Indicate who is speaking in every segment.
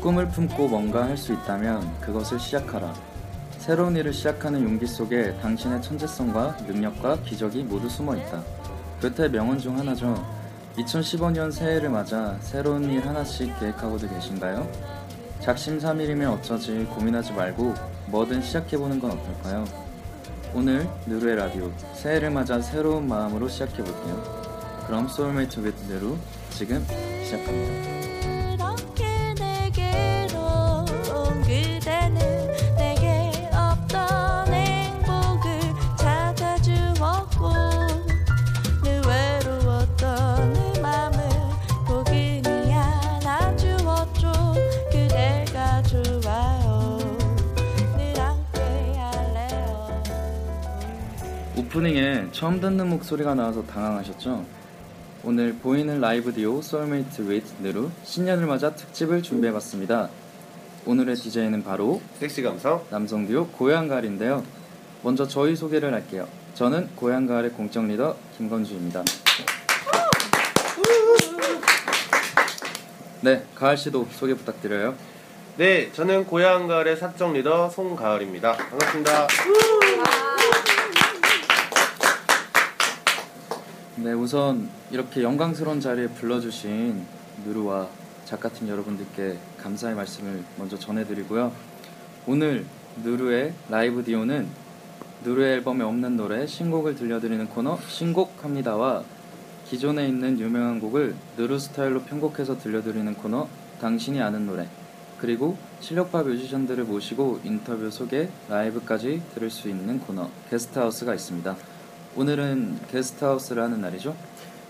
Speaker 1: 꿈을 품고 뭔가 할 수 있다면 그것을 시작하라. 새로운 일을 시작하는 용기 속에 당신의 천재성과 능력과 기적이 모두 숨어 있다. 괴테의 명언 중 하나죠. 2015년 새해를 맞아 새로운 일 하나씩 계획하고도 계신가요? 작심삼일이면 어쩌지 고민하지 말고 뭐든 시작해보는 건 어떨까요? 오늘 누루의 라디오 새해를 맞아 새로운 마음으로 시작해볼게요. 그럼 소울메이트 위드 누루 지금 시작합니다.
Speaker 2: 그렇게 내게로 온 그대는 내게 없던 행복을 찾아주었고 늘 외로웠던 그 내 맘을 포근히 안아주었죠 그대가 좋아요 늘 함께 할래요
Speaker 1: 오프닝에 처음 듣는 목소리가 나와서 당황하셨죠? 오늘 보이는 라이브 디오 소울메이트 웨이트 느루 신년을 맞아 특집을 준비해봤습니다. 오늘의 DJ는 바로
Speaker 3: 섹시 감성
Speaker 1: 남성 듀오 고향가을인데요. 먼저 저희 소개를 할게요. 저는 고향가을의 공적 리더 김건주입니다. 네, 가을 씨도 소개 부탁드려요.
Speaker 3: 네 저는 고향가을의 사적 리더 송가을입니다 반갑습니다
Speaker 1: 네, 우선 이렇게 영광스러운 자리에 불러주신 누루와 작가팀 여러분들께 감사의 말씀을 먼저 전해드리고요. 오늘 누루의 라이브 디오는 누루의 앨범에 없는 노래 신곡을 들려드리는 코너 신곡합니다와 기존에 있는 유명한 곡을 누루 스타일로 편곡해서 들려드리는 코너 당신이 아는 노래 그리고 실력파 뮤지션들을 모시고 인터뷰 소개 라이브까지 들을 수 있는 코너 게스트하우스가 있습니다. 오늘은 게스트하우스를 하는 날이죠?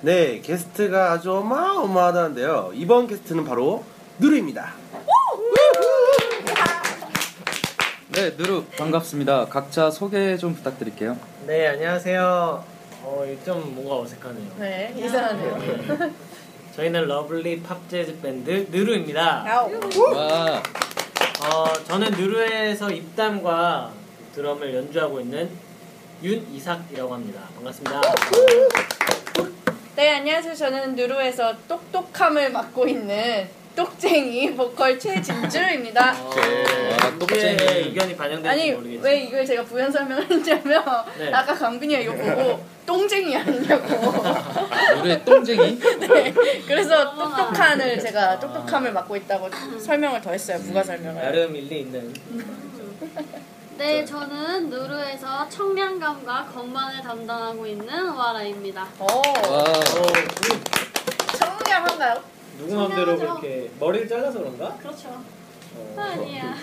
Speaker 3: 네 게스트가 아주 어마어마하다는데요 이번 게스트는 바로 누르입니다
Speaker 1: 네, 누루 반갑습니다. 각자 소개 좀 부탁드릴게요.
Speaker 4: 네, 안녕하세요. 어, 이좀 뭔가 어색하네요.
Speaker 5: 네, 이상하네요.
Speaker 4: 저희는 러블리 팝 재즈 밴드 느루입니다.
Speaker 5: 아우.
Speaker 1: 와,
Speaker 4: 어, 저는 느루에서 입담과 드럼을 연주하고 있는 윤이삭이라고 합니다. 반갑습니다.
Speaker 5: 네, 안녕하세요. 저는 누루에서 똑똑함을 맡고 있는 똑쟁이 보컬 최진주입니다.
Speaker 4: 어,
Speaker 1: 와, 똑쟁이.
Speaker 4: 이게 의견이
Speaker 5: 아니,
Speaker 4: 반영되는지 네, 모르겠어요.
Speaker 5: 왜 이걸 제가 부연 설명을 했냐면,
Speaker 4: 네.
Speaker 5: 아까 강빈이가 이거 보고 똥쟁이 아니냐고.
Speaker 1: 누루의 똥쟁이.
Speaker 5: 네, 그래서 똑똑함을 제가 똑똑함을 맡고 있다고 설명을 더 했어요. 부가 설명을.
Speaker 4: 나름 일리 있는
Speaker 6: 네, 저는 누르에서 청량감과 건반을 담당하고 있는 와라입니다.
Speaker 5: 오,
Speaker 1: 와,
Speaker 4: 어, 누-
Speaker 5: 청량한가요?
Speaker 4: 누구 맘대로
Speaker 6: 청량하죠.
Speaker 4: 그렇게 머리를 잘라서 그런가?
Speaker 6: 그렇죠.
Speaker 4: 어,
Speaker 6: 아니야.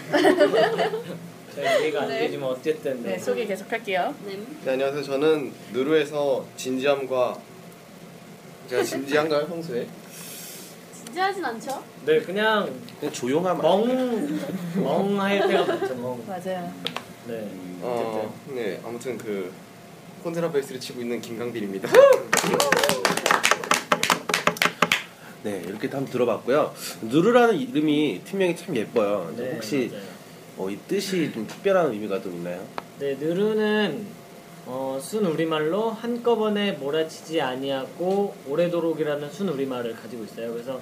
Speaker 4: 잘 이해가 안
Speaker 5: 네.
Speaker 4: 되지만 어쨌든
Speaker 5: 네, 소개 계속할게요.
Speaker 6: 네.
Speaker 3: 네, 안녕하세요 저는 누르에서 진지함과 제가 진지한가요 평소에?
Speaker 6: 진지하진 않죠?
Speaker 4: 네, 그냥
Speaker 3: 그냥 조용한
Speaker 4: 멍, 멍할 때가 많죠, 멍.
Speaker 5: 맞아요.
Speaker 4: 네.
Speaker 3: 어, 네 아무튼 그 콘트라베이스를 치고 있는 김강빈입니다 네 이렇게 한번 들어봤고요 누르라는 이름이 팀명이 참 예뻐요
Speaker 4: 네, 맞아요.
Speaker 3: 어, 이 뜻이 좀 특별한 의미가 좀 있나요?
Speaker 4: 네, 느르는 어, 순 우리말로 한꺼번에 몰아치지 아니하고 오래도록이라는 순 우리말을 가지고 있어요. 그래서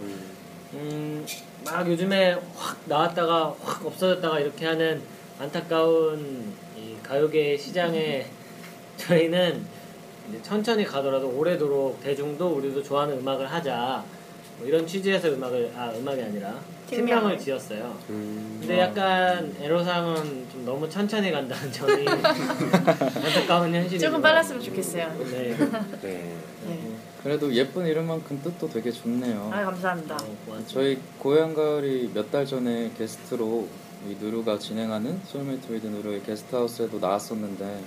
Speaker 4: 음, 막 요즘에 확 나왔다가 확 없어졌다가 이렇게 하는 안타까운 이 가요계 시장에 저희는 이제 천천히 가더라도 오래도록 대중도 우리도 좋아하는 음악을 하자 뭐 이런 취지에서 음악을 아 음악이 아니라 팀명을 지었어요. 근데 약간 애로사항은 좀 너무 천천히 간다는 점이 안타까운 현실이
Speaker 5: 조금 빨랐으면 좋겠어요.
Speaker 4: 네.
Speaker 3: 네.
Speaker 5: 네.
Speaker 1: 그래도 예쁜 이름만큼 뜻도 되게 좋네요.
Speaker 5: 아, 감사합니다.
Speaker 4: 어, 고맙습니다.
Speaker 1: 저희 고향가을이 몇 달 전에 게스트로 이 누루가 진행하는 소울메이트 위드 누루의 게스트하우스에도 나왔었는데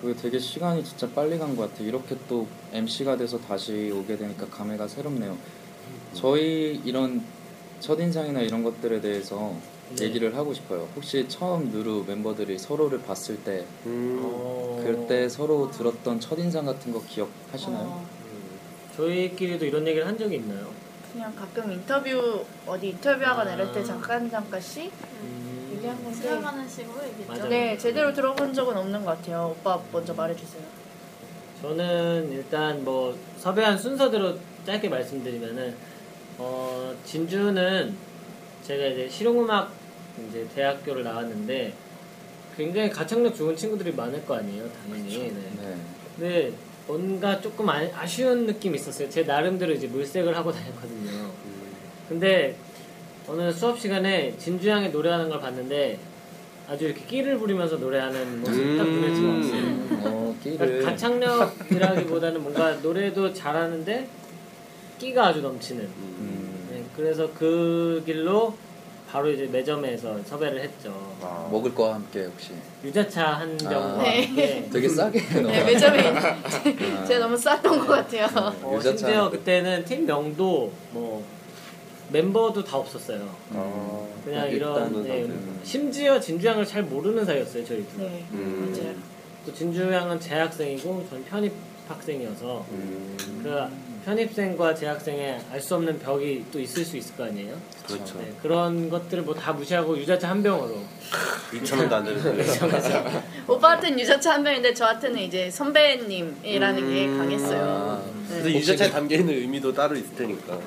Speaker 1: 그게 되게 시간이 진짜 빨리 간 것 같아요. 이렇게 또 MC가 돼서 다시 오게 되니까 감회가 새롭네요.
Speaker 7: 저희 이런 첫인상이나 이런 것들에 대해서
Speaker 4: 네.
Speaker 7: 얘기를 하고 싶어요. 혹시 처음 누루 멤버들이 서로를 봤을 때
Speaker 3: 음.
Speaker 4: 어,
Speaker 7: 그때 서로 들었던 첫인상 같은 거 기억하시나요?
Speaker 5: 어,
Speaker 4: 음, 저희끼리도 이런 얘기를 한 적이 있나요?
Speaker 5: 그냥 가끔 인터뷰 어디 인터뷰하거나 이럴 때
Speaker 4: 아.
Speaker 5: 잠깐 잠깐씩
Speaker 4: 음,
Speaker 5: 얘기한 건데
Speaker 6: 지나가는 식으로 얘기했죠.
Speaker 4: 맞아요.
Speaker 5: 네 제대로 들어본 적은 없는 것 같아요 오빠 먼저 말해주세요
Speaker 4: 저는 일단 뭐 섭외한 순서대로 짧게 말씀드리면은 어, 진주는 제가 이제 실용음악 이제 대학교를 나왔는데 굉장히 가창력 좋은 친구들이 많을 거 아니에요 당연히 네.
Speaker 7: 네.
Speaker 4: 근데 뭔가 조금 아, 아쉬운 느낌이 있었어요 제 나름대로 이제 물색을 하고 다녔거든요 근데 어느 수업 시간에 진주 양이 노래하는 걸 봤는데 아주 이렇게 끼를 부리면서 노래하는 모습이 딱 눈에 들어왔어요
Speaker 7: 어, 끼를
Speaker 1: 네.
Speaker 4: 그러니까 가창력이라기보다는 뭔가 노래도 잘하는데 끼가 아주 넘치는
Speaker 7: 음,
Speaker 4: 네, 그래서 그 길로 바로 이제 매점에서 섭외를 했죠
Speaker 7: 먹을 거와 함께 혹시
Speaker 4: 유자차 한 병과
Speaker 7: 아.
Speaker 5: 네.
Speaker 4: 함께
Speaker 7: 되게 싸게 아, 넣어.
Speaker 5: 네 매점에 있는- 제가 너무 쌌던 것 같아요
Speaker 7: 네,
Speaker 4: 어, 심지어 그때는 팀 명도 뭐 멤버도 다 없었어요 그냥 이런 네,
Speaker 7: 음.
Speaker 4: 심지어 진주 양을 잘 모르는 사이였어요 저희 둘
Speaker 5: 네
Speaker 3: 음.
Speaker 5: 맞아요
Speaker 4: 또 진주 양은 재학생이고 전 편입 학생이어서
Speaker 3: 음.
Speaker 4: 그 편입생과 재학생의 알 수 없는 벽이 또 있을 수 있을 거 아니에요?
Speaker 3: 그렇죠.
Speaker 4: 네, 그런 것들을 뭐 다 무시하고 유자차 한 병으로
Speaker 3: 2천 원도 안 되는 거예요.
Speaker 5: 오빠한테는 유자차 한 병인데 저한테는 이제 선배님이라는 게
Speaker 3: 음.
Speaker 1: 아.
Speaker 7: 아,
Speaker 5: 강했어요
Speaker 3: 근데 유자차에 담겨 있는 의미도 따로 있을 테니까.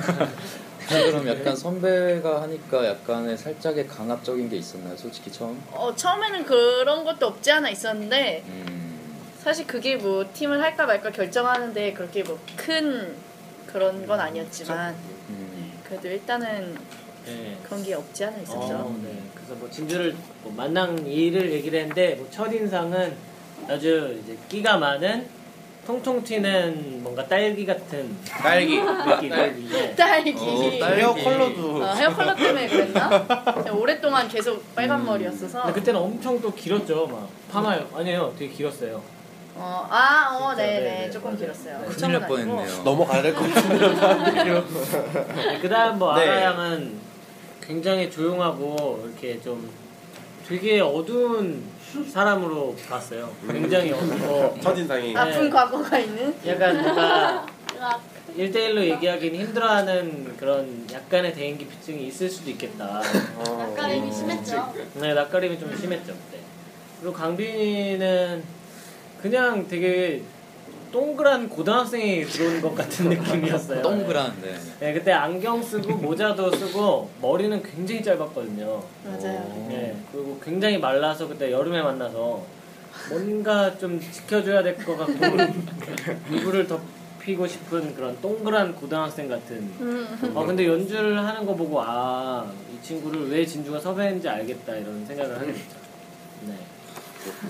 Speaker 7: 혹시 그럼 약간 선배가 하니까 약간의 살짝의 강압적인 게 있었나요? 솔직히 처음?
Speaker 5: 어, 처음에는 그런 것도 없지 않아 있었는데
Speaker 7: 음,
Speaker 5: 사실 그게 뭐 팀을 할까 말까 결정하는데 그렇게 뭐 큰 그런 건 아니었지만
Speaker 7: 음.
Speaker 5: 그래도 일단은
Speaker 4: 네.
Speaker 5: 그런 게 없지 않아 있었죠.
Speaker 4: 어, 네. 그래서 뭐 진주를 뭐 만난 일을 얘기를 했는데 뭐 첫인상은 아주 이제 끼가 많은 통통 튀는 뭔가 딸기 같은 네.
Speaker 3: 딸기.
Speaker 4: 느낌 딸기인데
Speaker 5: 딸기.
Speaker 7: 어, 딸-
Speaker 3: 헤어
Speaker 7: 딸기.
Speaker 3: 컬러도.
Speaker 5: 어, 헤어 컬러 때문에 그랬나? 그냥 오랫동안 계속 빨간 머리였어서.
Speaker 4: 근데 그때는 엄청 또 길었죠 막 파마 아니에요 되게 길었어요
Speaker 5: 어, 아, 어,
Speaker 4: 진짜,
Speaker 5: 네네.
Speaker 4: 네네.
Speaker 5: 조금
Speaker 4: 맞아요.
Speaker 5: 길었어요.
Speaker 4: 네.
Speaker 7: 큰일
Speaker 5: 엄청은
Speaker 7: 날
Speaker 5: 아니고.
Speaker 7: 뻔했네요.
Speaker 3: 넘어가야 될 것 같은데요.
Speaker 4: 그 다음 뭐
Speaker 3: 네.
Speaker 4: 아라양은 굉장히 조용하고 이렇게 좀 되게 어두운 사람으로 봤어요. 굉장히 어둡고
Speaker 3: 첫인상이.
Speaker 4: 아.
Speaker 5: 아픈 과거가 있는?
Speaker 4: 약간 뭔가
Speaker 6: 으악.
Speaker 4: 1대1로 얘기하긴 힘들어하는 그런 약간의 대인기 피증이 있을 수도 있겠다.
Speaker 3: 어.
Speaker 6: 낙가림이 심했죠.
Speaker 4: 네, 낯가림이 좀 심했죠. 그때. 그리고 강빈이는 그냥 되게 동그란 고등학생이 들어온 것 같은 느낌이었어요.
Speaker 7: 동그란 네.
Speaker 4: 네, 그때 안경 쓰고 모자도 쓰고 머리는 굉장히 짧았거든요.
Speaker 5: 맞아요.
Speaker 7: 오.
Speaker 4: 네, 그리고 굉장히 말라서 그때 여름에 만나서 뭔가 좀 지켜줘야 될 것 같고 이불을 덮이고 싶은 그런 동그란 고등학생 같은
Speaker 5: 음.
Speaker 4: 아 근데 연주를 하는 거 보고 아 이 친구를 왜 진주가 섭외했는지 알겠다 이런 생각을 하게 됐죠 네.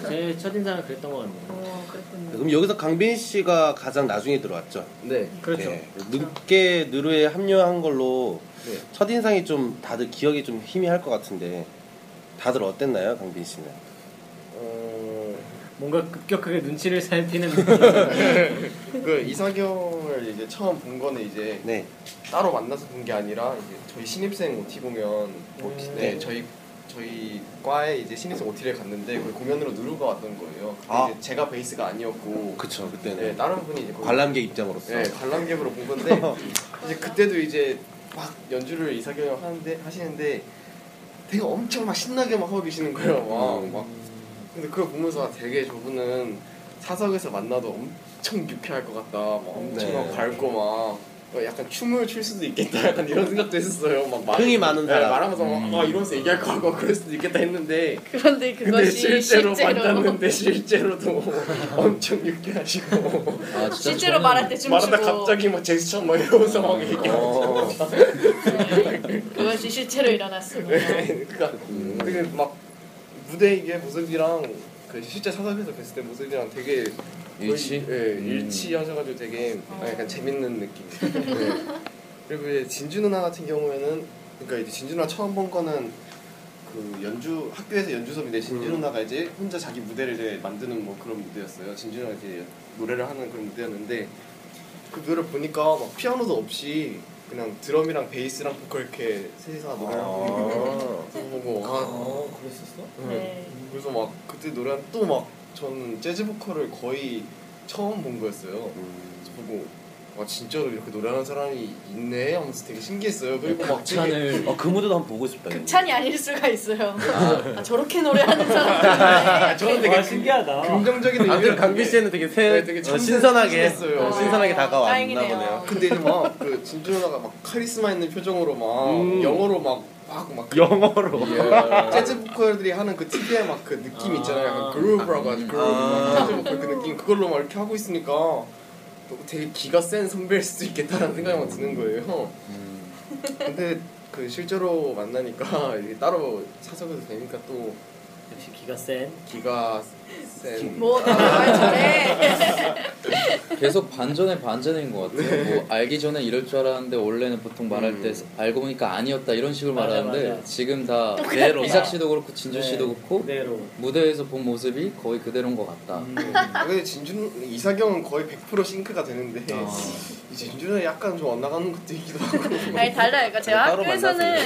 Speaker 4: 네제 첫인상은 그랬던 것 같네요
Speaker 5: 어, 그랬군요.
Speaker 3: 그럼 여기서 강빈 씨가 가장 나중에 들어왔죠.
Speaker 7: 네.
Speaker 4: 그렇죠
Speaker 3: 네. 늦게 느루에 합류한 걸로
Speaker 7: 네.
Speaker 3: 첫인상이 좀 다들 기억이 좀 희미할 것 같은데 다들 어땠나요, 강빈 씨는?
Speaker 8: 어,
Speaker 4: 뭔가 급격하게 눈치를 살피는 느낌
Speaker 8: 그 이사경을 이제 처음 본 거는 이제
Speaker 3: 네.
Speaker 8: 따로 만나서 본 게 아니라 이제 저희 신입생 OT 공연 OT, 네
Speaker 3: 음.
Speaker 8: 저희 저희 과에 이제 신입생 OT를 갔는데 그 공연으로 누루가 왔던 거예요. 근데
Speaker 3: 아.
Speaker 8: 이제 제가 베이스가 아니었고
Speaker 3: 그쵸,
Speaker 8: 네,
Speaker 3: 그때는.
Speaker 8: 다른 분이 이제 거기-
Speaker 3: 관람객 입장으로서.
Speaker 8: 네 관람객으로 본 건데 이제 그때도 이제 막 연주를 이사경이 하는데 하시는데 되게 엄청 막 신나게 막 하고 계시는 거예요.
Speaker 3: 음.
Speaker 8: 막, 막 근데 그걸 보면서 아, 되게 저분은 사석에서 만나도 엄청 유쾌할 것 같다. 막 엄청 막
Speaker 3: 네.
Speaker 8: 밝고 막 약간 춤을 출 수도 있겠다. 약간 이런 생각도 했었어요. 막 말-
Speaker 3: 흥이 음. 많은 사람.
Speaker 8: 네, 말하면서 막 아, 이러면서 얘기할 것 같고 그럴 수도 있겠다 했는데
Speaker 5: 그런데
Speaker 8: 근데
Speaker 5: 그것이
Speaker 8: 실제로,
Speaker 5: 실제로,
Speaker 8: 만났는데 실제로도 엄청 유쾌하시고
Speaker 7: 아, 진짜
Speaker 5: 실제로
Speaker 7: 저는-
Speaker 5: 말할 때 춤추고
Speaker 8: 말하다 갑자기 막 제스처 막 이러면서 막 얘기하고
Speaker 5: 그것이 실제로 일어났습니다.
Speaker 8: 네, 그러니까 되게 막 무대 이게 모습이랑 그 실제 사석에서 뵀을 때 모습이랑 되게 거의,
Speaker 7: 일치?
Speaker 8: 예,
Speaker 7: 음.
Speaker 8: 일치하셔가지고 되게 약간 재밌는 느낌. 네. 그리고 이제 진주 누나 같은 경우에는 그러니까 이제 진주 누나 처음 본 거는 그 연주 학교에서 연주 수업인데 진주
Speaker 7: 음.
Speaker 8: 누나가 이제 혼자 자기 무대를 이제 만드는 뭐 그런 무대였어요. 진주 누나가 이제 노래를 하는 그런 무대였는데 그 노래 보니까 막 피아노도 없이 그냥 드럼이랑 베이스랑 보컬 이렇게 셋이서
Speaker 7: 아.
Speaker 8: 노래하고
Speaker 3: 아.
Speaker 8: 보고 와.
Speaker 4: 어 그랬었어?
Speaker 5: 네.
Speaker 8: 뭐, 아, 그래서 막 그때 노래한 또막 저는 재즈 보컬을 거의 처음 본 거였어요. 그래서 보고 와 진짜로 이렇게 노래하는 사람이 있네 하면서 되게 신기했어요. 그리고 막 되게
Speaker 1: 극찬을
Speaker 3: 어, 그 무대도 한번 보고 싶다.
Speaker 5: 극찬이 아닐 수가 있어요. 아, 저렇게 노래하는 사람들.
Speaker 8: 저는 되게
Speaker 1: 그
Speaker 4: 와 신기하다.
Speaker 8: 긍정적인
Speaker 3: 아무튼
Speaker 8: 의미로
Speaker 3: 강빈
Speaker 8: 되게-
Speaker 3: 씨는 되게 새,
Speaker 8: 네, 되게
Speaker 3: 어,
Speaker 8: 참새-
Speaker 3: 신선하게
Speaker 8: 참새였어요.
Speaker 3: 어, 신선하게
Speaker 5: 아,
Speaker 3: 다가왔나
Speaker 5: 다행이네요.
Speaker 3: 보네요.
Speaker 8: 근데 이제 막그 진주 누나가 막 카리스마 있는 표정으로 막
Speaker 3: 음.
Speaker 8: 영어로 막막막 그 예.
Speaker 3: 영어로.
Speaker 8: 재즈 보컬들이 하는 그 특유의 막 그 느낌 있잖아요.
Speaker 4: 아.
Speaker 8: 약간 그루브라고 하죠. 그루브
Speaker 3: 아.
Speaker 8: 재즈 보컬 그 느낌 그걸로 막 이렇게 하고 있으니까 또 되게 기가 센 선배일 수도 있겠다라는 생각만 드는 거예요.
Speaker 3: 음.
Speaker 8: 근데 그 실제로 만나니까 이게 따로 사석에도 되니까 또
Speaker 4: 역시 기가 센.
Speaker 8: 기가 센.
Speaker 5: 뭐, 정말 잘해.
Speaker 1: 계속 반전에 반전인 것 같아요. 뭐 알기 전에 이럴 줄 알았는데 원래는 보통 말할 때 알고 보니까 아니었다 이런 식으로
Speaker 4: 맞아,
Speaker 1: 말하는데
Speaker 4: 맞아.
Speaker 1: 지금 다
Speaker 4: 그대로다.
Speaker 1: 이삭 씨도 그렇고 진주
Speaker 4: 네, 음.
Speaker 1: 씨도 그렇고
Speaker 4: 그대로.
Speaker 1: 무대에서 본 모습이 거의 그대로인 것 같다.
Speaker 8: 근데 진준 이사경은 거의 100% 싱크가 되는데 이 진준은 약간 좀 엇나가는 것도 있기도 하고.
Speaker 5: 아니, 달라요. 그러니까 제가
Speaker 3: 따로
Speaker 5: 학교에서는,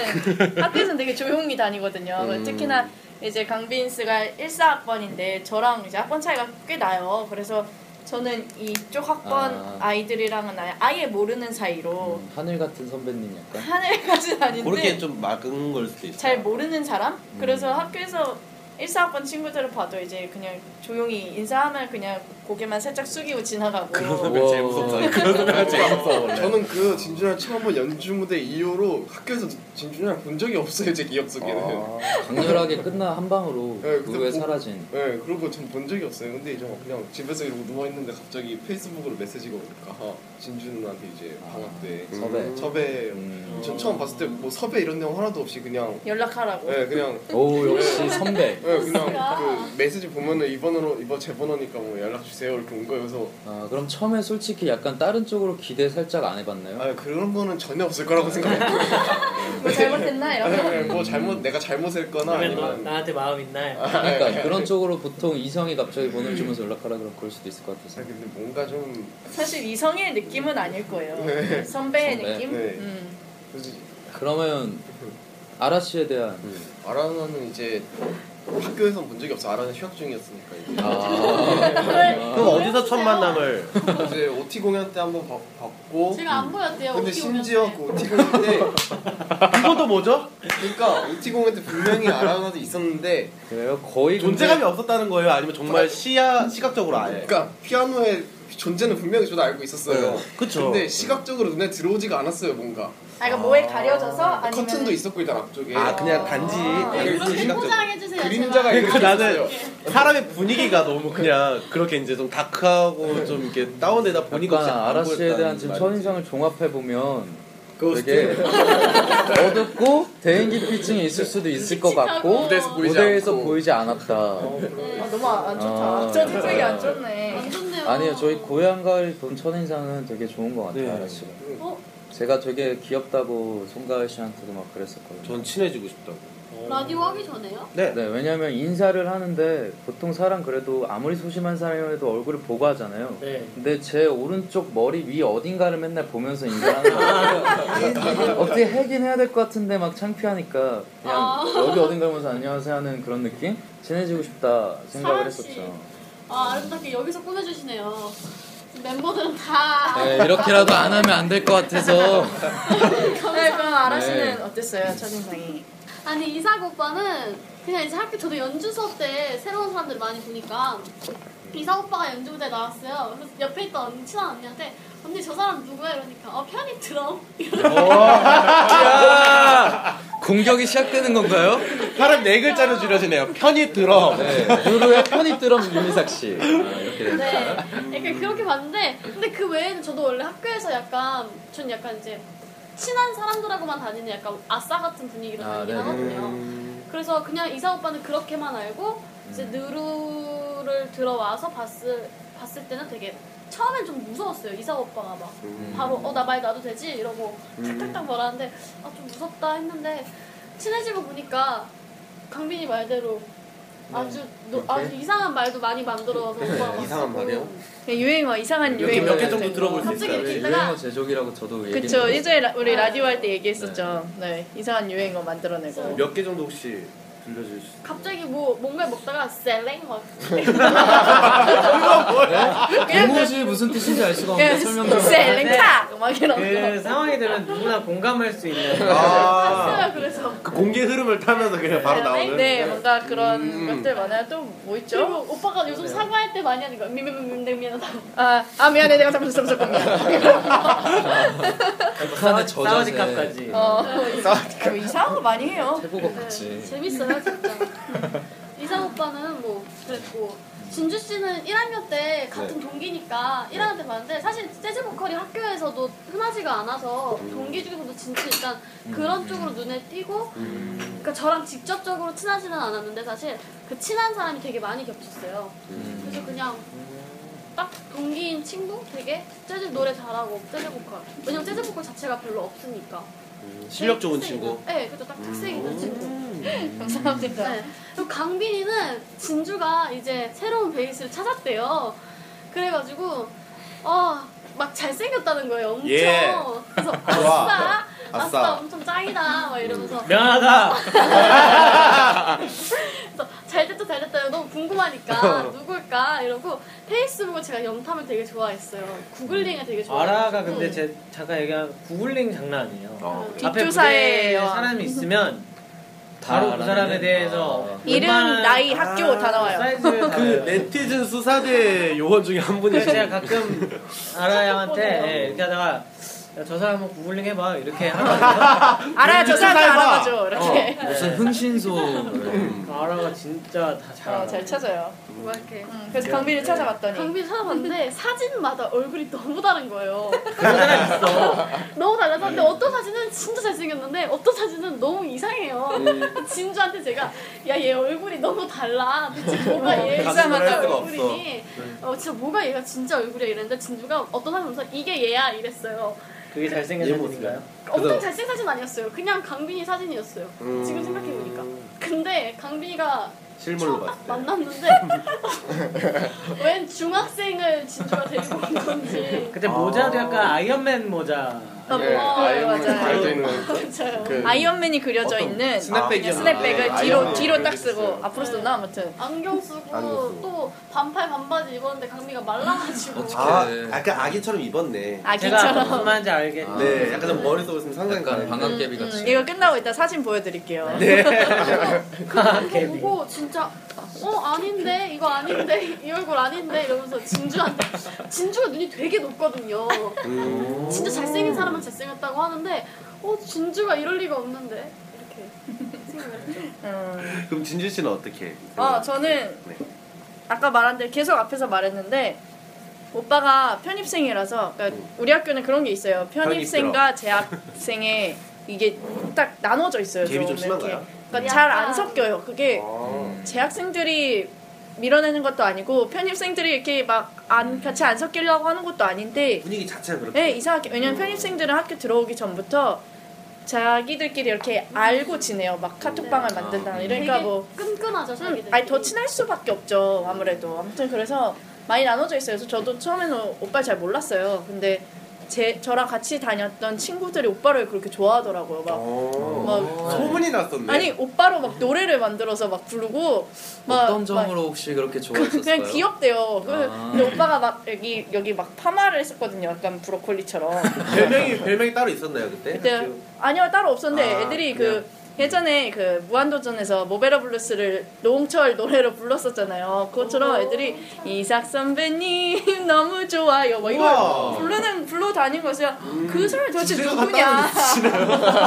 Speaker 5: 학교에서는 되게 조용히 다니거든요.
Speaker 3: 음.
Speaker 5: 특히나 이제 강빈스가 14학번인데 저랑 이제 학번 차이가 꽤 나요. 그래서 저는 이쪽 학번
Speaker 1: 아.
Speaker 5: 아. 이들이랑은 아예 모르는 사이로
Speaker 1: 음, 하늘 같은 선배님 약간.
Speaker 5: 하늘까지는 아닌데
Speaker 3: 그렇게 좀 막은 걸 수도 있어요.
Speaker 5: 잘 모르는 사람?
Speaker 8: 음.
Speaker 5: 그래서 학교에서 1사학번 친구들을 봐도 이제 그냥 조용히 인사하면 그냥 고개만 살짝 숙이고 지나가고
Speaker 4: 어.
Speaker 3: 그러면 제일 무섭다.
Speaker 1: 어,
Speaker 3: 그런 사람은 제일 무서워. 원래.
Speaker 8: 저는 그 진준이랑 처음 본 연주 무대 이후로 학교에서 진준이랑 본 적이 없어요 제 기억 속에는.
Speaker 1: 강렬하게 끝나 한 방으로
Speaker 8: 네, 근데
Speaker 1: 무에
Speaker 8: 보-
Speaker 1: 사라진.
Speaker 8: 네, 그리고 전 본 적이 없어요. 근데 이제 막 그냥 집에서 이러고 누워 있는데 갑자기 페이스북으로 메시지가 오니까 아, 진준한테 이제 방학 때
Speaker 1: 아, 섭외.
Speaker 8: 음, 섭외.
Speaker 1: 음.
Speaker 8: 전 처음 봤을 때 뭐 섭외 이런 내용 하나도 없이 그냥
Speaker 5: 연락하라고
Speaker 8: 네 그냥
Speaker 1: 오 역시 선배.
Speaker 8: 네, 그냥 그 메시지 보면은 이 번호로 이번 제 번호니까 뭐 연락 주세요 이렇게 온 거예요. 그래서
Speaker 1: 아 그럼 처음에 솔직히 약간 다른 쪽으로 기대 살짝 안 해봤나요?
Speaker 8: 아 그런 거는 전혀 없을 거라고 생각했고
Speaker 5: 뭐 잘못했나? 이러고
Speaker 8: 네, 뭐 잘못 내가 잘못했거나
Speaker 4: 그러면 너
Speaker 1: 네.
Speaker 8: 아니면 네,
Speaker 4: 나한테 마음 있나?
Speaker 1: 그러니까
Speaker 3: 네.
Speaker 1: 그런 쪽으로 보통 이성이 갑자기 번호를 주면서 연락하라 그럼 그럴 수도 있을 것 같아서.
Speaker 3: 네.
Speaker 8: 아, 근데 뭔가 좀
Speaker 5: 사실 이성의 느낌은 아닐 거예요
Speaker 8: 네.
Speaker 5: 선배의
Speaker 1: 선배.
Speaker 5: 느낌?
Speaker 8: 네.
Speaker 5: 음.
Speaker 8: 그래서
Speaker 1: 그러면 아라 씨에 대한
Speaker 8: 아라는 이제 학교에서 본 적이 없어. 아라는 휴학 중이었으니까 이제.
Speaker 1: 아,
Speaker 3: 그럼 어디서 첫 만남을?
Speaker 8: 이제 OT 공연 때 한번 봐- 봤고.
Speaker 6: 제가 안 보였대요.
Speaker 8: 근데
Speaker 6: 어떻게
Speaker 8: 심지어
Speaker 6: 오면서.
Speaker 8: 그 OT 공연 때,
Speaker 3: 이것도 뭐죠?
Speaker 8: 그러니까 OT 공연 때 분명히 아라나도 있었는데,
Speaker 1: 그래요? 거의
Speaker 3: 존재감이
Speaker 1: 근데 그
Speaker 3: 없었다는 거예요? 아니면 정말 시야 시각적으로 아예?
Speaker 8: 그러니까 피아노의 존재는 분명히 저도 알고 있었어요.
Speaker 1: 네.
Speaker 3: 그쵸.
Speaker 8: 근데 시각적으로 눈에 들어오지가 않았어요, 뭔가.
Speaker 5: 아 그러니까 뭐에 가려져서 아니면
Speaker 8: 커튼도 있었고 일단 앞쪽에.
Speaker 3: 아 그냥 단지
Speaker 6: 네,
Speaker 8: 그
Speaker 6: 그런
Speaker 8: 시각적으로.
Speaker 6: 대포 자랑해주세요.
Speaker 8: 그림자가
Speaker 6: 제발.
Speaker 8: 이렇게
Speaker 3: 그러니까 나는
Speaker 8: 있었어요.
Speaker 3: 사람의 분위기가 너무 그냥 그렇게 이제 좀 다크하고 좀 이렇게 다운되다 보니까
Speaker 1: 약간
Speaker 3: 혹시 안
Speaker 1: 아라 씨에
Speaker 3: 보였다는
Speaker 1: 대한 지금
Speaker 3: 말이지.
Speaker 1: 첫인상을 종합해 보면 되게
Speaker 8: 고스트.
Speaker 1: 어둡고 대인기 피증이 있을 수도 있을 것 같고
Speaker 8: 무대에서 보이지
Speaker 1: 무대에서
Speaker 8: 않고.
Speaker 1: 보이지 않았다.
Speaker 3: 어.
Speaker 5: 아 너무 안 좋다
Speaker 1: 아,
Speaker 5: 저 특색이
Speaker 1: 아,
Speaker 5: 안 좋네
Speaker 6: 안 좋네요.
Speaker 1: 아니요 저희 고향가을 본 첫인상은 되게 좋은 것 같아요
Speaker 3: 네.
Speaker 1: 아라 씨가.
Speaker 6: 어?
Speaker 1: 제가 되게 귀엽다고 송가을 씨한테도 막 그랬었거든요.
Speaker 3: 전 친해지고 싶다고.
Speaker 1: 어.
Speaker 6: 라디오 하기 전에요?
Speaker 3: 네.
Speaker 1: 네, 왜냐면 인사를 하는데 보통 사람 그래도 아무리 소심한 사람이라도 얼굴을 보고 하잖아요.
Speaker 4: 네.
Speaker 1: 근데 제 오른쪽 머리 위 어딘가를 맨날 보면서 인사하는 거예요. 어떻게 해긴 해야 될 것 같은데 막 창피하니까 그냥
Speaker 6: 아.
Speaker 1: 여기 어딘가 보면서 안녕하세요 하는 그런 느낌? 친해지고 싶다 생각을
Speaker 6: 사람 씨.
Speaker 1: 했었죠.
Speaker 6: 아 아름답게 여기서 꾸며주시네요. 멤버들은 다
Speaker 1: 네, 이렇게라도 안 하면 안 될 것 같아서
Speaker 5: 네 그럼 아라씨는
Speaker 1: 네.
Speaker 5: 어땠어요 첫인상이?
Speaker 6: 아니 이삭 오빠는 그냥 이제 학교 저도 연주 수업 때 새로운 사람들 많이 보니까 이삭 오빠가 연주 무대 나왔어요. 그래서 옆에 있던 언니, 친한 언니한테 언니 저 사람 누구야 이러니까 어 편입 드럼
Speaker 1: 야! 공격이 시작되는 건가요?
Speaker 3: 사람 네 글자로 줄여지네요. 편히 들어.
Speaker 1: 네, 유로의 편입 드럼 유미삭 씨 아, 이렇게 됩니다.
Speaker 6: 네. 약간 그렇게 봤는데 근데 그 외에는 저도 원래 학교에서 약간 전 약간 이제 친한 사람들하고만 다니는 약간 아싸 같은 분위기로
Speaker 1: 아,
Speaker 6: 다니긴
Speaker 1: 네네.
Speaker 6: 하거든요. 그래서 그냥 이사 오빠는 그렇게만 알고 이제 느루를 들어와서 봤을 봤을 때는 되게 처음엔 좀 무서웠어요. 이사 오빠가 막 바로 어 나 말 놔도 되지 이러고 탁탁탁 말하는데 아 좀 무섭다 했는데 친해지고 보니까 강빈이 말대로 아주 노- 아주 이상한 말도 많이 만들어서 오빠가
Speaker 8: 이상한
Speaker 6: 쓰고.
Speaker 8: 말이요?
Speaker 5: 그냥 유행 막 이상한
Speaker 1: 네,
Speaker 3: 몇 개,
Speaker 5: 유행
Speaker 3: 몇개
Speaker 5: 같은
Speaker 3: 정도
Speaker 5: 거.
Speaker 3: 들어볼 수
Speaker 6: 갑자기
Speaker 3: 있어요.
Speaker 6: 이렇게
Speaker 7: 유행어
Speaker 6: 있다가
Speaker 7: 제조기라고 저도 얘기.
Speaker 5: 그쵸 예전에 라- 우리 라디오 할 때 얘기했었죠 네 이상한 유행어 만들어내고
Speaker 3: 몇 개 정도 혹시 들려줄 수?
Speaker 6: 갑자기 뭐 뭔가 먹다가 셀랭 막
Speaker 5: 그냥
Speaker 7: 무엇이 무슨 뜻인지 알 수가
Speaker 5: 네,
Speaker 7: 없는데 설명 좀.
Speaker 5: 셀랭카 네. 막 이런
Speaker 4: 그
Speaker 5: 거
Speaker 4: 상황이 되면 누구나 공감할 수 있는
Speaker 3: 아,
Speaker 6: 그래서
Speaker 3: 그 공개 흐름을 타면서 그냥 바로 나오는.
Speaker 5: 네, 뭔가 그런
Speaker 3: 음.
Speaker 5: 것들 많아요. 또 뭐
Speaker 6: 그리고
Speaker 5: 있죠?
Speaker 6: 오빠가 요즘 사과할 때 많이 하는 거야 미미미미 미안하다고
Speaker 5: 아, 아 미안해, 내가 잘못했어, 잠깐만.
Speaker 7: 북한의 저자세.
Speaker 4: 네, 싸워질까지
Speaker 5: 어, 뭐 이상한 거 많이 해요.
Speaker 7: 태국어
Speaker 6: 네,
Speaker 7: 같지.
Speaker 6: 재밌어요 진짜 이상 오빠는 뭐 그랬고 진주 씨는 1학년 때
Speaker 3: 네.
Speaker 6: 같은 동기니까 1학년 때 봤는데 사실 재즈 보컬이 학교에서도 흔하지가 않아서
Speaker 3: 음.
Speaker 6: 동기 중에서도 진짜 일단 그런 쪽으로 눈에 띄고
Speaker 3: 음.
Speaker 6: 그러니까 저랑 직접적으로 친하지는 않았는데 사실 그 친한 사람이 되게 많이 겹쳤어요
Speaker 3: 음.
Speaker 6: 그래서 그냥 딱 동기인 친구 되게 재즈 노래 잘하고 재즈 보컬 왜냐면 재즈 보컬 자체가 별로 없으니까
Speaker 3: 실력 좋은
Speaker 6: 특색
Speaker 3: 친구. 음.
Speaker 6: 있는- 네 그렇죠 딱 특색 있는 친구
Speaker 5: 감사합니다.
Speaker 6: 네. 또 강빈이는 진주가 이제 새로운 베이스를 찾았대요. 그래가지고 어막 잘생겼다는 거예요. 엄청.
Speaker 3: 예.
Speaker 6: 그래서
Speaker 3: 좋아.
Speaker 6: 아싸, 아싸, 음.
Speaker 3: 아싸.
Speaker 6: 엄청 짱이다 막 이러면서
Speaker 4: 미안하다
Speaker 6: 그래서 잘 됐다 잘 됐다 너무 궁금하니까 누굴까 이러고 페이스북을 제가 염탐을 되게 좋아했어요. 구글링을 되게 좋아해요.
Speaker 4: 아라가 근데 제 잠깐 얘기한 구글링 장난 아니에요
Speaker 3: 어, 그래.
Speaker 4: 앞에
Speaker 5: 뒷조사의
Speaker 4: 무대에
Speaker 5: 여왕.
Speaker 4: 사람이 있으면 바로 그
Speaker 7: 알아내는?
Speaker 4: 사람에 대해서
Speaker 7: 아.
Speaker 5: 이름,
Speaker 4: 웬만한-
Speaker 5: 나이, 학교 다 나와요.
Speaker 4: 사이즈
Speaker 3: 그 네티즌 수사대 요원 중에 한 분이
Speaker 4: 그래서 제가 가끔 아라양한테 예, 이렇게 하다가 야, 저 사람 한번 구글링 해봐 이렇게 하거든요
Speaker 5: 알아, 저 사람
Speaker 3: 사이버.
Speaker 5: 알아봐줘. 이렇게.
Speaker 7: 무슨 흥신소. 음.
Speaker 4: 아라가 진짜 다 잘.
Speaker 5: 어, 잘 찾아요.
Speaker 6: 뭐 이렇게.
Speaker 5: 음, 그래서 강비를 찾아봤더니
Speaker 6: 네. 강빈 찾아봤는데 사진마다 얼굴이 너무 다른 거예요.
Speaker 4: 그런 사람 있어.
Speaker 6: 너무 달라졌는데 어떤 사진은 진짜 잘생겼는데 어떤 사진은 너무 이상해요. 진주한테 제가 야 얘 얼굴이 너무 달라. 대체 뭐가 얘
Speaker 3: 가슴을 할
Speaker 6: 진짜
Speaker 3: 수가
Speaker 6: 얼굴이니? 어 진짜 뭐가 얘가 진짜 얼굴이야 이랬는데 진주가 어떤 사진 보면서 이게 얘야 이랬어요.
Speaker 4: 그게 잘생긴
Speaker 3: 얘 모습이야.
Speaker 4: 사진인가요?
Speaker 6: 엄청
Speaker 3: 그래서-
Speaker 6: 잘생긴 사진 아니었어요. 그냥 강빈이 사진이었어요. 지금 생각해보니까. 근데 강빈이가
Speaker 3: 실물로
Speaker 6: 처음
Speaker 3: 봤을
Speaker 6: 딱
Speaker 3: 때.
Speaker 6: 만났는데 웬 중학생을 진주가 데리고 온 건지.
Speaker 4: 그때 모자도 약간 아이언맨 모자.
Speaker 6: 아,
Speaker 8: 예,
Speaker 6: 뭐,
Speaker 8: 아이언맨
Speaker 5: 어, 맞아요.
Speaker 8: 달려 있는
Speaker 6: 맞아요.
Speaker 8: 그
Speaker 5: 아이언맨이 그려져 있는
Speaker 3: 스냅백이요.
Speaker 5: 스냅백을
Speaker 8: 아,
Speaker 5: 뒤로
Speaker 8: 아이언맨
Speaker 5: 뒤로 딱
Speaker 8: 그려져
Speaker 5: 쓰고
Speaker 8: 있어요.
Speaker 5: 앞으로 썼나 아무튼.
Speaker 6: 안경 쓰고
Speaker 3: 안경 쓰고.
Speaker 6: 또 반팔 반바지 입었는데 강미가 말라가지고
Speaker 3: 아,
Speaker 7: 네.
Speaker 3: 약간 아기처럼 입었네.
Speaker 4: 제가
Speaker 5: 아기처럼.
Speaker 4: 무슨 말인지 알겠네.
Speaker 3: 네, 약간 좀 머리 속으로 지금 상상이
Speaker 7: 약간
Speaker 3: 가네요.
Speaker 7: 방학개비 같이.
Speaker 5: 음, 이거 끝나고 이따 사진 보여드릴게요.
Speaker 4: 네.
Speaker 6: 그거 보고 진짜 어 아닌데 이거 아닌데 이 얼굴 아닌데 이러면서 진주한테 진주가 눈이 되게 높거든요.
Speaker 7: 음.
Speaker 6: 진짜 잘생긴 사람은 잘생겼다고 하는데 어 진주가 이럴 리가 없는데 이렇게 생각을 했죠.
Speaker 5: 음.
Speaker 3: 그럼 진주 씨는 어떻게?
Speaker 5: 아, 저는
Speaker 3: 네.
Speaker 5: 아까 말한 대로 계속 앞에서 말했는데 오빠가 편입생이라서 그러니까 우리 학교는 그런 게 있어요. 편입생과 재학생의 이게 딱 나눠져 있어요.
Speaker 3: 갭이 좀 심한가요?
Speaker 5: 이렇게. 그러니까 잘 안 섞여요. 그게
Speaker 3: 아,
Speaker 5: 재학생들이 밀어내는 것도 아니고 편입생들이 이렇게 막 안 같이 안 섞이려고 하는 것도 아닌데
Speaker 3: 분위기 자체가 그렇게.
Speaker 5: 네, 이상하게 왜냐면 편입생들은 학교 들어오기 전부터 자기들끼리 이렇게 알고 지내요. 막 카톡방을
Speaker 7: 아, 음.
Speaker 5: 만든다. 이러니까
Speaker 6: 되게
Speaker 5: 뭐
Speaker 6: 끈끈하죠
Speaker 5: 음,
Speaker 6: 자기들.
Speaker 5: 아니 더 친할 수밖에 없죠 아무래도 아무튼 그래서 많이 나눠져 있어요 그래서 저도 처음에는 오빠 잘 몰랐어요 근데 제 저랑 같이 다녔던 친구들이 오빠를 그렇게 좋아하더라고요
Speaker 7: 어.
Speaker 5: 막, 막
Speaker 3: 어. 소문이 났었네.
Speaker 5: 아니 오빠로 막 노래를 만들어서 막 부르고 막,
Speaker 4: 뭐,
Speaker 7: 어떤
Speaker 5: 막
Speaker 7: 점으로 혹시 그렇게 좋아했었어요?
Speaker 5: 그냥 귀엽대요 그래서
Speaker 7: 아.
Speaker 5: 근데 오빠가 막 여기 여기 막 파마를 했었거든요 약간 브로콜리처럼
Speaker 3: 별명이 별명이 따로 있었나요 네, 그때?
Speaker 5: 그때 네. 아니요 따로 없었는데
Speaker 3: 그렇죠. 아, 음.
Speaker 5: 애들이
Speaker 3: 그냥.
Speaker 5: 그 예전에 그 무한도전에서 모베라 블루스를 노홍철 노래로 불렀었잖아요. 그것처럼 애들이 이삭 선배님 너무 좋아요. 뭐 이걸
Speaker 3: 우와. 음.
Speaker 5: 부르는 불러 다닌 거죠. 그 사람이 도대체
Speaker 3: 집에서
Speaker 5: 누구냐?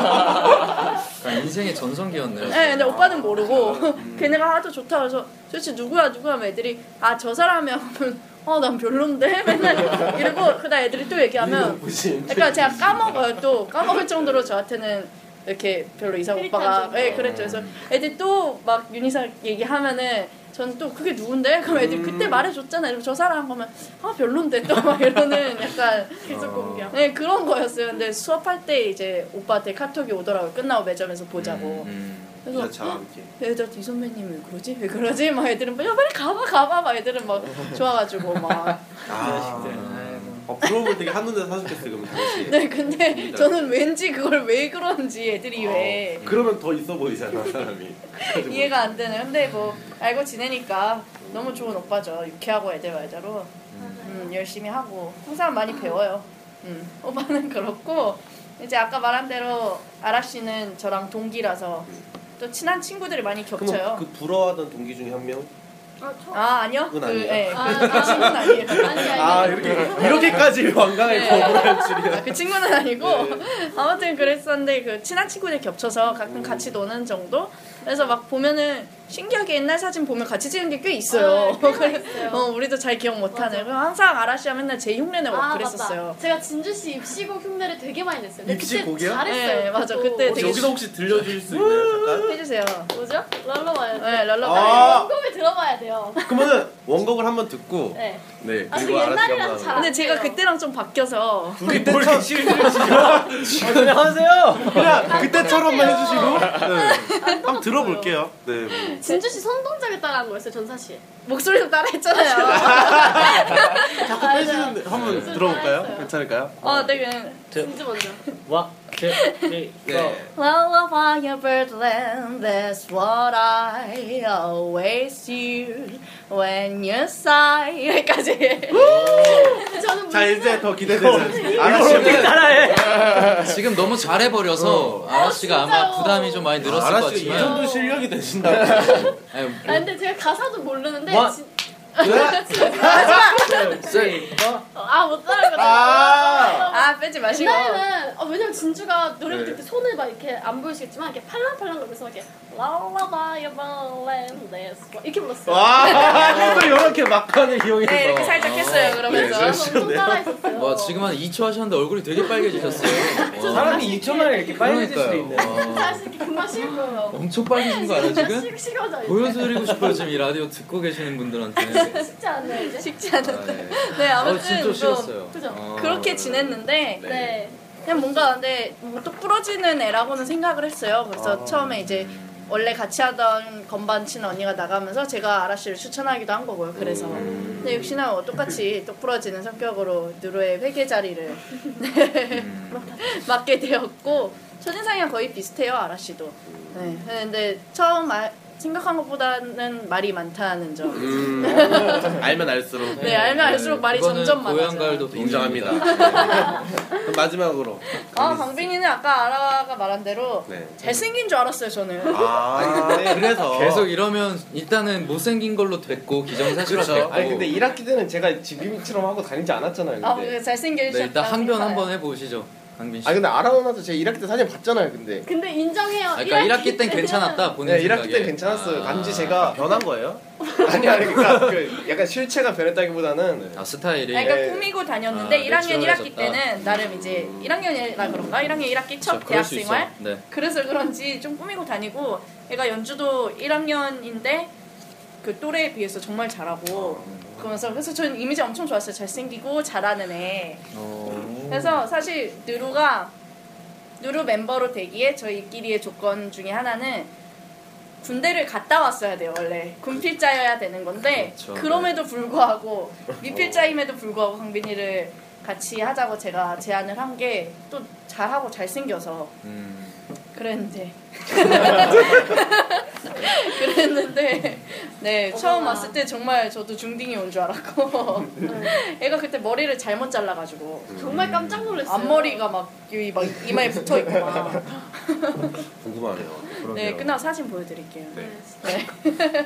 Speaker 7: 약간 인생의 전성기였네요.
Speaker 5: 네, 근데 오빠는 모르고 걔네가 하도 좋다 그래서 도대체 누구야 누구야 하면 애들이 아 저 사람이야 하면 어난 별론데 맨날 이러고 그다음 애들이 또 얘기하면 그러니까 제가 까먹어요 또 까먹을 정도로 저한테는 이렇게 별로 이상 오빠가
Speaker 6: 필탄적으로.
Speaker 5: 예 그랬죠 그래서 애들 또 막 윤희상 얘기하면은 저는 또 그게 누군데 그럼 애들 이 그때 말해줬잖아 이러면 저 사람 하면 아 별론데 또 막 이러는 약간
Speaker 6: 계속 공격.
Speaker 5: 네 그런 거였어요 근데 수업할 때 이제 오빠한테 카톡이 오더라고요 끝나고 매점에서 보자고
Speaker 7: 음.
Speaker 5: 그래서
Speaker 3: 여자와 함께.
Speaker 5: 애들한테 이 선배님 왜 그러지? 왜 그러지? 막 애들은 뭐, 야 빨리 가봐 가봐 막 애들은 막 좋아가지고 막
Speaker 3: 아, 어, 부러움을 되게 한눈에 사셨겠어요, 그럼 당시.
Speaker 5: 네, 근데 저는 왠지 그걸 왜 그런지 애들이 왜
Speaker 3: 그러면 더 있어 보이잖아, 사람이. 그래가지고
Speaker 5: 이해가 안 되는 근데 뭐 알고 지내니까 너무 좋은 오빠죠 유쾌하고 애들 말대로 음, 열심히 하고 항상 많이 배워요 음, 오빠는 그렇고 이제 아까 말한 대로 아라 씨는 저랑 동기라서 또 친한 친구들이 많이 겹쳐요
Speaker 3: 그럼 그 부러워하던 동기 중에 한 명?
Speaker 6: 아, 저.
Speaker 5: 아 아니요
Speaker 3: 그건
Speaker 5: 그,
Speaker 3: 아니에요.
Speaker 5: 예, 그
Speaker 6: 아, 아.
Speaker 5: 친구는 아니에요
Speaker 6: 아니, 아니.
Speaker 3: 아, 이렇게, 이렇게까지 완강하게
Speaker 4: 네.
Speaker 3: 거부할 줄이야.
Speaker 5: 네.
Speaker 3: 네.
Speaker 5: 그 친구는 아니고 아무튼 그랬었는데 그 친한 친구들 겹쳐서
Speaker 3: 음.
Speaker 5: 가끔 같이 노는 정도 그래서 막 보면은 신기하게 옛날 사진 보면 같이 찍은 게 꽤 있어요.
Speaker 6: 아, 꽤나 있어요.
Speaker 5: 어 우리도 잘 기억 못하네.
Speaker 6: 맞아.
Speaker 5: 그럼 항상 아라씨가 맨날 제 흉내 내고 막 그랬었어요.
Speaker 6: 맞다. 제가 진주 씨 입시곡 흉내를 되게 많이 냈어요. 근데
Speaker 3: 입시곡이요?
Speaker 6: 그때 잘했어요.
Speaker 5: 네, 맞아.
Speaker 6: 그것도.
Speaker 5: 그때
Speaker 3: 혹시
Speaker 5: 되게
Speaker 3: 여기서 혹시 들려줄 수 있나요, 잠깐?
Speaker 5: 해주세요.
Speaker 6: 뭐죠? 랄라봐요.
Speaker 5: 네 럴러바이.
Speaker 3: 아.
Speaker 6: 원곡을 들어봐야 돼요.
Speaker 3: 그러면은 원곡을 한번 듣고
Speaker 6: 네.
Speaker 3: 네
Speaker 6: 아,
Speaker 3: 그리고
Speaker 6: 그
Speaker 3: 아라씨
Speaker 6: 옛날이라서
Speaker 3: 한번
Speaker 6: 잘
Speaker 3: 하고.
Speaker 5: 근데 제가 그때랑 좀 바뀌어서
Speaker 3: 둘이 뭘 이렇게
Speaker 4: 아, 그냥 하세요.
Speaker 3: 그냥 그때처럼만 해주시고 네. 한번 들어볼게요. 네. 뭐.
Speaker 6: 진주 씨 손동작을 따라한 거였어요. 전 사실.
Speaker 5: 목소리도 네, 따라했잖아요.
Speaker 3: 자꾸 그
Speaker 6: 맞아요.
Speaker 3: 빼시는데 네, 한번
Speaker 6: 무슨
Speaker 3: 들어볼까요?
Speaker 6: 말했어요?
Speaker 3: 괜찮을까요? 아,
Speaker 5: 어, 네, 그
Speaker 6: 아, 진주 먼저.
Speaker 4: 와, 제, 제,
Speaker 3: 네.
Speaker 5: Lullaby of Birdland, that's what I always do when you sigh. 여기까지.
Speaker 6: 저는 뭐
Speaker 3: 자
Speaker 6: 무슨-
Speaker 3: 이제 더 기대되는
Speaker 4: 이걸 어떻게
Speaker 3: 아라씨는
Speaker 4: 따라해? 어.
Speaker 1: 지금 너무 잘해버려서 아라 씨가 아마
Speaker 6: 진짜요?
Speaker 1: 부담이 좀 많이 늘었을 것
Speaker 3: 아라씨 이
Speaker 1: 같지만 네,
Speaker 3: 정도 실력이 되신다고.
Speaker 1: 아니,
Speaker 6: 아 근데 제가 가사도 모르는데
Speaker 3: 뭐?
Speaker 4: 원.
Speaker 6: 진-
Speaker 4: 세, 어?
Speaker 6: 아 못 따라가지고
Speaker 3: 아.
Speaker 5: 아, 빼지 마시고.
Speaker 6: 옛날에는 어, 왜냐면 진주가 노래
Speaker 3: 네.
Speaker 6: 부를 때 손을 막 이렇게 안 보이시겠지만 이렇게 팔랑팔랑 거면서 이렇게 라라바 야발랜데스 이렇게 불렀어요.
Speaker 3: 와. 또 이렇게 아, 막하는 기억이
Speaker 5: 네, 이렇게
Speaker 3: 있어.
Speaker 5: 살짝 했어요,
Speaker 6: 그래서
Speaker 5: 그러면서.
Speaker 6: 엄청 따라했었어요.
Speaker 1: 그렇죠. 네. 와 지금 한 2초 하셨는데 얼굴이 되게 빨개지셨어요 와,
Speaker 4: 아, 사람이 2초 만에 이렇게 빨개질 수도 있네.
Speaker 1: 와,
Speaker 6: 사실 이렇게 금방 식을 거예요.
Speaker 1: 엄청 빨개진 거 아니야 지금?
Speaker 6: 식 식어져 이제.
Speaker 1: 네? 보여드리고 싶어요 지금 이 라디오 듣고 계시는 분들한테
Speaker 6: 쉽지 않네 이제.
Speaker 5: 쉽지 않은데.
Speaker 1: 네.
Speaker 5: 네,
Speaker 1: 어,
Speaker 5: 아무튼
Speaker 4: 뭐
Speaker 1: 진짜
Speaker 5: 좀
Speaker 1: 싫었어요
Speaker 6: 그죠?
Speaker 1: 어.
Speaker 5: 그렇게 지냈는데
Speaker 6: 네.
Speaker 5: 그냥 뭔가 근데 뭔가 또 부러지는 애라고는 생각을 했어요.
Speaker 1: 아.
Speaker 5: 그래서 처음에 이제 원래 같이 하던 건반 친 언니가 나가면서 제가 아라 씨를 추천하기도 한 거고요. 그래서
Speaker 1: 음.
Speaker 5: 근데 역시나 뭐 똑같이 똑 부러지는 성격으로 누로의 회계 자리를 네,
Speaker 1: 음.
Speaker 5: 맡게 되었고 첫인상이랑 거의 비슷해요 아라 씨도. 네, 근데 처음 알- 생각한 것보다는 말이 많다는 점.
Speaker 3: 음. 알면 알수록 네,
Speaker 5: 네, 알면 알수록 말이
Speaker 1: 이거는
Speaker 5: 점점 많아져요.
Speaker 1: 고향가을도
Speaker 3: 인정합니다.
Speaker 1: 동의합니다.
Speaker 3: 그럼 마지막으로.
Speaker 5: 아, 강빈이는 아까 아라가 말한 대로
Speaker 3: 네.
Speaker 5: 잘생긴 줄 알았어요, 저는.
Speaker 3: 아 그래서
Speaker 1: 계속 이러면 일단은 못생긴 걸로 됐고 기정사실화
Speaker 3: 그쵸.
Speaker 1: 됐고
Speaker 8: 아니 근데 1학기 때는 제가 지금처럼 하고 다니지 않았잖아요.
Speaker 5: 아,
Speaker 8: 근데.
Speaker 5: 그 잘생겨
Speaker 1: 네,
Speaker 5: 주셨다.
Speaker 1: 일단 항변 한번 해보시죠 강빈 씨
Speaker 8: 아 근데 아라오나도 제가 1학기 때 사진 봤잖아요. 근데
Speaker 6: 근데 인정해요.
Speaker 1: 아, 그러니까 1학기 땐 괜찮았다 본인
Speaker 8: 네, 1학기
Speaker 1: 생각에.
Speaker 8: 때 괜찮았어요. 단지 제가
Speaker 3: 아. 변한 거예요?
Speaker 8: 아니 아니 그러니까 그 약간 실체가 변했다기보다는
Speaker 3: 네.
Speaker 1: 아 스타일이
Speaker 5: 아니, 그러니까
Speaker 8: 예.
Speaker 5: 꾸미고 다녔는데
Speaker 1: 아,
Speaker 5: 1학년 1학기
Speaker 1: 내추럴해졌다.
Speaker 5: 때는 나름 이제 1학년이라 그런가? 1학년 1학기
Speaker 1: 진짜
Speaker 5: 첫
Speaker 1: 그럴
Speaker 5: 대학
Speaker 1: 수 있어.
Speaker 5: 생활?
Speaker 1: 네.
Speaker 5: 그래서 그런지 좀 꾸미고 다니고 얘가 연주도 1학년인데 그 또래에 비해서 정말
Speaker 1: 아,
Speaker 5: 잘하고
Speaker 1: 음.
Speaker 5: 그러면서 그래서 저는 이미지 엄청 좋았어요. 잘생기고 잘하는 애. 그래서 사실 누루가 누루 멤버로 되기에 저희끼리의 조건 중에 하나는 군대를 갔다 왔어야 돼요 원래 군필자여야 되는 건데
Speaker 1: 그렇죠. 어.
Speaker 5: 그럼에도 불구하고 미필자임에도 불구하고 강빈이를 같이 하자고 제가 제안을 한 게 또 잘하고 잘생겨서
Speaker 1: 음.
Speaker 5: 그랬는데 그랬는데 네 처음
Speaker 6: 어머나.
Speaker 5: 왔을 때 정말 저도 중딩이 온 줄 알았고
Speaker 6: 네.
Speaker 5: 애가 그때 머리를 잘못 잘라가지고
Speaker 6: 정말 깜짝 놀랐어요.
Speaker 5: 앞머리가 막, 여기 막 이마에 붙어 있고 막.
Speaker 3: 궁금하네요.
Speaker 5: 네, 끝나고 사진 보여드릴게요. 네,
Speaker 6: 네, 진짜.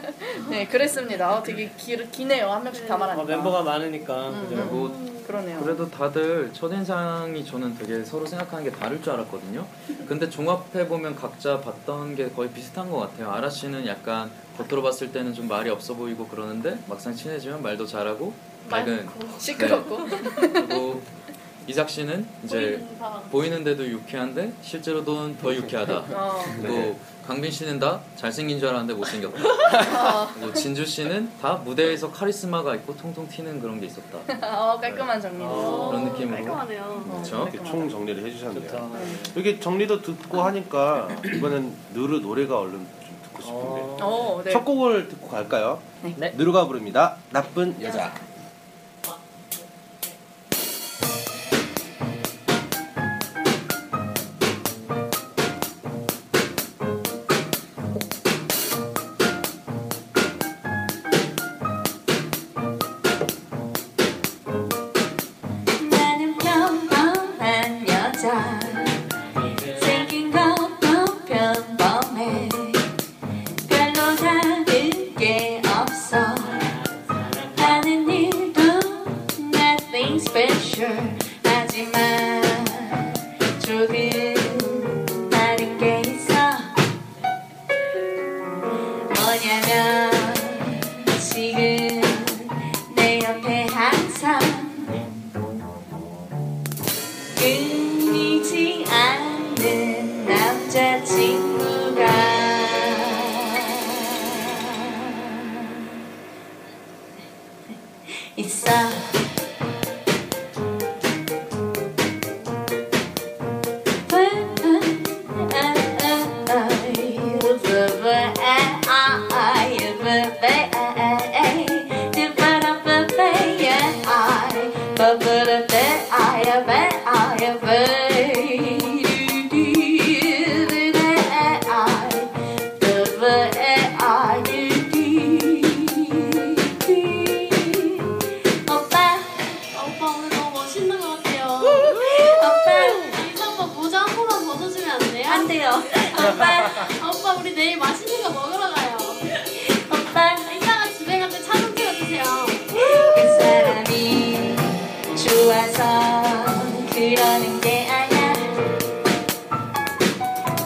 Speaker 5: 네, 그랬습니다. 어, 되게 길, 기네요. 한 명씩 다 말하니까.
Speaker 4: 어, 멤버가 많으니까. 그죠?
Speaker 1: 뭐
Speaker 5: 그러네요.
Speaker 1: 그래도 다들 첫인상이 저는 되게 서로 생각하는 게 다를 줄 알았거든요. 근데 종합해보면 각자 봤던 게 거의 비슷한 것 같아요. 아라 씨는 약간 겉으로 봤을 때는 좀 말이 없어 보이고 그러는데 막상 친해지면 말도 잘하고 밝은
Speaker 5: 시끄럽고.
Speaker 1: 그리고 이삭 씨는 이제
Speaker 6: 보이는 방.
Speaker 1: 보이는데도 유쾌한데 실제로는 더 유쾌하다.
Speaker 5: 어.
Speaker 1: 또 강빈 씨는 다 잘생긴 줄 알았는데 못생겼다. 그리고 진주 씨는 다 무대에서 카리스마가 있고 통통 튀는 그런 게 있었다.
Speaker 5: 어, 깔끔한 정리.
Speaker 3: 어,
Speaker 1: 그런 느낌으로.
Speaker 5: 어.
Speaker 6: 깔끔하네요.
Speaker 1: 그렇죠?
Speaker 3: 이렇게 총 정리를 해주셨네요. 이렇게 정리도 듣고 하니까 이번엔 누르 노래가 얼른 좀 듣고 싶은데
Speaker 5: 어, 네.
Speaker 3: 첫 곡을 듣고 갈까요?
Speaker 5: 네.
Speaker 4: 네.
Speaker 3: 누르가 부릅니다. 나쁜 여자.
Speaker 2: 나는 평범한 여자 생긴 것도 평범해 별로 다른 게 없어 하는 일도 nothing special 하지만 조금 다른 게 있어 뭐냐면 지금 내 옆에 항상 끊이지 않는 남자친구가 있어 오빠
Speaker 6: 아, 오빠 오늘 너무 멋있는 것 같아요. 오빠 이상 오빠 모자 한 번만 벗어주면 안 돼요?
Speaker 2: 안 돼요. 오빠,
Speaker 6: 아, 오빠 우리 내일 맛있는 거 먹으러 가요.
Speaker 2: 오빠,
Speaker 6: 이따가 집에 갈 때 차좀 끓여 주세요.
Speaker 2: 그 사람이 좋아서 그러는 게 아냐.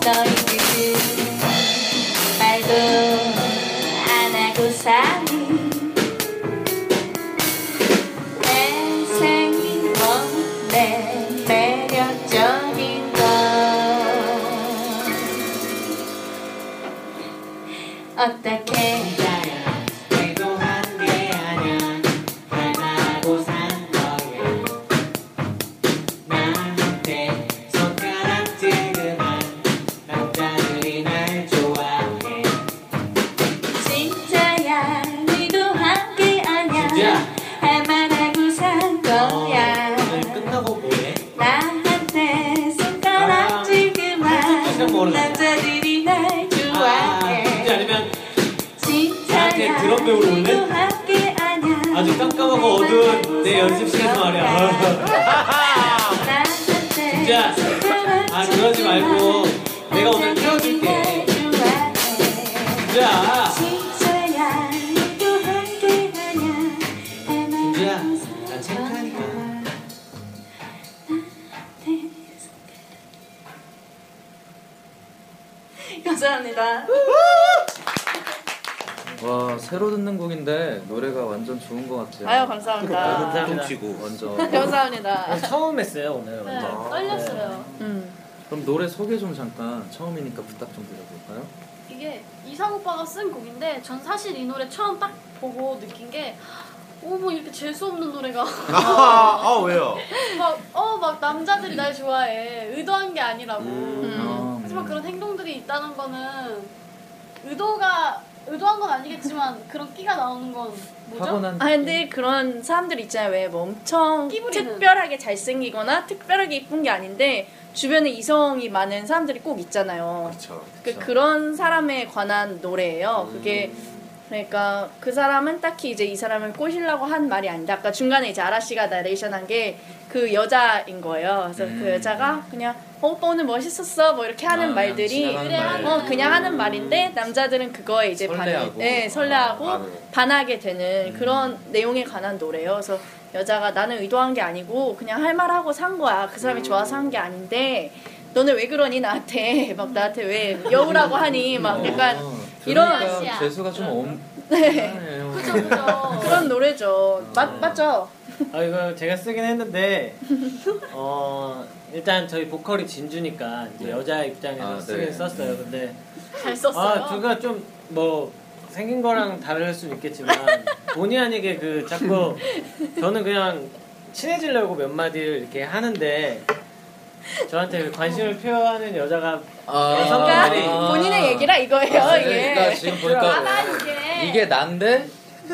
Speaker 2: 너희들은 말도 안 하고 사니. 내 생긴 건내 매력적인 건. 어떻게 아, 진짜야 니도 함께 아냐 할만하고 산 거야
Speaker 4: 끝나고 뭐해?
Speaker 2: 나한테 손가락질 그만 남자들이 날 좋아해
Speaker 4: 아니면
Speaker 2: 진짜야
Speaker 4: 나한테 드럼 배우러 올래?
Speaker 2: 니도 함께 아냐
Speaker 4: 아주 깜깜하고 어두운 내 연습실에서 말이야.
Speaker 2: 진짜
Speaker 4: 진짜. 아, 그러지 말고 내가 오늘 태워줄게. 자.
Speaker 2: 진짜야 또 함께 하냐
Speaker 4: 진주야, 난 창피하니까.
Speaker 5: 감사합니다.
Speaker 1: 와 새로 듣는 곡인데 노래가 완전 좋은 것 같아요.
Speaker 5: 아유, 음. 감사합니다.
Speaker 1: 감사합니다. 완전.
Speaker 5: 감사합니다.
Speaker 4: 아, 처음 했어요 오늘.
Speaker 6: 네, 떨렸어요.
Speaker 5: 음.
Speaker 1: 그럼 노래 소개 좀 잠깐 처음이니까 부탁 좀 드려볼까요?
Speaker 6: 이게 이상 오빠가 쓴 곡인데 전 사실 이 노래 처음 딱 보고 느낀 게 어머 뭐 이렇게 재수 없는 노래가
Speaker 3: 아, 아 왜요?
Speaker 6: 막어 막 남자들이 날 좋아해 의도한 게 아니라고
Speaker 1: 아,
Speaker 6: 하지만
Speaker 1: 음.
Speaker 6: 그런 행동들이 있다는 거는 의도가 의도한 건 아니겠지만 그런 끼가 나오는 건 뭐죠?
Speaker 1: 타고난
Speaker 5: 아 근데 그런 사람들 있잖아요. 왜뭐 엄청
Speaker 6: 끼부리는.
Speaker 5: 특별하게 잘생기거나 특별하게 이쁜 게 아닌데 주변에 이성이 많은 사람들이 꼭 있잖아요.
Speaker 3: 그렇죠.
Speaker 5: 그 그런 사람에 관한
Speaker 1: 음.
Speaker 5: 노래예요. 그게 그러니까 그 사람은 딱히 이제 이 사람을 꼬시려고 한 말이 아닌데 아까 중간에 이제 아라 씨가 나레이션한 게 그 여자인 거예요. 그래서 그 여자가 그냥 어, 오빠 오늘 멋있었어 뭐 이렇게 하는
Speaker 1: 음. 아,
Speaker 5: 말들이
Speaker 1: 지나가는 말.
Speaker 6: 의뢰하는
Speaker 1: 음.
Speaker 5: 어 그냥 하는 말인데 남자들은 그거에 이제
Speaker 1: 설레하고.
Speaker 5: 반해, 네, 설레하고
Speaker 1: 아,
Speaker 3: 반응.
Speaker 5: 반하게 되는
Speaker 1: 음.
Speaker 5: 그런 내용에 관한 노래예요. 그래서 여자가 나는 의도한 게 아니고 그냥 할 말하고 산 거야. 그
Speaker 1: 음.
Speaker 5: 사람이 좋아서 한 게 아닌데 너는 왜 그러니 나한테 막 나한테 왜 여우라고 하니 막 약간
Speaker 1: 어,
Speaker 5: 이런
Speaker 1: 들으니까
Speaker 6: 맛이야.
Speaker 1: 재수가 좀 엄.
Speaker 5: 네.
Speaker 1: 네.
Speaker 6: 그죠 그죠
Speaker 1: 어.
Speaker 5: 그런 노래죠. 맞 맞죠?
Speaker 4: 아 이거 제가 쓰긴 했는데 어 일단 저희 보컬이 진주니까 이제
Speaker 1: 네.
Speaker 4: 여자 입장에서
Speaker 1: 아,
Speaker 4: 쓰긴
Speaker 1: 네.
Speaker 4: 썼어요. 근데
Speaker 5: 잘 썼어요.
Speaker 4: 아 둘가 좀 뭐 생긴 거랑 다를 수는 있겠지만 본의 아니게 그 자꾸 저는 그냥 친해지려고 몇 마디를 이렇게 하는데 저한테 그 관심을 표하는 여자가
Speaker 1: 아,
Speaker 5: 그러니까 본인의 얘기라 이거예요
Speaker 1: 아,
Speaker 5: 이게.
Speaker 1: 그러니까 지금
Speaker 6: 아,
Speaker 1: 보니까
Speaker 6: 이게.
Speaker 1: 이게 난데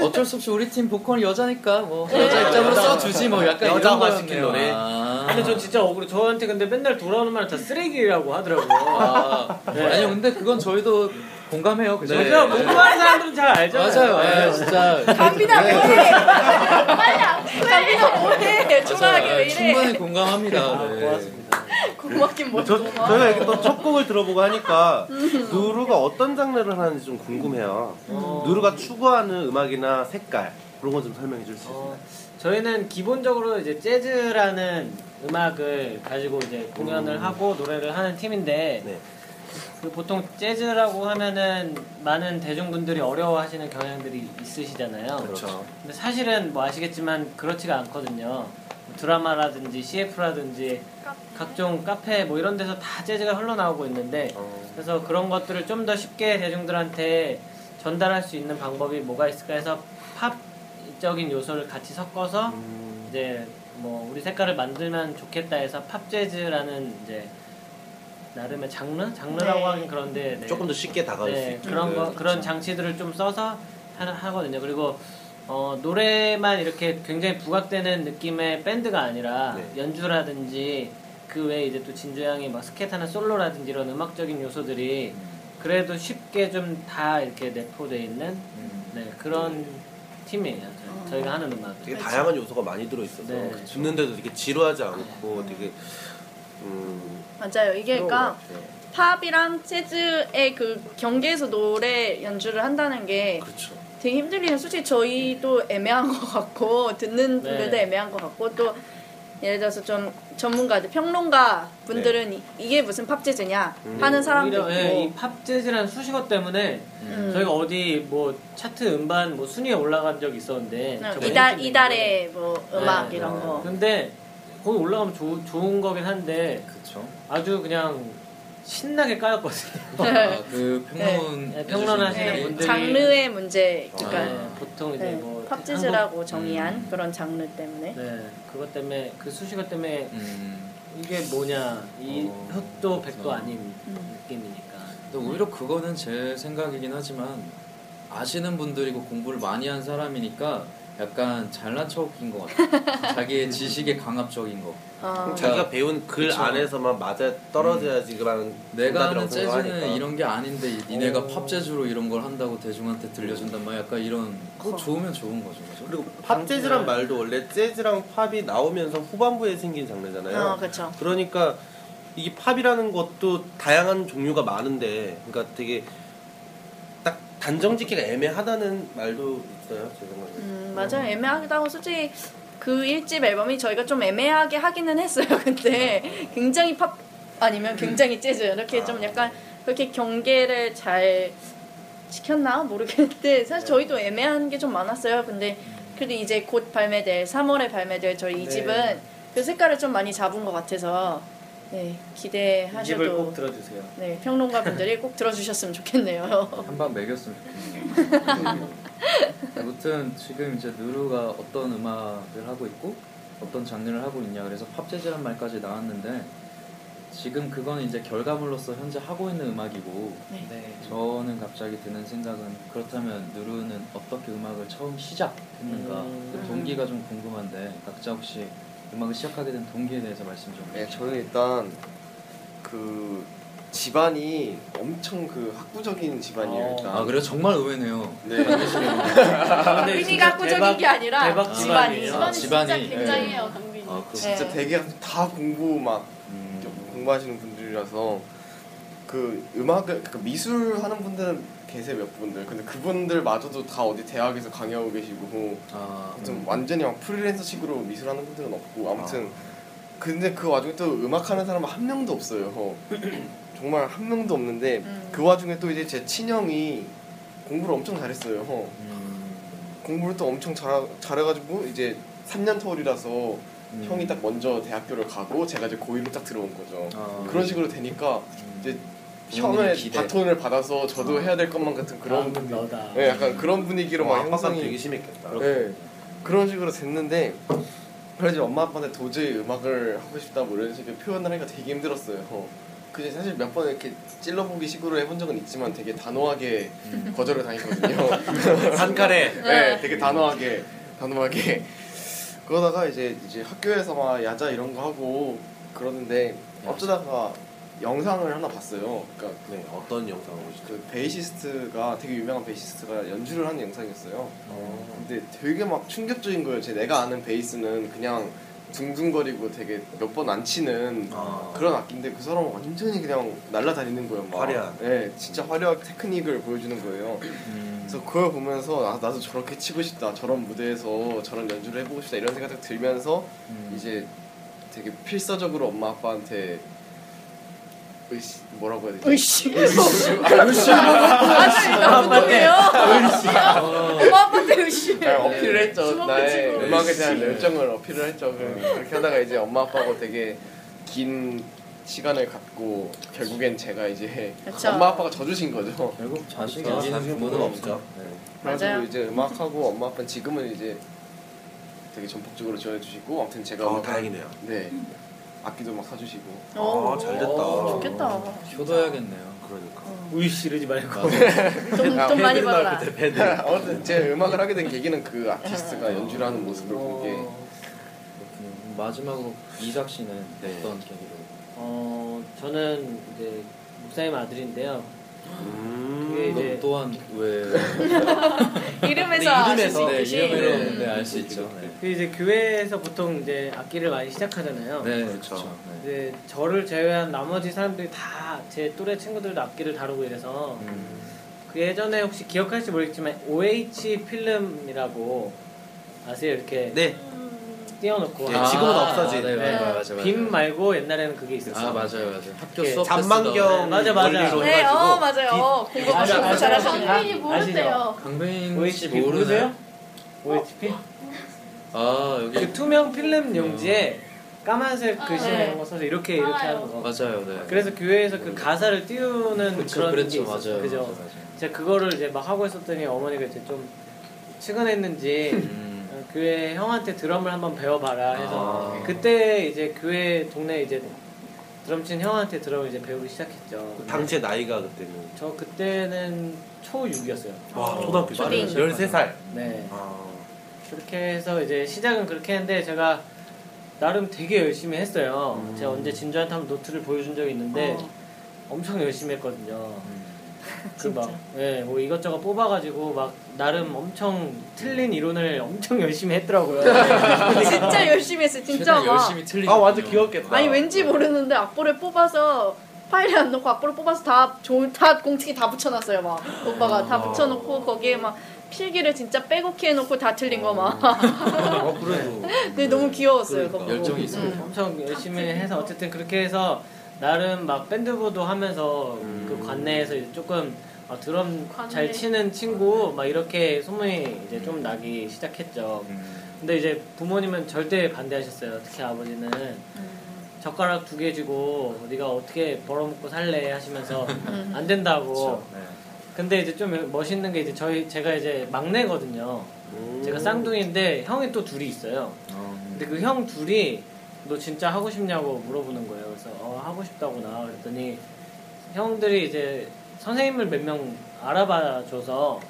Speaker 1: 어쩔 수 없이 우리 팀 보컬 여자니까 뭐 여자 입장으로
Speaker 4: 여자.
Speaker 1: 써주지 뭐 약간
Speaker 8: 여자화
Speaker 1: 이런 거였네요.
Speaker 8: 시킨 노래.
Speaker 1: 아.
Speaker 4: 근데 저 진짜 억울해. 저한테 근데 맨날 돌아오는 말은 다 쓰레기라고 하더라고요.
Speaker 1: 아,
Speaker 4: 네.
Speaker 1: 아니 근데 그건 저희도 공감해요. 그죠?
Speaker 4: 제가 네. 공부하는 사람들은 잘 알잖아요.
Speaker 1: 네. 맞아요. 예, 진짜
Speaker 5: 강빈아 뭐해? 빨리 안 해. 강빈아 뭐해? 초라하게
Speaker 1: 네.
Speaker 5: 왜
Speaker 1: 맞아요. 충분히
Speaker 5: 이래?
Speaker 1: 공감합니다. 네.
Speaker 4: 고맙습니다.
Speaker 5: 고맙긴 뭐.
Speaker 3: 저, 저희가 이렇게 또 첫 곡을 들어보고 하니까 누루가 어떤 장르를 하는지 좀 궁금해요.
Speaker 4: 어.
Speaker 3: 누루가 추구하는 음악이나 색깔 그런 건 좀 설명해 줄 수 있어요?
Speaker 4: 어, 저희는 기본적으로 이제 재즈라는 음악을 가지고 이제 공연을
Speaker 1: 음.
Speaker 4: 하고 노래를 하는 팀인데
Speaker 3: 네.
Speaker 4: 그 보통 재즈라고 하면은 많은 대중분들이 어려워하시는 경향들이 있으시잖아요.
Speaker 3: 그렇죠.
Speaker 4: 근데 사실은 뭐 아시겠지만 그렇지가 않거든요. 뭐 드라마라든지 CF라든지 각종 카페 뭐 이런 데서 다 재즈가 흘러나오고 있는데
Speaker 3: 어.
Speaker 4: 그래서 그런 것들을 좀 더 쉽게 대중들한테 전달할 수 있는 방법이 뭐가 있을까 해서 팝적인 요소를 같이 섞어서
Speaker 3: 음.
Speaker 4: 이제 뭐 우리 색깔을 만들면 좋겠다 해서 팝 재즈라는 이제 나름의 장르 장르라고
Speaker 5: 네.
Speaker 4: 하긴 그런데 네.
Speaker 3: 조금 더 쉽게 다가올 수 그렇죠.
Speaker 4: 네,
Speaker 3: 있게.
Speaker 4: 그런 거 그런 장치들을 좀 써서 하, 하거든요. 그리고 어, 노래만 이렇게 굉장히 부각되는 느낌의 밴드가 아니라
Speaker 3: 네.
Speaker 4: 연주라든지 그 외에 이제 또 진주 양이 막 스케트나 솔로라든지 이런 음악적인 요소들이 그래도 쉽게 좀 다 이렇게 내포돼 있는 네, 그런 팀이에요. 저희- 저희가 하는 음악.
Speaker 3: 음. 되게 다양한 요소가 많이 들어있어서
Speaker 4: 네.
Speaker 3: 그렇죠. 듣는데도 되게 지루하지 않고 되게 음,
Speaker 5: 맞아요. 이게
Speaker 3: 그런 것
Speaker 5: 그러니까
Speaker 3: 같아요.
Speaker 5: 팝이랑 재즈의 그 경계에서 노래 연주를 한다는 게
Speaker 3: 그렇죠.
Speaker 5: 되게 힘들긴 해요. 솔직히 저희도 애매한 것 같고 듣는
Speaker 4: 네.
Speaker 5: 분들도 애매한 것 같고 또 예를 들어서 좀 전문가들 평론가 분들은 이, 게 무슨 팝 재즈냐 하는 사람도
Speaker 4: 오히려,
Speaker 5: 있고
Speaker 4: 예, 네. 음, 이 팝재즈라는 수식어 때문에
Speaker 5: 음.
Speaker 4: 저희가 어디 뭐 차트 음반 뭐 순위에 올라간 적이 있었는데
Speaker 5: 음.
Speaker 4: 저번에
Speaker 5: 어, 이달
Speaker 4: 했었는데
Speaker 5: 이달의 뭐 음악
Speaker 4: 네,
Speaker 5: 이런 거
Speaker 4: 근데 거기 올라가면 조, 좋은 거긴 한데
Speaker 1: 그렇죠.
Speaker 4: 아주 그냥 신나게 까였거든요.
Speaker 1: 아, 그 평론
Speaker 4: 네, 평론하시는
Speaker 5: 네,
Speaker 4: 분들이 어,
Speaker 5: 장르의 문제 그러니까
Speaker 4: 네, 보통 이제
Speaker 5: 네,
Speaker 4: 뭐
Speaker 5: 팝 재즈라고 정의한
Speaker 1: 음.
Speaker 5: 그런 장르 때문에
Speaker 4: 한국- 네 그것 때문에 그 수식어 때문에
Speaker 1: 음.
Speaker 4: 이게 뭐냐 이
Speaker 1: 어,
Speaker 4: 흑도 백도
Speaker 1: 그렇죠.
Speaker 4: 아닌
Speaker 5: 음.
Speaker 4: 느낌이니까
Speaker 1: 근데 오히려 그거는 제 생각이긴 하지만 아시는 분들이고 그 공부를 많이 한 사람이니까 약간 잘난 척인 것 같아요. 자기의 지식에 강압적인 거.
Speaker 5: 어,
Speaker 3: 자기가 배운 글
Speaker 1: 그쵸.
Speaker 3: 안에서만 맞아 떨어져야지 그런
Speaker 1: 음. 내가 하는
Speaker 3: 정답이라고
Speaker 1: 재즈는
Speaker 3: 생각하니까.
Speaker 1: 이런 게 아닌데 니네가
Speaker 4: 오.
Speaker 1: 팝 재즈로 이런 걸 한다고 대중한테 들려준단 말이야. 약간 이런 그거 좋으면 좋은 거죠. 그죠?
Speaker 3: 그리고 팝
Speaker 5: 네.
Speaker 3: 재즈란 말도 원래 재즈랑 팝이 나오면서 후반부에 생긴
Speaker 4: 네.
Speaker 3: 장르잖아요.
Speaker 5: 어 그렇죠
Speaker 3: 그러니까 이 팝이라는 것도 다양한 종류가 많은데, 그러니까 되게 딱 단정짓기가 애매하다는 말도 있어요. 제 생각에.
Speaker 5: 음, 맞아요. 애매하기도 하고 솔직히 그 1집 앨범이 저희가 좀 애매하게 하기는 했어요. 근데 굉장히 팝 아니면 굉장히 재즈 이렇게 좀 약간 그렇게 경계를 잘 지켰나 모르겠는데 사실 저희도 애매한 게 좀 많았어요. 근데 그래도 이제 곧 발매될 3월에 발매될 저희
Speaker 4: 네.
Speaker 5: 2집은 그 색깔을 좀 많이 잡은 것 같아서 네,
Speaker 4: 이 집을 꼭
Speaker 5: 기대하셔도
Speaker 4: 들어주세요.
Speaker 5: 네, 평론가 분들이 꼭 들어주셨으면 좋겠네요.
Speaker 1: 한 방 매겼으면 좋겠네요. 아무튼 지금 이제 누루가 어떤 음악을 하고 있고 어떤 장르를 하고 있냐 그래서 팝 재즈란 말까지 나왔는데 지금 그건 이제 결과물로서 현재 하고 있는 음악이고
Speaker 4: 네.
Speaker 1: 저는 갑자기 드는 생각은 그렇다면 누루는 어떻게 음악을 처음 시작했는가
Speaker 4: 음.
Speaker 1: 그 동기가 좀 궁금한데 각자 혹시 음악을 시작하게 된 동기에 대해서 말씀 좀
Speaker 8: 네,
Speaker 1: 해주세요.
Speaker 8: 저는 일단 그 집안이 엄청 그 학구적인 집안이에요.
Speaker 4: 어.
Speaker 8: 일단.
Speaker 1: 아 그래요? 정말 의외네요.
Speaker 8: 네.
Speaker 5: 우리가 학구적인 게 아니라
Speaker 4: 대박
Speaker 5: 집안이.
Speaker 4: 집안이에요.
Speaker 6: 집안이 진짜
Speaker 1: 집안이,
Speaker 6: 굉장해요, 강빈이.
Speaker 1: 아 그렇죠.
Speaker 8: 진짜
Speaker 5: 네.
Speaker 8: 되게 다 공부 막
Speaker 1: 음.
Speaker 8: 공부하시는 분들이라서 그 음악을 그 미술 하는 분들은 계세요 몇 분들. 근데 그분들마저도 다 어디 대학에서 강의하고 계시고
Speaker 1: 아,
Speaker 8: 좀
Speaker 1: 음.
Speaker 8: 완전히 막 프리랜서식으로 미술하는 분들은 없고 아무튼 근데 그 와중에 또 음악하는 사람은 한 명도 없어요. 정말 한 명도 없는데
Speaker 5: 음.
Speaker 8: 그 와중에 또 이제 제 친형이 공부를 엄청 잘했어요.
Speaker 1: 음.
Speaker 8: 공부를 또 엄청 잘 잘해가지고 이제 3년 터울이라서
Speaker 7: 음.
Speaker 8: 형이 딱 먼저 대학교를 가고 제가 이제 고1로 딱 들어온 거죠. 그런 식으로 되니까
Speaker 1: 음,
Speaker 8: 이제
Speaker 7: 아. 부모님의
Speaker 8: 형의
Speaker 7: 기대. 아.
Speaker 8: 바톤을 받아서 저도 해야 될 것만 같은 그런
Speaker 4: 다음은 아, 너다.
Speaker 8: 예, 약간 그런 분위기로
Speaker 7: 어,
Speaker 8: 막
Speaker 3: 압박감
Speaker 8: 형성이
Speaker 3: 되게 심했겠다.
Speaker 8: 예. 그런 식으로 됐는데 그래서 엄마 아빠한테 도저히 음악을 하고 싶다 뭐 이런 식의 표현을 하니까 되게 힘들었어요. 그게 사실 몇 번 이렇게 찔러보기 식으로 해본 적은 있지만 되게 단호하게
Speaker 3: 음.
Speaker 8: 거절을 당했거든요.
Speaker 3: 한칼에
Speaker 8: 네, 되게 단호하게 단호하게 그러다가 이제 이제 학교에서 막 야자 이런 거 하고 그러는데 어쩌다가 영상을 하나 봤어요. 그러니까
Speaker 3: 네, 어떤 영상을 보셨죠?
Speaker 8: 그 베이시스트가 되게 유명한 베이시스트가 연주를 하는 영상이었어요. 근데 되게 막 충격적인 거예요. 제 내가 아는 베이스는 그냥 둥둥거리고 되게 몇 번 안 치는
Speaker 3: 아.
Speaker 8: 그런 악기인데 그 사람은 완전히 그냥 날아다니는 거예요. 막.
Speaker 3: 화려한.
Speaker 8: 네, 진짜 화려하게 테크닉을 보여주는 거예요.
Speaker 3: 음.
Speaker 8: 그래서 그걸 보면서 아, 나도 저렇게 치고 싶다. 저런 무대에서 저런 연주를 해보고 싶다. 이런 생각이 들면서
Speaker 1: 음.
Speaker 3: 음.
Speaker 8: 이제 되게 필사적으로 엄마 아빠한테 으이씨, 뭐라고 해야 되지?
Speaker 5: 으이씨. 아들 이거 보통이에요. 엄마 아빠한테 으이씨.
Speaker 8: 잘
Speaker 5: 네.
Speaker 8: 어필을 했죠.
Speaker 5: 주먹을
Speaker 8: 나의
Speaker 5: 쥐고.
Speaker 8: 음악에 대한
Speaker 5: 네.
Speaker 8: 열정을 어필을 했죠. 그- 그렇게 하다가 이제 엄마 아빠하고 되게 긴 시간을 갖고 결국엔 제가 이제
Speaker 5: 그쵸.
Speaker 8: 엄마 아빠가 져주신 거죠.
Speaker 1: 결국 자식이
Speaker 3: 아,
Speaker 1: 아닌
Speaker 3: 자식은
Speaker 1: 부모는
Speaker 3: 부모는
Speaker 1: 없죠.
Speaker 3: 없죠.
Speaker 1: 네.
Speaker 8: 그래서
Speaker 5: 맞아요.
Speaker 8: 이제 음악하고 엄마 아빠는 지금은 이제 되게 전폭적으로 지원해주시고 아무튼 제가
Speaker 3: 아,
Speaker 8: 막-
Speaker 3: 다행이네요.
Speaker 8: 네 악기도 막 사주시고
Speaker 5: 어,
Speaker 3: 아, 잘 됐다.
Speaker 5: 좋겠다. 어.
Speaker 1: 효도해야겠네요.
Speaker 3: 그러니까.
Speaker 4: 우이씨 이러지 말고. 네.
Speaker 5: 돈, 돈 많이 벌라.
Speaker 8: 아무튼 제 음악을 하게 된 계기는 그
Speaker 5: 어.
Speaker 8: 아티스트가 연주를 하는 모습을 본게
Speaker 1: 그렇군요. 마지막으로 이삭 씨는
Speaker 3: 네.
Speaker 1: 어떤 계기로?
Speaker 4: 어, 저는 이제 목사님 아들인데요.
Speaker 3: 음.
Speaker 4: 그게
Speaker 1: 너
Speaker 4: 네, 이제
Speaker 1: 또한 왜?
Speaker 5: 이름에서 아실 수
Speaker 1: 네,
Speaker 5: 있듯이.
Speaker 1: 이름으로
Speaker 5: 음.
Speaker 1: 네, 알수 있죠. 네,
Speaker 4: 그 이제 교회에서 보통 이제 악기를 많이 시작하잖아요.
Speaker 1: 네
Speaker 3: 그렇죠.
Speaker 1: 그렇죠. 네.
Speaker 4: 이제 저를 제외한 나머지 사람들이 다 제 또래 친구들도 악기를 다루고 이래서
Speaker 1: 음,
Speaker 4: 그 예전에 혹시 기억할지 모르겠지만 OH 필름이라고 아세요? 이렇게
Speaker 3: 네.
Speaker 6: 음.
Speaker 4: 띄워놓고
Speaker 3: 네, 지금은
Speaker 1: 아,
Speaker 3: 없어진.
Speaker 1: 아, 네, 맞아요, 맞아요, 맞아요.
Speaker 4: 빔 말고 옛날에는 그게 있었어요.
Speaker 1: 아 맞아요, 맞아요. 학교
Speaker 4: 이렇게
Speaker 1: 수업 때
Speaker 3: 잔망경
Speaker 1: 쓰던-
Speaker 4: 맞아, 맞아.
Speaker 3: 원리로
Speaker 5: 네,
Speaker 3: 해가지고
Speaker 5: 어, 맞아요. 공부
Speaker 4: 맞아,
Speaker 5: 공부
Speaker 4: 맞아.
Speaker 5: 잘하시네요.
Speaker 6: 강민이
Speaker 4: 아시죠?
Speaker 6: 모른대요.
Speaker 1: 강뱅 씨
Speaker 4: OH 필
Speaker 1: 모르세요?
Speaker 4: 모르세요? OH 필?
Speaker 1: 아 여기
Speaker 4: 그 투명 필름 용지에 까만색 글씨
Speaker 6: 네.
Speaker 4: 이런 거 써서 이렇게 이렇게
Speaker 6: 알아요.
Speaker 4: 하는 거.
Speaker 1: 음. 맞아요, 네.
Speaker 4: 그래서 교회에서 그 가사를 띄우는
Speaker 1: 그쵸,
Speaker 4: 그런 게
Speaker 1: 그랬죠,
Speaker 4: 있었어요.
Speaker 1: 맞아요.
Speaker 4: 그죠?
Speaker 1: 맞아요, 맞아요.
Speaker 4: 제가 그거를 이제 막 하고 있었더니 어머니가 이제 좀 측은했는지
Speaker 1: 음,
Speaker 4: 어, 교회 형한테 드럼을 한번 배워봐라 해서
Speaker 1: 아.
Speaker 4: 그때 이제 교회 동네 이제 드럼 친 형한테 드럼을 이제 배우기 시작했죠.
Speaker 3: 당시의 나이가 그때는
Speaker 4: 저 그때는 초6이었어요.
Speaker 3: 와 초등학교
Speaker 1: 초딩.
Speaker 3: 13살
Speaker 4: 네.
Speaker 3: 아,
Speaker 4: 그렇게 해서 이제 시작은 그렇게 했는데 제가 나름 되게 열심히 했어요.
Speaker 1: 음.
Speaker 4: 제가 언제 진주한테 한번 노트를 보여준 적이 있는데
Speaker 6: 어.
Speaker 4: 엄청 열심히 했거든요.
Speaker 6: 음.
Speaker 4: 그 막 예, 뭐 이것저것 뽑아가지고 막 나름 엄청 틀린 이론을 엄청 열심히 했더라고요.
Speaker 1: 네,
Speaker 4: 네.
Speaker 5: 진짜 열심히 했어요. 진짜
Speaker 1: 최대한
Speaker 5: 막.
Speaker 1: 열심히 틀리.
Speaker 3: 아 완전 귀엽겠다
Speaker 5: 아니 왠지 모르는데 악보를 뽑아서 파일에 안 넣고 악보를 뽑아서 다 좋은 다 공책에 다 붙여놨어요 막 오빠가 다 붙여놓고 거기에 막 필기를 진짜 빼곡히 해놓고 다 틀린 거막
Speaker 3: 어, 그래도
Speaker 5: 근데 너무 귀여웠어요 그거 보고.
Speaker 1: 열정이 있어요.
Speaker 5: 음.
Speaker 4: 엄청 열심히 해서 어쨌든 그렇게 해서 나름 막 밴드부도 하면서
Speaker 1: 음.
Speaker 4: 그 관내에서 이제 조금 아, 드럼
Speaker 6: 관내.
Speaker 4: 잘 치는 친구 막 이렇게 소문이 이제 좀 나기 시작했죠.
Speaker 1: 음,
Speaker 4: 근데 이제 부모님은 절대 반대하셨어요. 특히 아버지는 젓가락 두 개 주고 네가 어떻게 벌어먹고 살래 하시면서
Speaker 5: 음.
Speaker 4: 안 된다고.
Speaker 1: 그렇죠. 네.
Speaker 4: 근데 이제 좀 멋있는 게 이제 저희 제가 이제 막내거든요. 제가 쌍둥이인데 형이 또 둘이 있어요.
Speaker 1: 어, 네. 음.
Speaker 4: 근데 그 형 둘이 너 진짜 하고 싶냐고 물어보는 거예요. 그래서 어, 하고 싶다구나 그랬더니 형들이 이제 선생님을 몇 명 알아봐줘서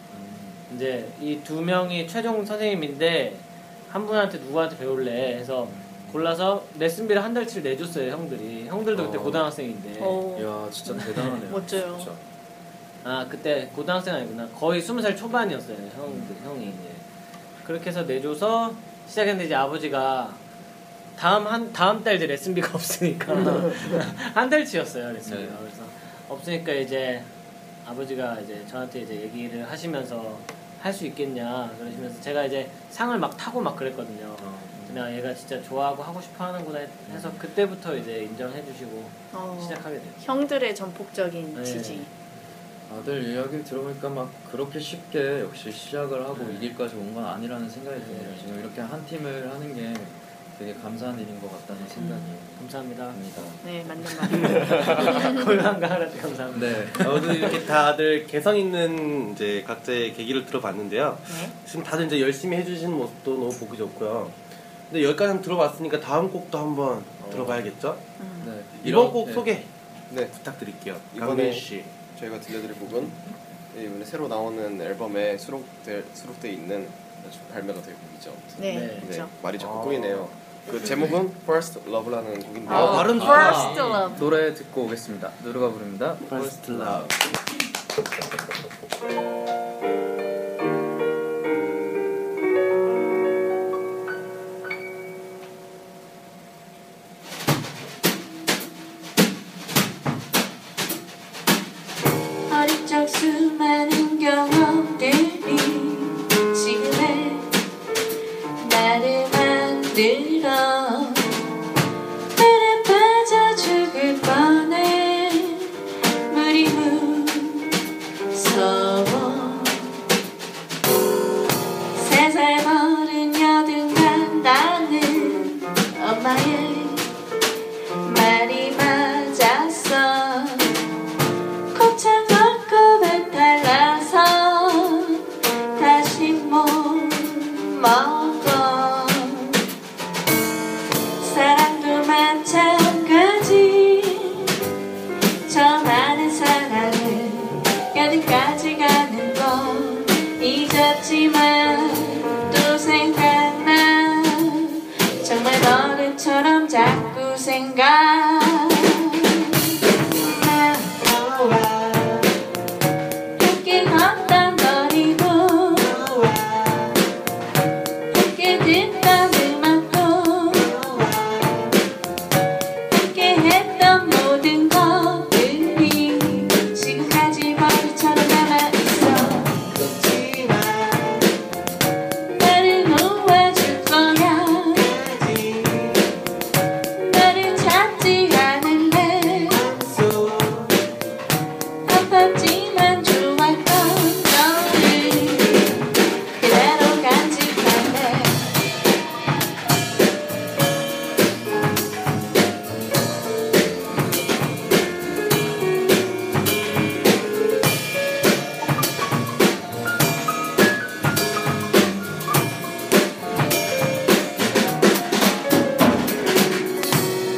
Speaker 4: 이제 이 두 명이 최종 선생님인데 한 분한테 누구한테 배울래 해서 골라서 레슨비를 한 달치를 내줬어요 형들이 형들도 그때
Speaker 1: 어.
Speaker 4: 고등학생인데
Speaker 5: 어,
Speaker 1: 이야 진짜 대단하네요.
Speaker 5: 멋져요.
Speaker 1: 진짜.
Speaker 4: 아 그때 고등학생 아니구나 거의 스무 살 초반이었어요 형그 형이 이제 그렇게 해서 내줘서 시작했는데 이제 아버지가 다음 한 다음 달 이제 레슨비가 없으니까 한 달치였어요 레슨비가
Speaker 1: 네.
Speaker 4: 그래서 없으니까 이제 아버지가 이제 저한테 이제 얘기를 하시면서 할 수 있겠냐 그러시면서 제가 이제 상을 막 타고 막 그랬거든요.
Speaker 1: 어, 음.
Speaker 4: 나 얘가 진짜 좋아하고 하고 싶어 하는구나 해서 그때부터 이제 인정해 주시고
Speaker 5: 어.
Speaker 4: 시작하게 됐죠.
Speaker 5: 형들의 전폭적인
Speaker 4: 네.
Speaker 5: 지지
Speaker 1: 다들 이야기를 들어보니까 막 그렇게 쉽게 역시 시작을 하고 이길까지 온 건 아니라는 생각이 네. 드네요. 지금 이렇게 한 팀을 하는 게 되게 감사한 일인 것 같다는 생각이
Speaker 4: 감사합니다.
Speaker 1: 듭니다.
Speaker 5: 네 맞는 말이에요.
Speaker 4: 그 고요한가 하라테 감사합니다.
Speaker 1: 네.
Speaker 3: 저도 이렇게 다들 개성 있는 이제 각자의 계기를 들어봤는데요.
Speaker 5: 네.
Speaker 3: 지금 다들 이제 열심히 해주시는 모습도 너무 보기 좋고요. 근데 여기까지 한번 들어봤으니까 다음 곡도 한번 들어봐야겠죠?
Speaker 5: 음.
Speaker 1: 네.
Speaker 3: 이번
Speaker 1: 이런-
Speaker 3: 곡
Speaker 1: 네.
Speaker 3: 소개
Speaker 8: 네.
Speaker 3: 부탁드릴게요.
Speaker 8: 이번에-
Speaker 3: 강민 씨.
Speaker 8: 저희가 들려드릴 곡은 이번에 새로 나오는 앨범에 수록될 수록돼 있는 아주 발매가 될 곡이죠.
Speaker 5: 네,
Speaker 4: 네.
Speaker 5: 그렇죠.
Speaker 8: 말이 자꾸
Speaker 3: 아.
Speaker 8: 꼬이네요. 그 제목은 First Love라는 곡인데요.
Speaker 3: 아, 발음 좋다.
Speaker 5: First love.
Speaker 1: 노래 듣고 오겠습니다. 누르가 부릅니다.
Speaker 3: First Love.
Speaker 6: 어릴 적 수많은 경험들이 지금의 나를 만들어 물에 빠져 죽을 뻔해 물이 무서워 세살 버른 여든 간다는 엄마의 말이 맞았어 곱창 먹고만 달라서 다시 못 먹어 사랑도 마찬가지 저 많은 사랑을 여기까지 가는 거 잊었지만 또 생각나 정말 어른처럼 자꾸 생각 함께 걷던 거리도 함께 듣던 음악도 함께 했던 모든 것들이 지금까지 버릇처럼 남아있어 그렇지만 나를 놓아줄 거야 나를 찾지 않을래 아팠지만 좋았던 너를 그대로 간직할래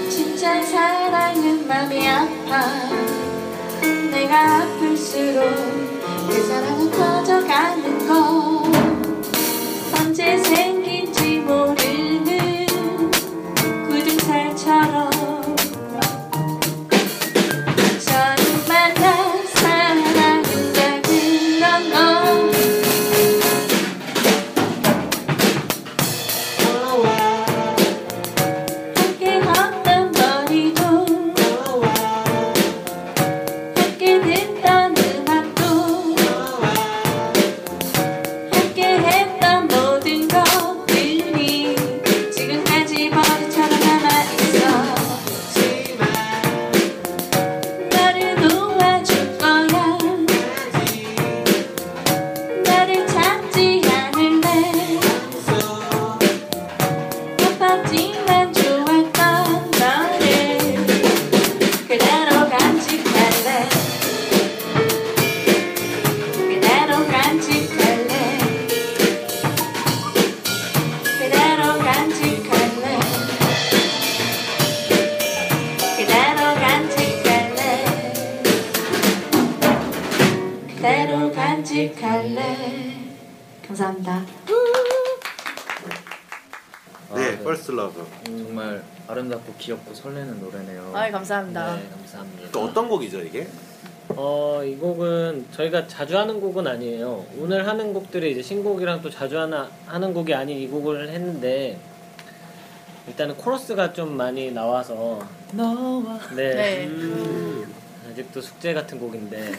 Speaker 6: 진짜 사랑은 마음이 아파 내가 아플수록 그 사랑은 커져가는 거 언제 생긴지 모르는 굳은 살처럼 저마다 사랑한다 그런 거 함께 걷던 거리도 함께 듣던 음악도 함께 했던 모든 것들이 지금까지 버릇처럼 남아있어 나를 놓아줄 거야 나를 찾지 않을래 아팠지만 좋았던 너를 그대로 간직할래 그대로 간직할래 그대로 간직할래 그대로 간직할래 그대로 간직할래 감사합니다
Speaker 3: 네, First Love.
Speaker 1: 정말 아름답고 귀엽고 설레는 노래네요.
Speaker 5: 아이 감사합니다.
Speaker 4: 네, 감사합니다.
Speaker 3: 또 어떤 곡이죠 이게?
Speaker 4: 어, 이 곡은 저희가 자주 하는 곡은 아니에요. 오늘 하는 곡들이 이제 신곡이랑 또 자주 하나, 하는 곡이 아닌 이 곡을 했는데 일단은 코러스가 좀 많이 나와서
Speaker 1: 너와
Speaker 4: 네.
Speaker 5: 네.
Speaker 4: 아직도 숙제 같은 곡인데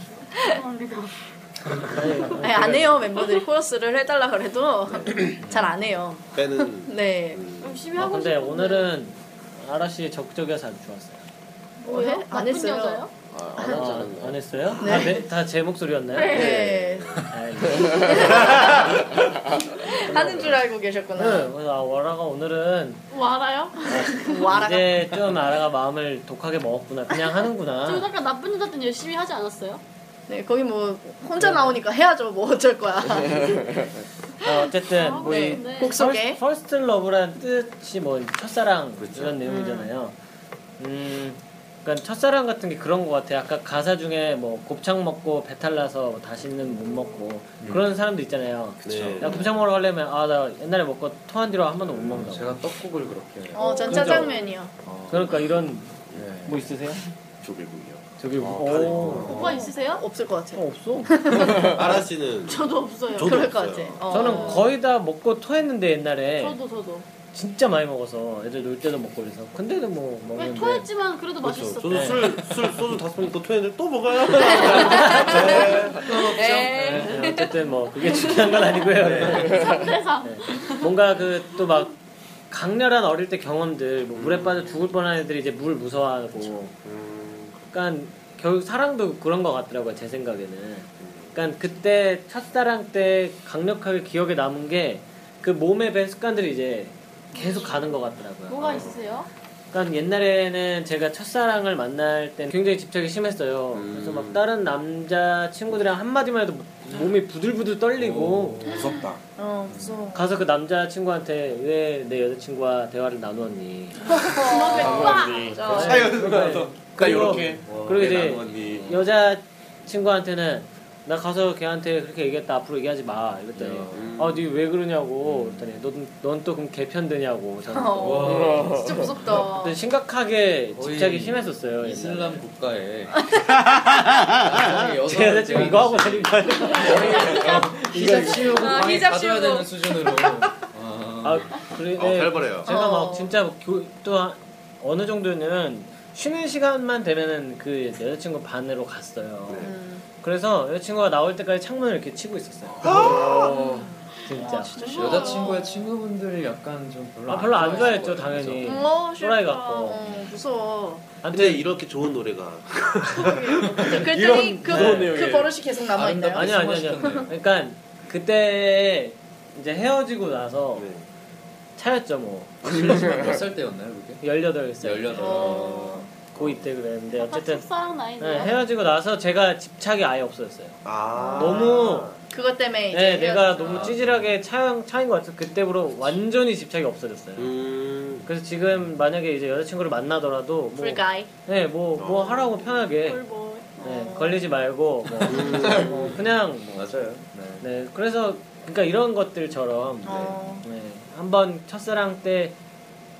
Speaker 5: 아니, 안 해요 멤버들이 코러스를 해달라 그래도 잘 안 해요.
Speaker 3: 빼는
Speaker 5: 네.
Speaker 9: 열심히
Speaker 4: 아,
Speaker 9: 하고
Speaker 4: 근데
Speaker 9: 싶은데.
Speaker 4: 오늘은 아라씨 적극적이어서 아주 좋았어요.
Speaker 5: 뭐해?
Speaker 9: 나쁜 여자요?
Speaker 8: 아, 안 하지
Speaker 4: 아,
Speaker 8: 않았나요?
Speaker 4: 안 했어요? 다 내- 다제 목소리였나요?
Speaker 5: 네.
Speaker 4: 알겠습니다.
Speaker 5: 하는 줄 알고 계셨구나.
Speaker 4: 네, 그래서 아, 와라가 오늘은
Speaker 6: 뭐 알아요?
Speaker 4: 네.
Speaker 5: 와라.
Speaker 4: 이제 좀 아라가 마음을 독하게 먹었구나. 그냥
Speaker 6: 저
Speaker 4: 하는구나.
Speaker 6: 약간 나쁜 여자 때는 열심히 하지 않았어요?
Speaker 5: 네, 거기 뭐 혼자 나오니까 해야죠. 뭐 어쩔 거야.
Speaker 4: 네. 아, 어쨌든
Speaker 6: 아,
Speaker 4: 뭐이
Speaker 6: 네, 네.
Speaker 5: 곡 소개.
Speaker 4: 퍼스트 러브란 뜻이 뭐 첫사랑
Speaker 1: 그렇죠.
Speaker 4: 이런 내용이잖아요. 음, 그러니까 첫사랑 같은 게 그런 것 같아. 요 아까 가사 중에 뭐 곱창 먹고 배탈 나서 뭐 다시는 못 먹고 그런 사람도 있잖아요.
Speaker 3: 네.
Speaker 4: 나 곱창 먹으러 가려면 아 나 옛날에 먹고 토한 뒤로 한 번도 못 먹는다. 고
Speaker 1: 제가 떡국을 그렇게
Speaker 5: 어, 전
Speaker 4: 그죠?
Speaker 5: 짜장면이요.
Speaker 1: 어,
Speaker 4: 그러니까 이런
Speaker 1: 네.
Speaker 4: 뭐 있으세요?
Speaker 8: 조개구이요.
Speaker 4: 저기
Speaker 8: 아,
Speaker 4: 오.
Speaker 6: 오빠 있으세요?
Speaker 5: 없을 것 같아.
Speaker 4: 어, 없어.
Speaker 3: 아라 씨는
Speaker 6: 저도 없어요.
Speaker 3: 저도
Speaker 5: 그럴 것 같아.
Speaker 3: 없어요.
Speaker 5: 어.
Speaker 4: 저는 거의 다 먹고 토했는데 옛날에
Speaker 6: 저도 저도.
Speaker 4: 진짜 많이 먹어서 애들 놀 때도 먹고 그래서 근데도 뭐
Speaker 6: 왜
Speaker 4: 먹는데
Speaker 6: 토했지만 그래도
Speaker 3: 그렇죠.
Speaker 6: 맛있었어.
Speaker 3: 저도
Speaker 4: 네.
Speaker 3: 술, 술 소주 다섯 병 먹고 토했는데 또 먹어요.
Speaker 5: 에이.
Speaker 4: 네, 네, 어쨌든 뭐 그게 중요한 건 아니고요.
Speaker 6: 그래서
Speaker 4: 네. 뭔가 그 또 막 강렬한 어릴 때 경험들 뭐 물에 빠져 죽을 뻔한 애들이 이제 물 무서워하고
Speaker 8: 음,
Speaker 4: 약간 결국 사랑도 그런 것 같더라고요 제 생각에는 약간 그때 첫사랑 때 강력하게 기억에 남은 게 그 몸에 밴 습관들이 이제 계속 가는 것 같더라고요
Speaker 6: 뭐가 있으세요?
Speaker 4: 그러니까 옛날에는 제가 첫사랑을 만날 때 굉장히 집착이 심했어요. 그래서 막 다른 남자 친구들이랑 한마디만 해도 몸이 부들부들 떨리고
Speaker 3: 무섭다.
Speaker 5: 어, 무서워.
Speaker 4: 가서 그 남자 친구한테 왜 내 여자친구와 대화를 나누었니?
Speaker 5: 맞아.
Speaker 3: 아, 이거 나서. 나
Speaker 4: 그리고-
Speaker 3: 이렇게.
Speaker 4: 그리고 이제
Speaker 3: 언니.
Speaker 4: 여자 친구한테는 나 가서 걔한테 그렇게 얘기했다 앞으로 얘기하지 마 이랬더니 아니 왜 그러냐고 그랬더니 넌넌또 그럼 개편되냐고 저는
Speaker 5: 어, 진짜 무섭다.
Speaker 4: 네. 심각하게 집착이
Speaker 1: 거의
Speaker 4: 심했었어요. 옛날에.
Speaker 1: 이슬람 국가에
Speaker 4: 제 여자친구 이거 하고 다닌 거예요.
Speaker 1: 기자 치우고
Speaker 5: 아,
Speaker 1: 많이
Speaker 5: 히잡
Speaker 1: 가둬야
Speaker 5: 씌우고.
Speaker 1: 되는 수준으로 아,
Speaker 4: 아 그래
Speaker 8: 어, 별벌해요.
Speaker 4: 제가
Speaker 5: 어.
Speaker 4: 막 진짜 막 교, 또 한- 어느 정도는 쉬는 시간만 되면은 그 여자친구 반으로 갔어요.
Speaker 5: 음.
Speaker 4: 그래서 여자친구가 나올 때까지 창문을 이렇게 치고 있었어요.
Speaker 1: 아,
Speaker 4: 진짜.
Speaker 1: 여자친구의 친구분들이 약간 좀 별로
Speaker 4: 아 별로 안
Speaker 1: 좋아했을
Speaker 4: 좋아했죠
Speaker 1: 거예요. 그죠?
Speaker 4: 당연히.
Speaker 5: 어,
Speaker 4: 또라이
Speaker 5: 싫다.
Speaker 4: 같고.
Speaker 5: 어, 무서워.
Speaker 3: 근데
Speaker 4: 아무튼
Speaker 3: 이렇게 좋은 노래가
Speaker 5: 그랬더니 그,
Speaker 4: 무서운
Speaker 5: 그 버릇이 계속 남아있나요?
Speaker 4: 아니 아니 아니. 그러니까 그때 이제 헤어지고 나서
Speaker 3: 네.
Speaker 4: 차였죠 뭐.
Speaker 1: 몇살 때였나요 그게?
Speaker 4: 18살.
Speaker 1: 18.
Speaker 5: 어.
Speaker 4: 고2 때 그랬는데 어쨌든
Speaker 6: 첫사랑
Speaker 4: 네,
Speaker 6: 나이네요.
Speaker 4: 헤어지고 나서 제가 집착이 아예 없어졌어요.
Speaker 3: 아
Speaker 4: 너무
Speaker 5: 그것 때문에 이제
Speaker 4: 네, 내가
Speaker 5: 헤어져서.
Speaker 4: 너무 찌질하게 차인, 차인 것 같아서 그때부로 완전히 집착이 없어졌어요.
Speaker 3: 음.
Speaker 4: 그래서 지금 만약에 이제 여자친구를 만나더라도 뭐,
Speaker 5: 불가이.
Speaker 4: 네, 뭐, 뭐 하라고 편하게
Speaker 6: 뭐.
Speaker 4: 네, 걸리지 말고 뭐, 뭐 그냥 뭐,
Speaker 1: 맞아요. 네.
Speaker 4: 네, 그래서 그러니까 이런 것들처럼
Speaker 5: 어.
Speaker 4: 네, 한번 첫사랑 때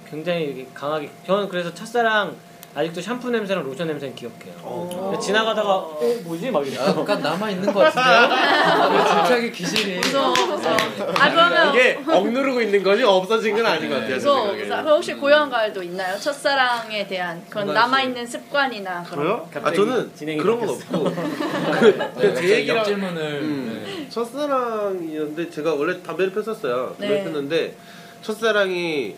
Speaker 4: 굉장히 이렇게 강하게 저는 그래서 첫사랑 아직도 샴푸 냄새랑 로션 냄새는 기억해요.
Speaker 3: 어.
Speaker 4: 근데 지나가다가 어 뭐지 막 이래요.
Speaker 1: 약간 남아 있는 것 같은데요? 집착의 기질이. 네,
Speaker 5: 무서워, 무서워. 어, 아, 그러면.
Speaker 3: 이게 억누르고 있는 거지 없어진 건 아닌 것 같아요. 제
Speaker 5: 무서워.
Speaker 3: 생각에.
Speaker 5: 무서워. 그럼 혹시 고향 가을도 있나요? 첫사랑에 대한 그런
Speaker 1: 정말
Speaker 5: 남아있는 습관이나 그런.
Speaker 3: 그래요? 아
Speaker 4: 갑자기
Speaker 3: 저는
Speaker 4: 진행이
Speaker 3: 그런 건 없고 그,
Speaker 1: 네,
Speaker 3: 그,
Speaker 1: 갑자기
Speaker 3: 제 얘기랑
Speaker 1: 옆질문을.
Speaker 3: 음.
Speaker 1: 네.
Speaker 3: 첫사랑이었는데 제가 원래 담배를 폈었어요. 담배
Speaker 5: 네.
Speaker 3: 폈는데 첫사랑이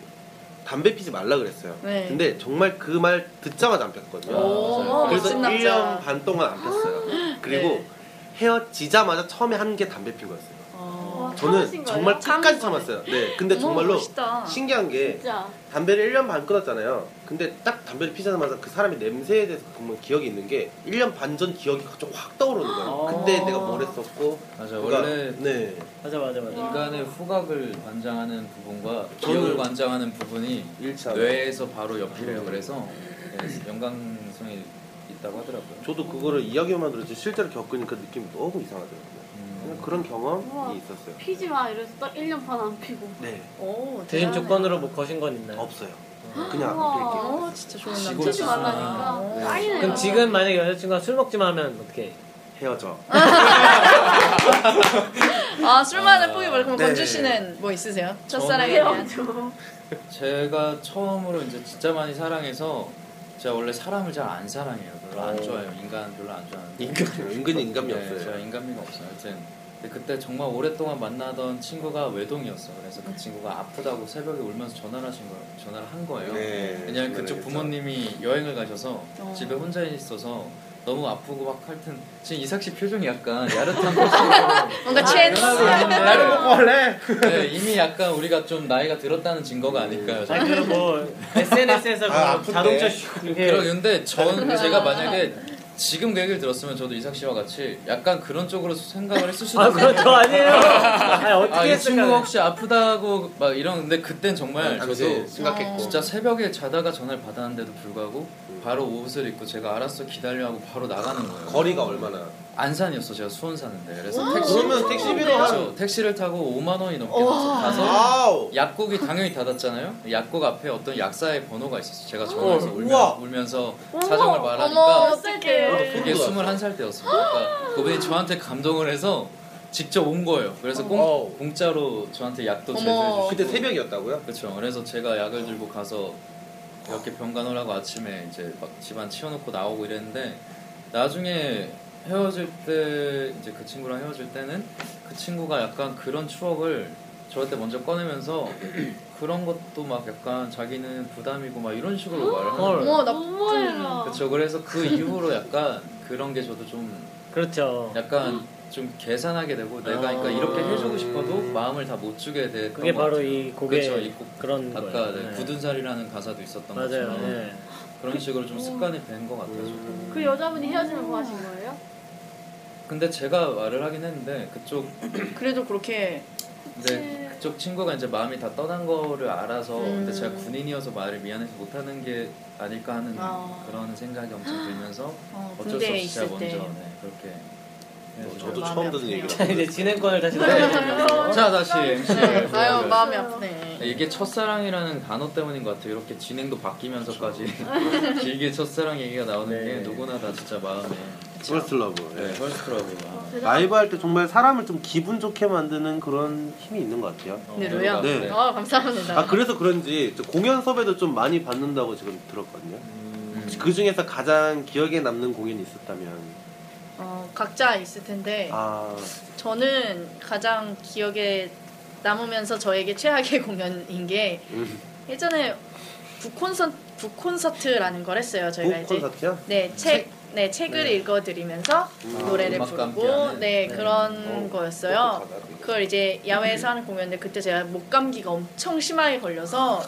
Speaker 3: 담배 피지 말라 그랬어요.
Speaker 5: 네.
Speaker 3: 근데 정말 그 말 듣자마자 안 폈거든요.
Speaker 6: 어,
Speaker 5: 오,
Speaker 3: 그래서
Speaker 5: 멋진
Speaker 3: 1년
Speaker 5: 남자.
Speaker 3: 반 동안 안 폈어요. 그리고
Speaker 5: 네.
Speaker 3: 헤어지자마자 처음에 한 게 담배 핀 거였어요.
Speaker 5: 어.
Speaker 6: 참으신
Speaker 3: 저는 정말
Speaker 6: 거예요?
Speaker 3: 끝까지
Speaker 5: 참은
Speaker 3: 참았어요. 네. 근데
Speaker 5: 어머,
Speaker 3: 정말로
Speaker 5: 멋있다.
Speaker 3: 신기한 게
Speaker 6: 진짜.
Speaker 3: 담배를 1년 반 끊었잖아요. 근데 딱 담배를 피자마자 그 사람의 냄새에 대해서 보면 기억이 있는 게 1년 반 전 기억이 갑자기 확 떠오르는 거예요. 그때 내가 뭘 했었고.
Speaker 1: 맞아 요
Speaker 3: 그러니까,
Speaker 1: 원래
Speaker 3: 네.
Speaker 4: 맞아 맞아 맞아.
Speaker 1: 인간의 후각을 관장하는 부분과 기억을 관장하는 부분이
Speaker 3: 일치하죠.
Speaker 1: 뇌에서 바로 옆이래요. 그래서 네, 연관성이 있다고 하더라고요.
Speaker 3: 저도 그거를 이야기만 들었지 실제로 겪으니까 느낌이 너무 이상하더라고요.
Speaker 1: 음.
Speaker 3: 그냥 그런 경험이
Speaker 6: 우와.
Speaker 3: 있었어요.
Speaker 6: 피지 마 이래서 딱 1년 반 안 피고.
Speaker 3: 네.
Speaker 5: 오,
Speaker 4: 대신
Speaker 5: 대단하네.
Speaker 4: 조건으로 뭐 거신 건 있나요?
Speaker 3: 없어요. 그냥
Speaker 6: 우와.
Speaker 3: 안 필게요.
Speaker 5: 어, 진짜 좋은 남자.
Speaker 1: 지고
Speaker 6: 피지
Speaker 1: 있어.
Speaker 6: 말라니까.
Speaker 5: 네.
Speaker 6: 짱이네요.
Speaker 4: 그럼 지금 만약에 여자친구가 술 먹지만 하면 어떻게 해?
Speaker 3: 헤어져.
Speaker 5: 아, 술만은 포기 말고 그럼
Speaker 3: 네.
Speaker 5: 건주 씨는 뭐 있으세요? 첫사랑에 대한.
Speaker 1: 제가 처음으로 이제 진짜 많이 사랑해서 제가 원래 사람을 잘 안 사랑해요. 별로 안
Speaker 3: 오.
Speaker 1: 좋아해요. 인간 별로 안 좋아하는데.
Speaker 3: 은근히 인감이
Speaker 1: 네, 제가
Speaker 3: 어. 없어요.
Speaker 1: 인간미가 없어요. 하여튼 근데 그때 정말 오랫동안 만나던 친구가 외동이었어. 그래서 그 친구가 아프다고 새벽에 울면서 전화를 하신 거예요. 전화를 한 거예요.
Speaker 3: 네.
Speaker 1: 왜냐면 그쪽
Speaker 3: 그래서.
Speaker 1: 부모님이 여행을 가셔서
Speaker 5: 어.
Speaker 1: 집에 혼자 있어서 너무 아프고 막 할 텐데 지금 이삭 씨 표정이 약간 야릇한 표정으로
Speaker 5: 뭔가 취했
Speaker 6: 네.
Speaker 1: 나를
Speaker 8: 먹고 할래?
Speaker 1: 네, 이미 약간 우리가 좀 나이가 들었다는 증거가 아닐까요?
Speaker 4: 아니 그뭐 SNS에서 뭐
Speaker 8: 아, 아픈데.
Speaker 4: 자동차 슉 이렇게
Speaker 1: 네. 그런데 전 제가 만약에 지금 그 얘기를 들었으면 저도 이삭 씨와 같이 약간 그런 쪽으로 생각을 했을 수도
Speaker 4: 아
Speaker 1: 있어요.
Speaker 4: 그건 저 아니에요. 아니 어떻게
Speaker 1: 그렇죠. 아, 이 친구
Speaker 4: 했을까? 아,
Speaker 1: 혹시 아프다고 막 이런 근데 그땐 정말 저도
Speaker 8: 당시 심각했고
Speaker 1: 진짜 새벽에 자다가 전화를 받았는데도 불구하고 바로 옷을 입고 제가 알았어 기다려 하고 바로 나가는 거예요.
Speaker 3: 거리가 얼마나?
Speaker 1: 안산이었어 제가 수원 사는데 그래서
Speaker 6: 와,
Speaker 1: 택시
Speaker 3: 그러면 택시비로
Speaker 1: 그렇죠.
Speaker 3: 한
Speaker 1: 택시를 타고 5만 원이 넘게 나서 가서
Speaker 3: 아우
Speaker 1: 약국이 당연히 닫았잖아요. 약국 앞에 어떤 약사의 번호가 있었어요. 제가 전화해서
Speaker 3: 우와.
Speaker 1: 울면, 울면서 사정을 말하니까
Speaker 6: 어머 어떡해.
Speaker 1: 그게 21살 때였어요. 그러니까 그분이 저한테 감동을 해서 직접 온 거예요. 그래서
Speaker 3: 어머.
Speaker 1: 공, 공짜로 저한테 약도
Speaker 5: 어머.
Speaker 1: 제조해
Speaker 3: 그때
Speaker 1: 주시고
Speaker 3: 새벽이었다고요?
Speaker 1: 그렇죠. 그래서 제가 약을 들고 가서 이렇게 병간호라고 아침에 이제 막 집안 치워놓고 나오고 이랬는데 나중에 헤어질 때 이제 그 친구랑 헤어질 때는 그 친구가 약간 그런 추억을 저한테 먼저 꺼내면서 그런 것도 막 약간 자기는 부담이고 막 이런 식으로 말을 하는 거예요.
Speaker 5: 어머 나
Speaker 6: 너무 해라.
Speaker 1: 그렇죠. 그래서 그 이후로 약간 그런 게 저도 좀
Speaker 4: 그렇죠.
Speaker 1: 약간 좀 계산하게 되고 내가
Speaker 4: 아.
Speaker 1: 그러니까 이렇게 해주고 싶어도 마음을 다 못 주게 됐던
Speaker 4: 그게
Speaker 1: 것
Speaker 4: 바로
Speaker 1: 뭐 같아요.
Speaker 4: 이 곡의
Speaker 1: 그렇죠. 이 곡.
Speaker 4: 그런
Speaker 1: 아까
Speaker 4: 거예요.
Speaker 1: 네,
Speaker 4: 네.
Speaker 1: 굳은 살이라는 가사도 있었던
Speaker 4: 맞아요.
Speaker 1: 것처럼
Speaker 4: 네.
Speaker 1: 그런 식으로 좀 습관이 된 것
Speaker 5: 음.
Speaker 1: 같아요.
Speaker 6: 그 여자분이 헤어지면 뭐 하신 거예요?
Speaker 1: 근데 제가 말을 하긴 했는데 그쪽
Speaker 5: 그래도 그렇게
Speaker 1: 근데 그쪽 친구가 이제 마음이 다 떠난 거를 알아서 근데
Speaker 5: 음.
Speaker 1: 제가 군인이어서 말을 미안해서 못하는 게 아닐까 하는
Speaker 5: 아.
Speaker 1: 그런 생각이 엄청 들면서
Speaker 5: 어,
Speaker 1: 어쩔 수
Speaker 5: 군대에
Speaker 1: 없이 제가
Speaker 5: 있을
Speaker 1: 먼저
Speaker 5: 때
Speaker 1: 네, 그렇게 해서
Speaker 3: 뭐 저도
Speaker 5: 마음이
Speaker 3: 처음 듣는
Speaker 5: 아프네요.
Speaker 3: 얘기라.
Speaker 4: 자 이제 진행권을 다시
Speaker 1: 네.
Speaker 4: 돌려드리면서
Speaker 1: 자 다시 MC 를
Speaker 5: 네. 아유
Speaker 1: 돌려드려요.
Speaker 5: 마음이 아프네
Speaker 1: 이게 첫사랑이라는 단어 때문인 것 같아요. 이렇게 진행도 바뀌면서까지 길게 첫사랑 얘기가 나오는
Speaker 4: 네.
Speaker 1: 게 누구나 다 진짜 마음에
Speaker 3: 퍼스트 러브.
Speaker 1: 네,
Speaker 3: 예.
Speaker 1: 헐스크라고.
Speaker 3: 라이브 할 때 정말 사람을 좀 기분 좋게 만드는 그런 힘이 있는 것 같아요.
Speaker 5: 네, 루야.
Speaker 3: 네.
Speaker 5: 아 감사합니다
Speaker 3: 아 그래서 그런지 저 공연 섭외도 좀 많이 받는다고 지금 들었거든요. 혹시 그 중에서 가장 기억에 남는 공연이 있었다면
Speaker 5: 어, 각자 있을 텐데
Speaker 3: 아
Speaker 5: 저는 가장 기억에 남으면서 저에게 최악의 공연인 게
Speaker 3: 음.
Speaker 5: 예전에 북콘서트 북콘서트라는 걸 했어요 저희가
Speaker 3: 곡
Speaker 5: 이제
Speaker 3: 콘서트요?
Speaker 5: 네, 책, 네, 책을
Speaker 3: 네.
Speaker 5: 읽어드리면서 노래를
Speaker 1: 아, 음악과
Speaker 5: 부르고
Speaker 1: 함께하는.
Speaker 5: 네,
Speaker 1: 네.
Speaker 5: 그런
Speaker 3: 어,
Speaker 5: 거였어요.
Speaker 3: 똑똑하다, 그거.
Speaker 5: 그걸 이제 야외에서 하는 공연인데 그때 제가 목감기가 엄청 심하게 걸려서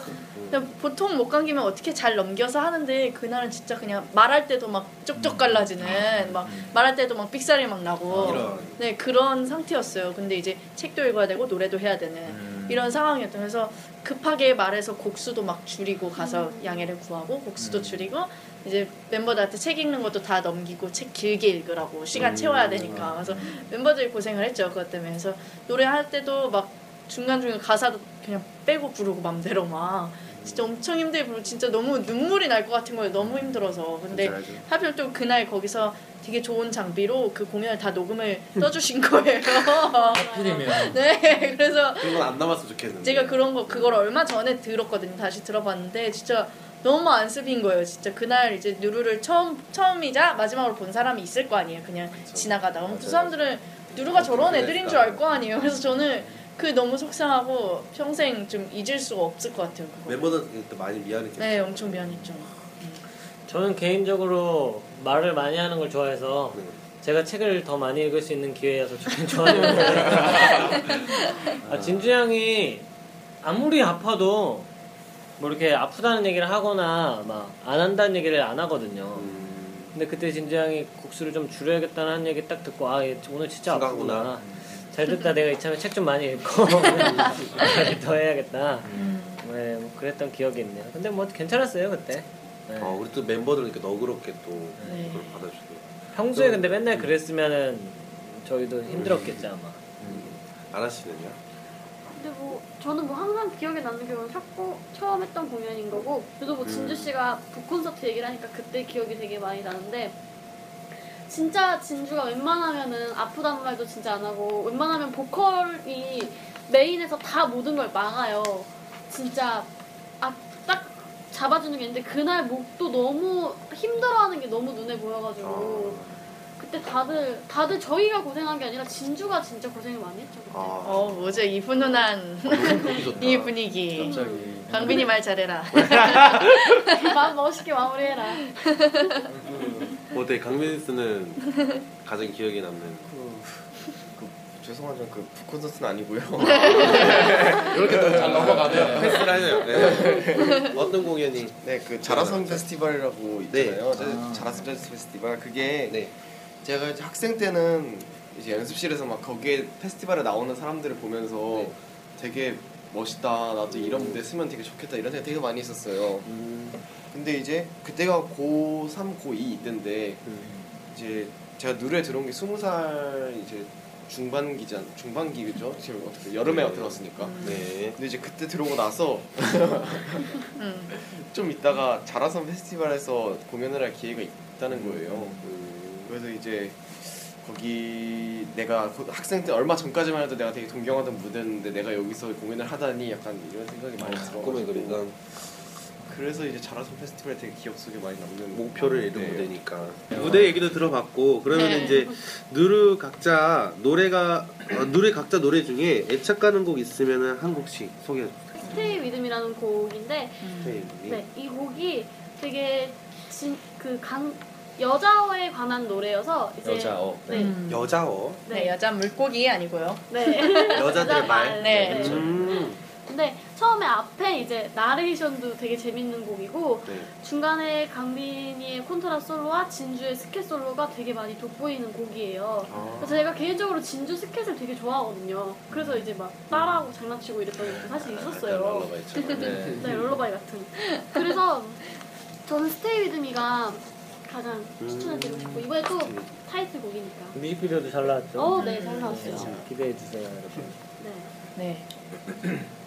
Speaker 5: 근데 보통 목감기면 어떻게 잘 넘겨서 하는데 그날은 진짜 그냥 말할 때도 막 쪽쪽 갈라지는 막 말할 때도 막 삑사리 막 나고
Speaker 3: 음. 아, 이런.
Speaker 5: 네 그런 상태였어요. 근데 이제 책도 읽어야 되고 노래도 해야
Speaker 3: 음.
Speaker 5: 되는
Speaker 1: 음,
Speaker 5: 이런 상황이었던 그래서 급하게 말해서 곡수도 막 줄이고 가서 양해를 구하고 곡수도
Speaker 1: 음.
Speaker 5: 줄이고 이제 멤버들한테 책 읽는 것도 다 넘기고 책 길게 읽으라고 시간
Speaker 3: 음.
Speaker 5: 채워야 되니까 그래서 멤버들이 고생을 했죠 그것 때문에 그래서 노래할 때도 막 중간 중간 가사도 그냥 빼고 부르고 맘대로 막 진짜 엄청 힘들게 부르고 진짜 너무 눈물이 날 것 같은 거예요 너무 힘들어서 근데
Speaker 3: 뭔지 알죠.
Speaker 5: 하필 또 그날 거기서 되게 좋은 장비로 그 공연을 다 녹음을 떠주신 거예요
Speaker 1: 하필이면
Speaker 5: 네 그래서
Speaker 3: 그건 안 남았으면 좋겠는데.
Speaker 5: 제가 그런 거 그걸 얼마 전에 들었거든요. 다시 들어봤는데 진짜 너무 안습인 거예요. 진짜 그날 이제 누루를 처음 처음이자 마지막으로 본 사람이 있을 거 아니에요. 그냥 지나가다가 그럼 그 사람들은 누루가 저런 애들인 줄 알 거 아니에요. 그래서 저는 그 너무 속상하고 평생 좀 잊을 수가 없을 것 같아요. 그거.
Speaker 3: 멤버들한테 많이 미안했겠죠.
Speaker 5: 네, 엄청 미안했죠.
Speaker 4: 저는 개인적으로 말을 많이 하는 걸 좋아해서
Speaker 3: 네.
Speaker 4: 제가 책을 더 많이 읽을 수 있는 기회여서 좋긴 좋아하는 거예요. 아, 진주 형이 아무리 아파도 뭐 이렇게 아프다는 얘기를 하거나 막 안 한다는 얘기를 안 하거든요.
Speaker 3: 음,
Speaker 4: 근데 그때 진주 형이 곡수를 좀 줄여야겠다는 한 얘기 딱 듣고 아얘 오늘 진짜
Speaker 3: 생각하구나.
Speaker 4: 아프구나. 잘 듣다 내가 이참에 책 좀 많이 읽고 더 해야겠다.
Speaker 5: 음.
Speaker 4: 네, 뭐 그랬던 기억이 있네요. 근데 뭐 괜찮았어요 그때. 네.
Speaker 3: 어, 우리 또 멤버들 이렇게 너그럽게 또
Speaker 5: 네.
Speaker 3: 그걸 받아주고.
Speaker 4: 평소에 근데 맨날 그랬으면은 저희도 힘들었겠죠 아마.
Speaker 3: 아라 씨는요?
Speaker 6: 근데 뭐 저는 뭐 항상 기억에 남는 경우는 협고 처음 했던 공연인 거고 저도 뭐 진주 씨가 북콘서트 얘기를 하니까 그때 기억이 되게 많이 나는데 진짜 진주가 웬만하면은 아프다는 말도 진짜 안 하고 웬만하면 보컬이 메인에서 다 모든 걸 막아요. 진짜 아 딱 잡아주는 게 있는데 그날 목도 너무 힘들어하는 게 너무 눈에 보여가지고 그때 다들 다들 저희가 고생한 게 아니라 진주가 진짜 고생을 많이 했죠 그때.
Speaker 3: 아,
Speaker 5: 어, 뭐죠? 이 훈훈한
Speaker 3: 너무 보기 좋다.
Speaker 1: 음.
Speaker 5: 이 분위기.
Speaker 1: 갑자기
Speaker 5: 강빈이 말 잘해라.
Speaker 6: 마음 멋있게 마무리해라.
Speaker 3: 어때 강민 씨는 가장 기억에 남는
Speaker 8: 그, 죄송하지만 그 북콘서트는 아니고요.
Speaker 1: 이렇게 잘 넘어가네요.
Speaker 3: 패스를 하네요. 네. 어떤 공연이?
Speaker 8: 네, 그 자라섬 페스티벌이라고 있잖아요. 자- 자라섬 재즈 페스티벌 그게
Speaker 3: 네.
Speaker 8: 제가 이제 학생 때는 이제 연습실에서 막 거기에 페스티벌에 나오는 사람들을 보면서
Speaker 3: 네. 음.
Speaker 8: 되게 멋있다. 나도 이런 무대 쓰면 되게 좋겠다. 이런 생각 되게 많이 했었어요. 근데 이제 그때가 고3, 고2 이때인데
Speaker 3: 음.
Speaker 8: 이제 제가 누르에 들어온 게 20살 이제 중반기지 않, 중반기죠? 지금 어떻게 여름에
Speaker 3: 네.
Speaker 8: 들어왔으니까.
Speaker 3: 네.
Speaker 8: 근데 이제 그때 들어오고 나서
Speaker 5: 음.
Speaker 8: 좀 이따가 자라섬 페스티벌에서 공연을 할 기회가 있다는 거예요.
Speaker 3: 음.
Speaker 8: 그래서 이제 거기 내가 고- 학생 때 얼마 전까지만 해도 내가 되게 동경하던 무대였는데 내가 여기서 공연을 하다니 약간 이런 생각이 많이 들어.
Speaker 3: 꿈을 아, 그린다.
Speaker 8: 그래서 이제 자라섬 페스티벌 되게 기억 속에 많이 남는
Speaker 3: 목표를 이룬
Speaker 8: 네.
Speaker 3: 무대니까. 무대 얘기도 들어봤고 그러면
Speaker 5: 네.
Speaker 3: 이제 누르 각자 노래가 어, 누르 각자 노래 중에 애착 가는 곡 있으면 한 곡씩 소개해 주세요.
Speaker 6: 스테이 위드미라는 곡인데
Speaker 5: 음.
Speaker 3: 선생님이.
Speaker 6: 네, 이 곡이 되게 진그강 여자어에 관한 노래에서 이제
Speaker 1: 여자어.
Speaker 6: 네.
Speaker 5: 음.
Speaker 3: 여자어.
Speaker 5: 네, 여자 물고기 아니고요.
Speaker 6: 네.
Speaker 3: 여자들의 말.
Speaker 5: 네.
Speaker 6: 그렇죠.
Speaker 3: 음.
Speaker 6: 근데 처음에 앞에 이제 나레이션도 되게 재밌는 곡이고
Speaker 3: 네.
Speaker 6: 중간에 강민이의 콘트라 솔로와 진주의 스켓 솔로가 되게 많이 돋보이는 곡이에요.
Speaker 3: 아.
Speaker 6: 그래서 제가 개인적으로 진주 스켓을 되게 좋아하거든요. 그래서 이제 막 따라하고 장난치고 이랬던 것도 사실 있었어요.
Speaker 1: 롤러가 있죠. 네.
Speaker 6: 네, 롤러바이 같은. 그래서 저는 스테이 위드미가 가장
Speaker 1: 음.
Speaker 6: 추천해드리고 싶고 이번에 또 타이틀곡이니까.
Speaker 4: 뮤직비디오도 잘 나왔죠.
Speaker 6: 어, 네, 잘
Speaker 1: 음,
Speaker 6: 나왔어요.
Speaker 4: 기대해 주세요, 여러분.
Speaker 6: 네.
Speaker 5: 네.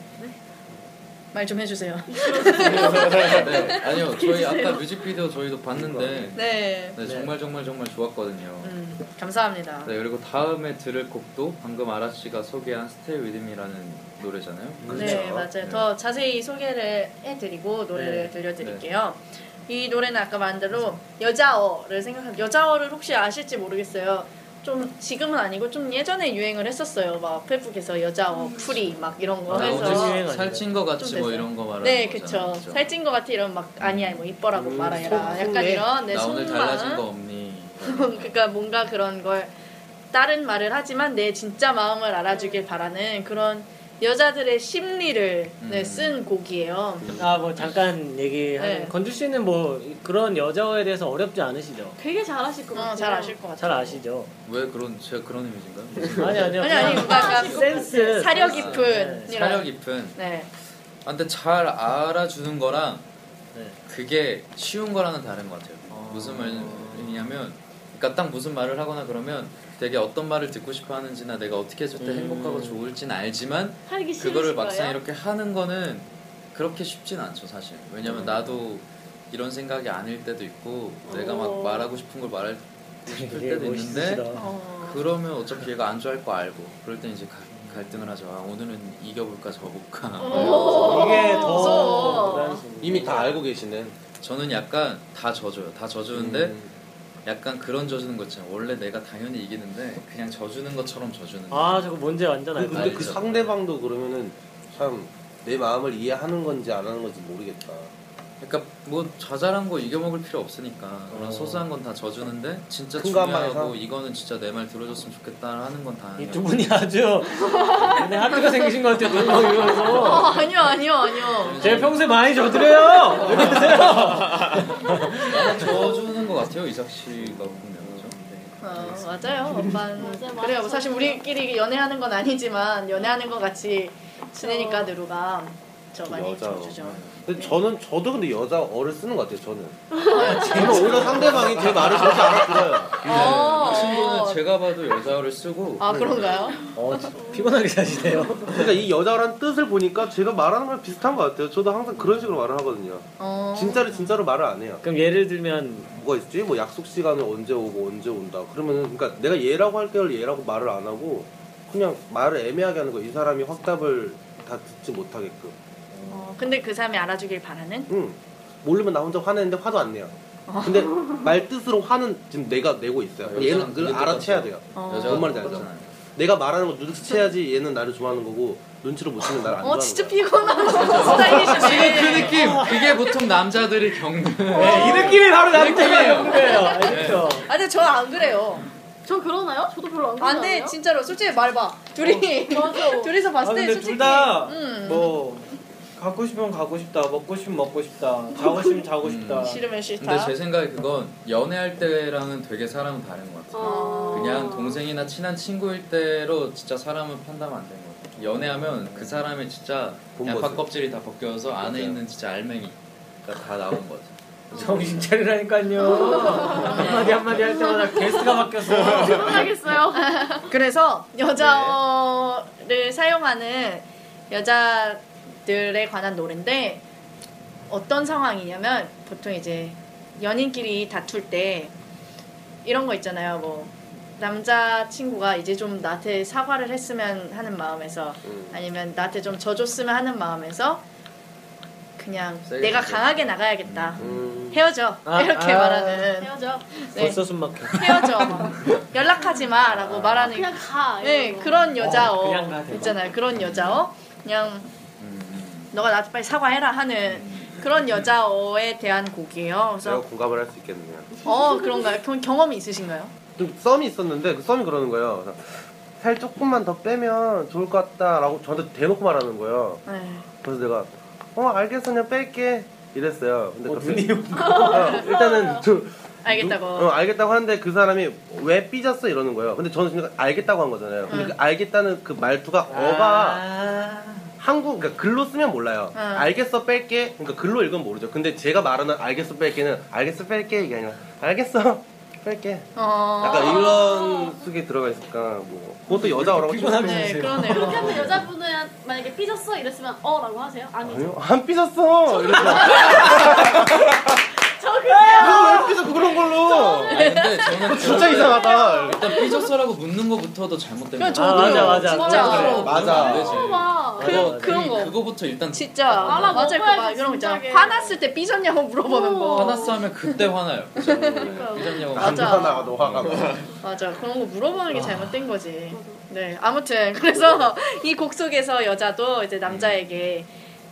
Speaker 5: 말 좀 해주세요.
Speaker 1: 네. 아니요, 저희 아까 뮤직비디오 저희도 봤는데
Speaker 5: 네.
Speaker 1: 네, 정말 정말 정말 좋았거든요.
Speaker 5: 음, 감사합니다.
Speaker 1: 네, 그리고 다음에 들을 곡도 방금 아라 씨가 소개한 스테이 위드미라는 노래잖아요.
Speaker 5: 네, 맞아요.
Speaker 1: 네.
Speaker 5: 더 자세히 소개를 해드리고 노래를
Speaker 4: 네.
Speaker 5: 들려드릴게요.
Speaker 1: 네.
Speaker 5: 이 노래는 아까 말한 대로 여자어를 생각하면 여자어를 혹시 아실지 모르겠어요. 좀 지금은 아니고 좀 예전에 유행을 했었어요. 막 페북에서 여자어 풀이 막 이런 거
Speaker 1: 아,
Speaker 4: 완전
Speaker 5: 해서
Speaker 4: 유행.
Speaker 1: 어제 살찐 거 같이
Speaker 5: 좀
Speaker 1: 뭐
Speaker 5: 됐어요.
Speaker 1: 이런 거 말하는
Speaker 5: 네,
Speaker 1: 거잖아요.
Speaker 5: 그쵸. 살찐 거 같아 이런 막 아니야 뭐 이뻐라고
Speaker 3: 음,
Speaker 5: 말하라. 약간
Speaker 3: 속내.
Speaker 5: 이런 내
Speaker 1: 나 오늘 달라진 거
Speaker 5: 속마음.
Speaker 1: 없니? 네.
Speaker 5: 그러니까 뭔가 그런 걸 다른 말을 하지만 내 진짜 마음을 알아주길 바라는 그런 여자들의 심리를 네,
Speaker 1: 음.
Speaker 5: 쓴 곡이에요. 어,
Speaker 4: 아, 뭐 잠깐 얘기하는
Speaker 5: 네.
Speaker 4: 건주 씨는 뭐 그런 여자어에 대해서 어렵지 않으시죠?
Speaker 6: 되게 잘하실 것 같아요.
Speaker 5: 어, 잘 아실 것
Speaker 4: 잘
Speaker 5: 같아요.
Speaker 4: 아시죠?
Speaker 1: 왜 그런 제가 그런 이미지인가요? 무슨
Speaker 4: 아니 아니요.
Speaker 5: 아니 아니
Speaker 4: 그냥
Speaker 5: 뭔가 약간
Speaker 4: 센스.
Speaker 5: 사려
Speaker 4: 네,
Speaker 5: 깊은 이런
Speaker 1: 사려 깊은.
Speaker 5: 네.
Speaker 1: 아, 근데 잘 알아주는 거랑
Speaker 4: 네.
Speaker 1: 그게 쉬운 거랑은 다른 것 같아요.
Speaker 4: 아.
Speaker 1: 무슨 말이냐면, 그러니까 딱 무슨 말을 하거나 그러면 되게 어떤 말을 듣고 싶어 하는지나 내가 어떻게 해줄 때
Speaker 4: 음.
Speaker 1: 행복하고 좋을진 알지만
Speaker 6: 살기 싫으실
Speaker 1: 그거를
Speaker 6: 거예요?
Speaker 1: 막상 이렇게 하는 거는 그렇게 쉽진 않죠 사실 왜냐면 나도 이런 생각이 아닐 때도 있고 내가 막
Speaker 6: 오.
Speaker 1: 말하고 싶은 걸 말할 싶을
Speaker 4: 되게
Speaker 1: 때도 있는데
Speaker 4: 네, 멋있으시다.
Speaker 5: 어.
Speaker 1: 그러면 어차피 얘가 안 좋아할 거 알고 그럴 땐 이제 가- 갈등을 하죠 아 오늘은 이겨볼까
Speaker 6: 어.
Speaker 1: 져볼까
Speaker 5: 오.
Speaker 4: 이게 더
Speaker 5: 무서워.
Speaker 4: 부담스러워.
Speaker 3: 이미 다 알고 계시는.
Speaker 1: 저는 약간 다 져줘요 다 져주는데
Speaker 3: 음.
Speaker 1: 약간 그런 져주는 거 있잖아요 원래 내가 당연히 이기는데 그냥 져주는 것처럼 져주는 거
Speaker 4: 아 저거 뭔지 완전
Speaker 3: 그-
Speaker 4: 알고
Speaker 3: 근데
Speaker 4: 있어요.
Speaker 3: 그 상대방도 그러면은 참 내 마음을 이해하는 건지 안 하는 건지 모르겠다.
Speaker 1: 그러니까 뭐 자잘한 거 이겨먹을 필요 없으니까 그런
Speaker 3: 어.
Speaker 1: 소소한 건 다 져주는데 진짜
Speaker 3: 큰거
Speaker 1: 중요하고
Speaker 3: 한방에서?
Speaker 1: 이거는 진짜 내 말 들어줬으면 좋겠다 하는 건다
Speaker 4: 이 두 분이 아주 근데 학교가 생기신 것 같아요. 눈만 이러면서
Speaker 5: 어, 아니요 아니요 아니요.
Speaker 4: 제가 평소에 많이 져드려요. 왜 그러세요?
Speaker 1: 져주는 것 같아요 이삭 씨가
Speaker 3: 음.
Speaker 1: 보면 그렇죠? 그죠? 네.
Speaker 5: 어, 맞아요.
Speaker 6: 맞아요,
Speaker 5: 오빠는
Speaker 6: 맞아요.
Speaker 5: 그래요. 뭐 사실 우리끼리 연애하는 건 아니지만 연애하는 것 같이 지내니까
Speaker 6: 그렇죠.
Speaker 5: 누루가 저 많이
Speaker 3: 여자
Speaker 5: 쳐주죠.
Speaker 3: 근데 저는 저도 근데 여자 어를 쓰는 것 같아요. 저는. 저는 오히려 상대방이 제 말을 그렇게 알아들어요.
Speaker 5: 어,
Speaker 1: 이 친구는
Speaker 5: 어.
Speaker 1: 제가 봐도 여자를 쓰고
Speaker 5: 아 그런가요?
Speaker 4: 어, 진짜 피곤하게 사시네요.
Speaker 3: 그러니까 이 여자란 뜻을 보니까 제가 말하는 거랑 비슷한 것 같아요. 저도 항상 그런 식으로 말을 하거든요.
Speaker 5: 어.
Speaker 3: 진짜로 진짜로 말을 안 해요.
Speaker 4: 그럼 예를 들면
Speaker 3: 뭐가 있지? 뭐 약속 시간에 언제 오고 언제 온다. 그러면은 그러니까 내가 얘라고 할 때를 얘라고 말을 안 하고 그냥 말을 애매하게 하는 거. 이 사람이 확답을 다 듣지 못하게끔.
Speaker 5: 어, 근데 그 사람이 알아주길 바라는?
Speaker 3: 응. 모르면 나 혼자 화내는데 화도 안 내요. 근데 말 뜻으로 화는 지금 내가 내고 있어요.
Speaker 1: 아,
Speaker 3: 얘는
Speaker 1: 여자는
Speaker 3: 그걸
Speaker 1: 그게
Speaker 3: 알아채야
Speaker 1: 똑같아요.
Speaker 3: 돼요.
Speaker 5: 어.
Speaker 1: 여자가
Speaker 3: 뭔 말인지 알죠?
Speaker 1: 그거잖아요.
Speaker 3: 내가 말하는 거 눈치채야지 얘는 나를 좋아하는 거고 눈치를 못 채면 나를 안
Speaker 5: 어
Speaker 3: 좋아하는
Speaker 5: 진짜
Speaker 3: 거야.
Speaker 5: 피곤한 스타일이시네.
Speaker 1: 그 느낌 그게 보통 남자들이 겪는
Speaker 3: 어.
Speaker 4: 네, 이 느낌이 바로 남자가
Speaker 1: 느낌이에요.
Speaker 4: 겪는 거예요. 네. 알겠죠?
Speaker 5: 아 근데 저는 안 그래요.
Speaker 6: 저 그러나요? 저도 별로 안 그러나요?
Speaker 5: 안 돼, 아, 네, 진짜로. 솔직히 말해봐. 둘이.
Speaker 6: 맞아.
Speaker 5: 둘이서
Speaker 4: 아
Speaker 5: 봤을 때
Speaker 4: 근데
Speaker 5: 솔직히.
Speaker 4: 둘다
Speaker 5: 음.
Speaker 4: 뭐 가고 싶으면 가고 싶다, 먹고 싶으면 먹고 싶다, 자고 싶으면 자고 싶다.
Speaker 5: 음. 싫으면
Speaker 1: 근데
Speaker 5: 싫다.
Speaker 1: 제 생각에 그건 연애할 때랑은 되게 사람은 다른 것 같아요
Speaker 6: 아.
Speaker 1: 그냥 동생이나 친한 친구일 때로 진짜 사람은 판단하면 안 되는 것 같아요 연애하면 그 사람의 진짜
Speaker 3: 본 그렇죠. 모습.
Speaker 1: 양파 껍질이 다 벗겨서 안에
Speaker 3: 맞아요.
Speaker 1: 있는 진짜 알맹이가 다 나온 것 같아요
Speaker 4: 정신 차리라니까요. 한마디 한마디 할 때마다 게스트가 바뀌었어.
Speaker 5: 네.
Speaker 6: 피곤하겠어요.
Speaker 5: 그래서 여자어를 사용하는 여자들에 관한 노래인데 어떤 상황이냐면 보통 이제 연인끼리 다툴 때 이런 거 있잖아요. 뭐 남자 친구가 이제 좀 나한테 사과를 했으면 하는 마음에서
Speaker 3: 음.
Speaker 5: 아니면 나한테 좀 져줬으면 하는 마음에서 그냥
Speaker 1: 세게
Speaker 5: 내가
Speaker 1: 하죠.
Speaker 5: 강하게 나가야겠다.
Speaker 3: 음.
Speaker 5: 헤어져
Speaker 4: 아,
Speaker 5: 이렇게
Speaker 4: 아.
Speaker 5: 말하는
Speaker 6: 헤어져.
Speaker 5: 네.
Speaker 4: 벌써 숨 막혀.
Speaker 5: 헤어져 연락하지 마라고 말하는
Speaker 6: 그냥 가.
Speaker 5: 네,
Speaker 6: 이러고.
Speaker 5: 그런 여자어
Speaker 4: 그냥 나 대박.
Speaker 5: 있잖아요. 그런 여자어 그냥
Speaker 1: 음,
Speaker 5: 너가 나한테 빨리 사과해라 하는 그런 여자어에 대한 곡이에요.
Speaker 3: 내가
Speaker 5: 그래서
Speaker 3: 공감을 할 수 있겠네요.
Speaker 5: 어 그런가요? 경, 경험이 있으신가요?
Speaker 3: 좀 썸이 있었는데 그 썸이 그러는 거예요. 그래서 살 조금만 더 빼면 좋을 것 같다라고 저한테 대놓고 말하는 거예요.
Speaker 5: 네.
Speaker 3: 그래서 내가 어 알겠어 그냥 뺄게 이랬어요. 근데
Speaker 4: 어,
Speaker 3: 갑자기-
Speaker 4: 눈이
Speaker 3: 어, 일단은 저
Speaker 5: 알겠다고.
Speaker 3: 어, 알겠다고 하는데 그 사람이 왜 삐졌어 이러는 거예요. 근데 저는 그냥 알겠다고 한 거잖아요. 근데
Speaker 5: 응.
Speaker 3: 그 알겠다는 그 말투가
Speaker 4: 아.
Speaker 3: 어가 한국 그러니까 글로 쓰면 몰라요.
Speaker 5: 응.
Speaker 3: 알겠어 뺄게. 그러니까 글로 읽으면 모르죠. 근데 제가 말하는 알겠어 뺄게는 알겠어 뺄게 이게 아니라 알겠어 뺄게.
Speaker 5: 어.
Speaker 3: 약간 이런 속에 들어가 있을까 뭐 그것도 여자 어라고
Speaker 4: 피곤하게
Speaker 5: 네,
Speaker 4: 지내세요.
Speaker 5: 그러네요.
Speaker 6: 그렇게 하면 여자분은 만약에 삐졌어 이랬으면 어라고 하세요? 아니죠.
Speaker 3: 아니요 안 삐졌어 이러면서
Speaker 6: 저 그래요.
Speaker 3: 아, 왜 삐졌어 그런 걸로
Speaker 1: 아니, 근데 저는
Speaker 3: 진짜 이상하다
Speaker 1: 일단 삐졌어라고 묻는 것부터도 잘못된
Speaker 5: 그냥
Speaker 1: 거
Speaker 4: 아,
Speaker 5: 저도요.
Speaker 4: 맞아, 맞아.
Speaker 5: 진짜.
Speaker 4: 그래,
Speaker 3: 맞아.
Speaker 6: 어, 와.
Speaker 5: 그-
Speaker 1: 그거
Speaker 5: 그런
Speaker 1: 그-
Speaker 5: 거.
Speaker 1: 그거부터 일단
Speaker 5: 진짜
Speaker 6: 알아
Speaker 5: 맞을
Speaker 6: 먹어야지,
Speaker 5: 거봐 이런 거 있잖아.
Speaker 6: 진작에.
Speaker 5: 화났을 때 삐졌냐고 물어보는 거.
Speaker 1: 화났어 하면 그때 화나요 그죠? 네, 삐졌냐고
Speaker 5: 맞아.
Speaker 3: 안 화나가 너 화가
Speaker 5: 맞아 그런 거 물어보는 게 잘못된 거지. 네 아무튼 그래서 이 곡 속에서 여자도
Speaker 1: 음.
Speaker 5: 이제 남자에게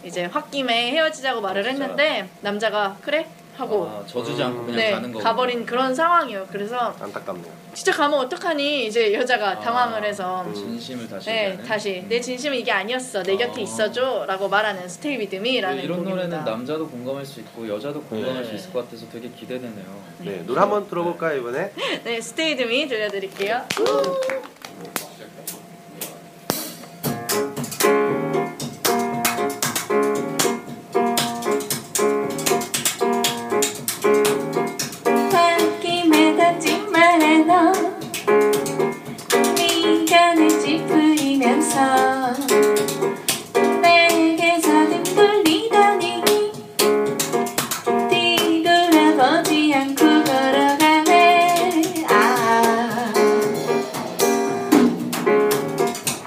Speaker 5: 이제 홧김에 헤어지자고 말을
Speaker 1: 진짜.
Speaker 5: 했는데 남자가 그래 하고
Speaker 1: 그렇죠. 아, 저주지 않고 그냥
Speaker 5: 네
Speaker 1: 가는 거
Speaker 5: 가버린 그런 상황이에요. 그래서
Speaker 3: 안타깝네요
Speaker 5: 진짜 가면 어떡하니 이제 여자가
Speaker 1: 아.
Speaker 5: 당황을 해서
Speaker 1: 진심을 다시
Speaker 5: 네
Speaker 1: 얘기하는?
Speaker 5: 다시
Speaker 1: 음.
Speaker 5: 내 진심은 이게 아니었어 내 곁에
Speaker 1: 아.
Speaker 5: 있어줘라고 말하는 네, 스테이 위드미라는
Speaker 1: 네, 이런
Speaker 5: 곡입니다.
Speaker 1: 노래는 남자도 공감할 수 있고 여자도 공감할
Speaker 4: 네.
Speaker 1: 수 있을 것 같아서 되게 기대되네요.
Speaker 3: 네 노래 한번 들어볼까요 이번에
Speaker 5: 네 스테이 드미 들려드릴게요.
Speaker 2: 홧김에 닿지 말아 너 미간을 찌푸리면서 내게서 등 돌리더니 뒤돌아보지 않고 걸어가네 아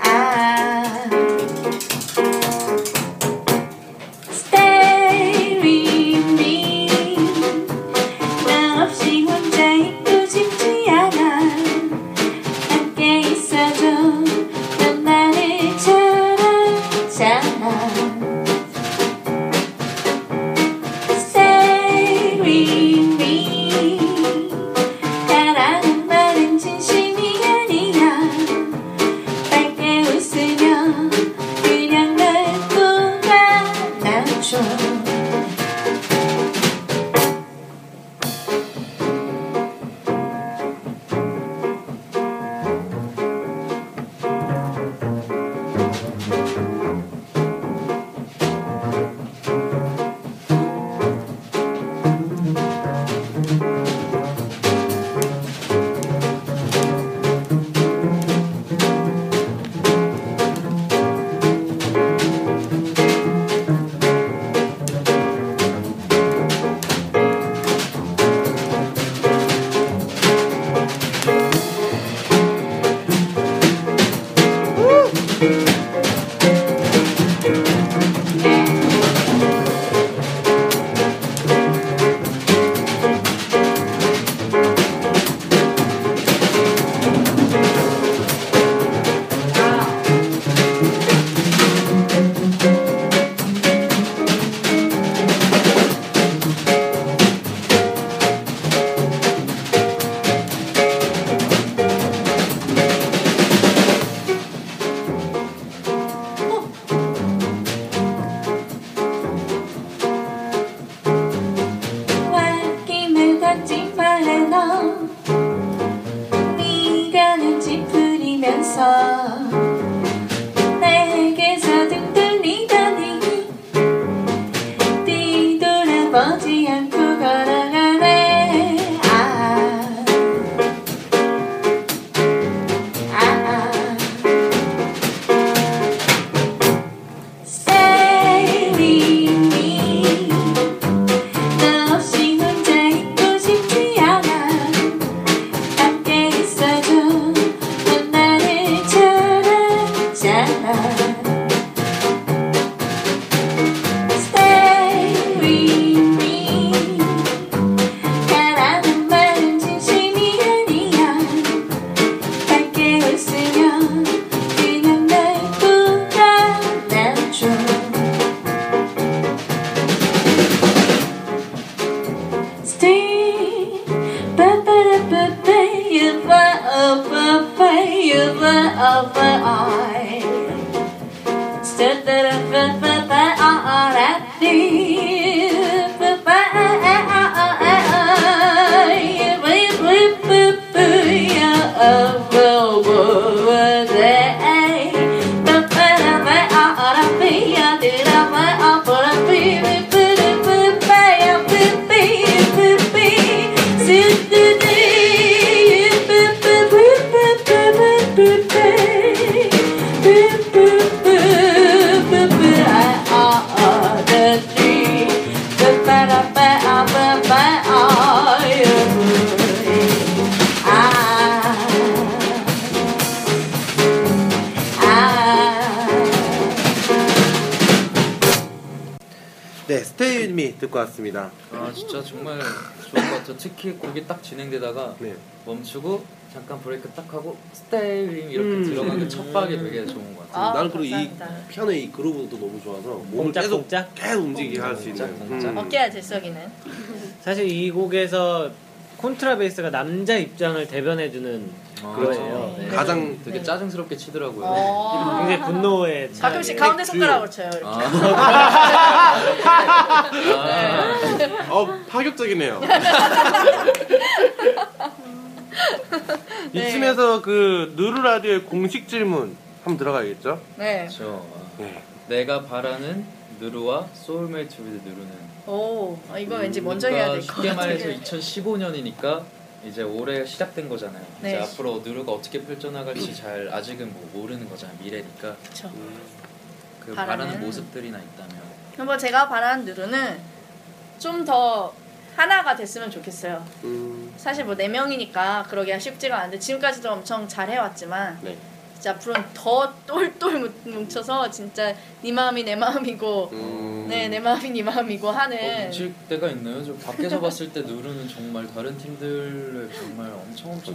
Speaker 2: 아. Stay with me 나 없이 혼자 있고 싶지 않아 함께 있어줘 넌 나를 잘 알아
Speaker 6: 있어 내게 서둥들 네가 니 뒤돌아보지 않고 걸어가네 아 아, Stay with me 나 없이 혼자 있고 싶지 않아 함께 있어줘 넌 나를 잘하잖아 Stay with me 가라는 말은 진심이 아니야 함께 웃으면 그냥 날 불안해줘 Stay, ba ba da ba ba, you ba oh ba ba, you ba oh ba I. Stay da da ba ba ba ah ah da dee, ba ba ah ah ah ah ah ah, you ba you ba you ba ba, you oh ba ba ba da. Ba ba da ba ah ah da dee, you dee da ba ah ba da dee, ba ba da ba ba, you ba ba you ba ba, sit da dee, you ba ba ba ba ba ba ba ba, ba ba ba ba ba ah ah ah da dee, ba ba da ba ah ba ba ah you ah. 아.
Speaker 3: 네, 스테이 윈미 듣고 왔습니다.
Speaker 1: 아 진짜 정말 좋은 것 같아요. 특히 곡이 딱 진행되다가
Speaker 3: 네.
Speaker 1: 멈추고 잠깐 브레이크 딱 하고 스테이링 이렇게
Speaker 3: 음.
Speaker 1: 들어가는 첫 박이 되게 좋은 것 같아요.
Speaker 5: 아,
Speaker 3: 나는 그리고 이
Speaker 5: 감사합니다.
Speaker 3: 피아노의 이 그루브도 너무 좋아서 몸을
Speaker 4: 동작,
Speaker 3: 계속
Speaker 4: 동작?
Speaker 3: 계속 움직이게 할 수 있는. 음.
Speaker 1: 동작, 동작.
Speaker 5: 어깨가 질색이네.
Speaker 4: 사실 이 곡에서 콘트라베이스가 남자 입장을 대변해주는
Speaker 1: 아,
Speaker 3: 그렇죠.
Speaker 1: 네.
Speaker 3: 가장
Speaker 1: 되게 짜증스럽게 치더라고요.
Speaker 5: 어.
Speaker 4: 굉장히 분노의 차이.
Speaker 5: 가끔씩 가운데 손가락으로 쳐요. 이렇게.
Speaker 1: 아.
Speaker 5: 네.
Speaker 1: 아.
Speaker 3: 어 파격적이네요. 이쯤에서 그 누르 라디오의 공식 질문 한번 들어가야겠죠?
Speaker 5: 네.
Speaker 1: 그렇죠. 아,
Speaker 3: 네.
Speaker 1: 내가 바라는 누르와 소울메이트 위드 누르는
Speaker 5: 오, 아, 이거 왠지 먼저 해야 될 것
Speaker 1: 그러니까 쉽게 말해서
Speaker 5: 같아요.
Speaker 1: 2015년이니까 이제 올해 시작된 거잖아요.
Speaker 5: 네.
Speaker 1: 이제 앞으로 누르가 어떻게 펼쳐나갈지 잘 아직은 뭐 모르는 거잖아요. 미래니까
Speaker 5: 그쵸.
Speaker 1: 그
Speaker 5: 바라는-
Speaker 1: 바라는, 모습들이나 있다면
Speaker 5: 뭐 제가 바라는 누르는 좀 더 하나가 됐으면 좋겠어요.
Speaker 3: 음,
Speaker 5: 사실 뭐 네 명이니까 그러기가 쉽지가 않은데 지금까지도 엄청 잘 해왔지만
Speaker 3: 네.
Speaker 5: 진짜 앞으로는 더 똘똘 뭉- 뭉쳐서 진짜 네 마음이 내 마음이고
Speaker 3: 음,
Speaker 5: 네 내 마음이 네 마음이고
Speaker 1: 어,
Speaker 5: 하는
Speaker 1: 뭉칠 때가 있나요? 저 밖에서 봤을 때 누르는 정말 다른 팀들을 정말 엄청 엄청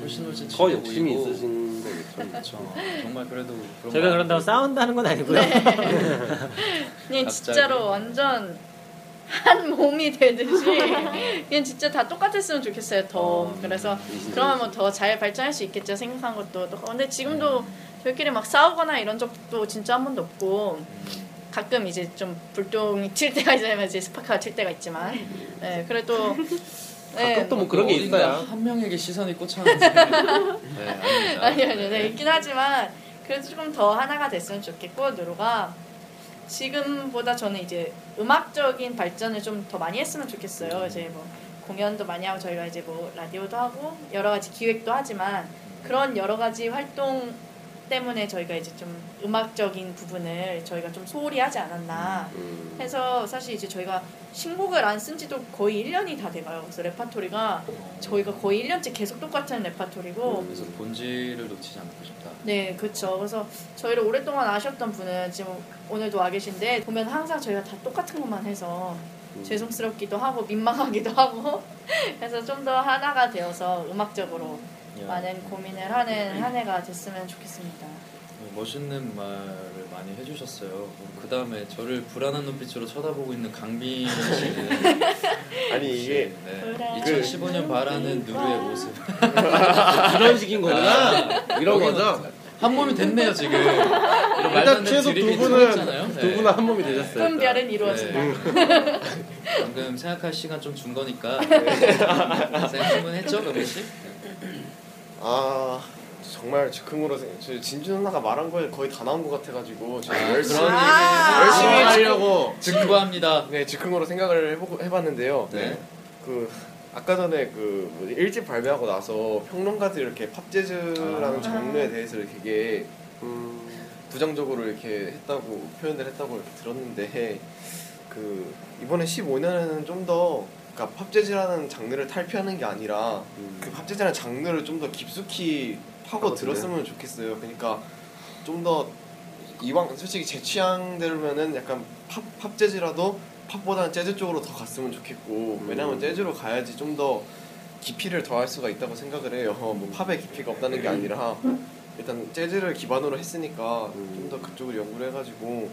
Speaker 1: 훨씬 훨씬
Speaker 3: 더
Speaker 1: 지쳐
Speaker 3: 음, 욕심이
Speaker 1: 보이고.
Speaker 3: 있으신 거겠죠.
Speaker 1: 그렇죠. 정말 그래도 그런
Speaker 4: 저희가
Speaker 1: 마음이
Speaker 4: 그런다고
Speaker 1: 들고.
Speaker 4: 싸운다는 건 아니고요.
Speaker 5: 네. 그냥
Speaker 1: 갑자기.
Speaker 5: 진짜로 완전 한 몸이 되듯이 그냥 진짜 다 똑같았으면 좋겠어요 더 그래서 그러면 뭐 더 잘 발전할 수 있겠죠 생각한 것도 똑같- 근데 지금도
Speaker 1: 네.
Speaker 5: 저희끼리 막 싸우거나 이런 적도 진짜 한 번도 없고
Speaker 1: 음.
Speaker 5: 가끔 이제 좀 불똥이 튈 때가 있으면 이제 스파크가 튈 때가 있지만 네, 그래도 네.
Speaker 3: 가끔도 뭐 그런 게
Speaker 1: 어딘가
Speaker 3: 있어요.
Speaker 1: 한 명에게 시선이 꽂혔는데. 네, 아닙니다.
Speaker 5: 아니 아니 네, 있긴 하지만 그래도 조금 더 하나가 됐으면 좋겠고 노로가 지금보다 저는 이제 음악적인 발전을 좀 더 많이 했으면 좋겠어요. 이제 뭐 공연도 많이 하고 저희가 이제 뭐 라디오도 하고 여러 가지 기획도 하지만 그런 여러 가지 활동 때문에 저희가 이제 좀 음악적인 부분을 저희가 좀 소홀히 하지 않았나
Speaker 3: 음,
Speaker 5: 해서 사실 이제 저희가 신곡을 안 쓴 지도 거의 1년이 다 돼가요. 그래서 레파토리가 저희가 거의 1년째 계속 똑같은 레파토리고
Speaker 1: 어, 그래서 본질을 놓치지 않고 싶다.
Speaker 5: 네, 그렇죠. 그래서 저희를 오랫동안 아셨던 분은 지금 오늘도 와 계신데 보면 항상 저희가 다 똑같은 것만 해서 죄송스럽기도 하고 민망하기도 하고 그래서 좀 더 하나가 되어서 음악적으로
Speaker 1: 야,
Speaker 5: 많은 고민을 하는 한 해가 됐으면 좋겠습니다.
Speaker 1: 어, 멋있는 말을 많이 해주셨어요. 그 다음에 저를 불안한 눈빛으로 쳐다보고 있는 강민 씨는
Speaker 8: 아니 이게
Speaker 1: 네, 2015년 바라는 누르의 모습.
Speaker 3: 아, 이런 식인 거구나. 이런
Speaker 1: 여기는
Speaker 3: 거죠.
Speaker 1: 한 몸이 됐네요 지금. 이런 말도 안
Speaker 3: 일단
Speaker 1: 되는
Speaker 3: 최소 두
Speaker 1: 드립이
Speaker 3: 분은
Speaker 1: 들어있잖아요.
Speaker 3: 두
Speaker 1: 네.
Speaker 3: 분은 한 몸이 되셨어요. 음.
Speaker 5: 큰 별은 이루어진다.
Speaker 1: 네. 방금 생각할 시간 좀 준 네. 거니까 생각 충분했죠, 강민 씨?
Speaker 8: 아 정말 즉흥으로 생- 저 진주 누나가 말한 거에 거의 다 나온 것 같아가지고 제가
Speaker 1: 아,
Speaker 8: 열심히
Speaker 1: 그런
Speaker 5: 아.
Speaker 8: 열심히
Speaker 1: 아.
Speaker 8: 하려고
Speaker 1: 증거합니다.
Speaker 8: 네 즉흥으로 생각을 해보고 해봤는데요.
Speaker 1: 네.
Speaker 8: 그 아까 전에 그 뭐지, 일집 발매하고 나서 평론가들 이렇게 팝재즈라는
Speaker 1: 아.
Speaker 8: 장르에 대해서 되게 음, 부정적으로 이렇게 했다고 표현을 했다고 이렇게 들었는데 그 이번에 15년에는 좀 더 그러니까 팝재즈라는 장르를 탈피하는 게 아니라 그 팝재즈라는 장르를 좀 더 깊숙이 파고 들었으면 좋겠어요. 그러니까 좀 더 이왕 솔직히 제 취향대로면은 약간 팝 팝재즈라도 팝보다는 재즈 쪽으로 더 갔으면 좋겠고 왜냐면 재즈로 가야지 좀 더 깊이를 더할 수가 있다고 생각을 해요. 뭐 팝의 깊이가 없다는 게 아니라 일단 재즈를 기반으로 했으니까 좀 더 그쪽을 연구를 해가지고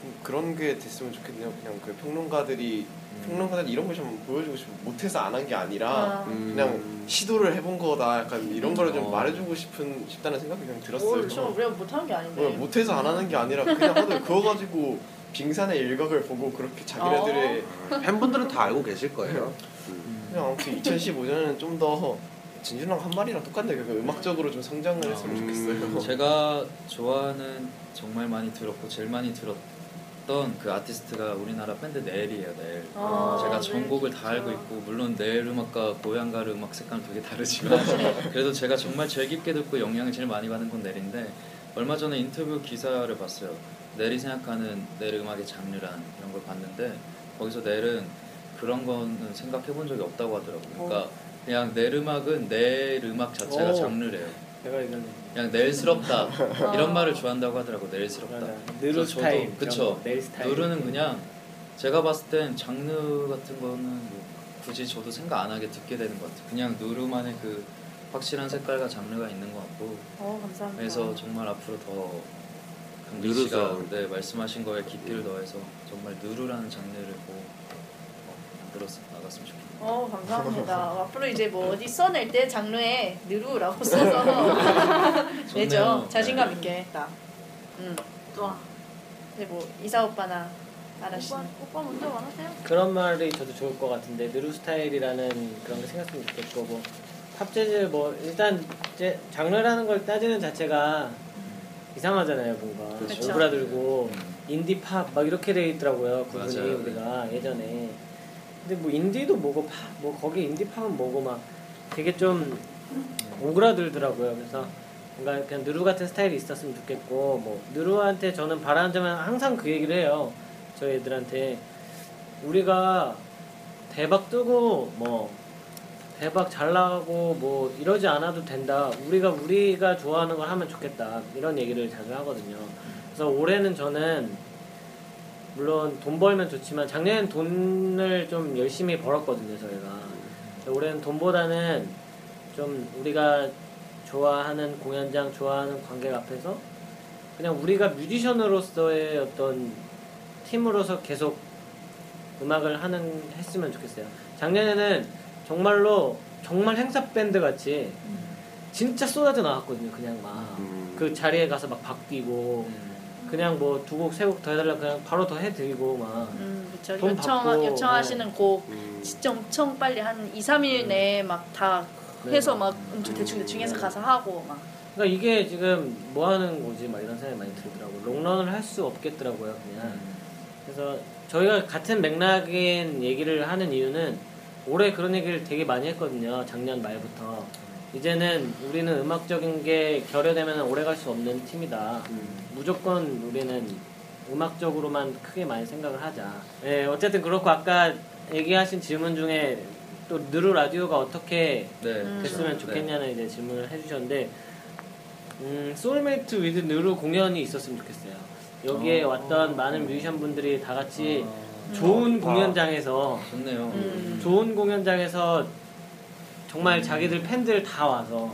Speaker 8: 좀 그런 게 됐으면 좋겠네요. 그냥 그 평론가들이 평론가들 이런 걸 좀 보여주고 싶어 못해서 안 한 게 아니라
Speaker 5: 아.
Speaker 3: 음.
Speaker 8: 그냥 시도를 해본 거다 약간 이런 거를 좀
Speaker 1: 어.
Speaker 8: 말해주고 싶은 싶다는 생각이 그냥
Speaker 5: 뭘
Speaker 8: 들었어요.
Speaker 5: 좀 우리가 못하는 게 아닌데.
Speaker 8: 어, 못해서 안 하는 게 아니라 그냥 하도 그거 가지고 빙산의 일각을 보고 그렇게 자기네들의
Speaker 3: 팬분들은 다 알고 계실 거예요.
Speaker 8: 그냥 아무튼 2015년에는 좀 더 진준랑 한 말이랑 똑같네 그 음악적으로 좀 성장을 했으면
Speaker 3: 음,
Speaker 8: 좋겠어요.
Speaker 1: 제가 좋아하는 정말 많이 들었고 제일 많이 들었던 그 아티스트가 우리나라 밴드 넬이에요. 넬.
Speaker 5: 아,
Speaker 1: 제가
Speaker 5: 넬
Speaker 1: 전곡을 다
Speaker 5: 진짜.
Speaker 1: 알고 있고 물론 넬 음악과 고향가르 음악 색깔은 되게 다르지만
Speaker 5: 네.
Speaker 1: 그래도 제가 정말 제일 깊게 듣고 영향을 제일 많이 받은 건 넬인데 얼마 전에 인터뷰 기사를 봤어요. 넬이 생각하는 넬 음악의 장르란 이런 걸 봤는데 거기서 넬은 그런 거는 생각해 본 적이 없다고 하더라고요.
Speaker 5: 어.
Speaker 1: 그러니까 그냥 넬 음악은 넬 음악 자체가
Speaker 4: 오.
Speaker 1: 장르래요.
Speaker 4: 내가 이건
Speaker 1: 그냥 넬스럽다 이런 말을 좋아한다고 하더라고 넬스럽다
Speaker 4: 느루
Speaker 1: 그래서 저도-
Speaker 4: 스타일
Speaker 1: 그쵸.
Speaker 4: 넬 스타일
Speaker 1: 누르는 그냥 제가 봤을 땐 장르 같은 거는 뭐 굳이 저도 생각 안 하게 듣게 되는 것 같아요 그냥 누르만의 그 확실한 색깔과 장르가 있는 것 같고
Speaker 5: 어 감사합니다.
Speaker 1: 그래서 정말 앞으로 더 강민
Speaker 3: 누르죠.
Speaker 1: 씨가 네, 말씀하신 거에 깊이를 더해서 정말 누르라는 장르를 꼭 어, 만들어서 나갔으면 좋겠네요
Speaker 5: 어 감사합니다. 앞으로 이제 뭐 어디 써낼 때 장르에 느루라고 써서 내죠.
Speaker 1: 좋네요.
Speaker 5: 자신감
Speaker 1: 네.
Speaker 5: 있게 딱. 음.
Speaker 6: 좋아.
Speaker 5: 근데 뭐 이사 오빠나 아라 씨.
Speaker 6: 오빠, 오빠 먼저 말하세요.
Speaker 4: 그런 말이 저도 좋을 것 같은데 느루 스타일이라는 그런 걸 생각하면 좋겠고 뭐 팝재즈 뭐 일단 제 장르라는 걸 따지는 자체가 이상하잖아요 뭔가
Speaker 5: 그렇죠.
Speaker 4: 오그라들고 인디 팝막 이렇게 돼 있더라고요 구분이
Speaker 1: 맞아요.
Speaker 4: 우리가 예전에 근데 뭐 인디도 뭐고 팝뭐 거기 인디 팝은 뭐고 막 되게 좀 오그라들더라고요 그래서 뭔가 그냥 누루 같은 스타일이 있었으면 좋겠고 뭐 누루한테 저는 바라는 점은 항상 그 얘기를 해요 저 애들한테 우리가 대박 뜨고 뭐 대박 잘 나가고 뭐 이러지 않아도 된다. 우리가 우리가 좋아하는 걸 하면 좋겠다. 이런 얘기를 자주 하거든요. 그래서 올해는 저는 물론 돈 벌면 좋지만 작년엔 돈을 좀 열심히 벌었거든요 저희가. 근데 올해는 돈보다는 좀 우리가 좋아하는 공연장, 좋아하는 관객 앞에서 그냥 우리가 뮤지션으로서의 어떤 팀으로서 계속 음악을 하는 했으면 좋겠어요. 작년에는 정말로 정말 행사 밴드 같이 진짜 쏟아져 나왔거든요. 그냥
Speaker 8: 음.
Speaker 4: 막 그 자리에 가서 막
Speaker 1: 음.
Speaker 4: 바뀌고 그냥 뭐 두 곡 세 곡 더 해달라 그냥 바로 더 해드리고 막
Speaker 5: 음 그렇죠.
Speaker 4: 돈
Speaker 5: 요청
Speaker 4: 받고,
Speaker 1: 네.
Speaker 5: 요청하시는 곡 진짜 엄청 빨리 한 2, 3일
Speaker 1: 음.
Speaker 5: 내에 막 다
Speaker 4: 네.
Speaker 5: 해서 막 엄청 대충 대충 해서 가사 하고 막.
Speaker 4: 그러니까 이게 지금 뭐 하는 거지 막 이런 생각이 많이 들더라고. 요 롱런을 할 수 없겠더라고요 그냥.
Speaker 5: 음.
Speaker 4: 그래서 저희가 같은 맥락인 얘기를 하는 이유는 올해 그런 얘기를 되게 많이 했거든요. 작년 말부터 이제는 우리는 음악적인 게 결여되면 오래 갈 수 없는 팀이다. 무조건 우리는 음악적으로만 크게 많이 생각을 하자. 예, 어쨌든 그렇고 아까 얘기하신 질문 중에 또 느루 라디오가 어떻게
Speaker 1: 네
Speaker 4: 됐으면
Speaker 1: 네.
Speaker 4: 좋겠냐는 이제 질문을 해주셨는데 음, 소울메이트 위드 느루 공연이 있었으면 좋겠어요. 여기에
Speaker 1: 어.
Speaker 4: 왔던 많은 뮤지션 분들이 다 같이
Speaker 1: 아,
Speaker 4: 좋은
Speaker 1: 좋다.
Speaker 4: 공연장에서
Speaker 1: 좋네요
Speaker 5: 음.
Speaker 4: 좋은 공연장에서 정말
Speaker 1: 음.
Speaker 4: 자기들 팬들 다 와서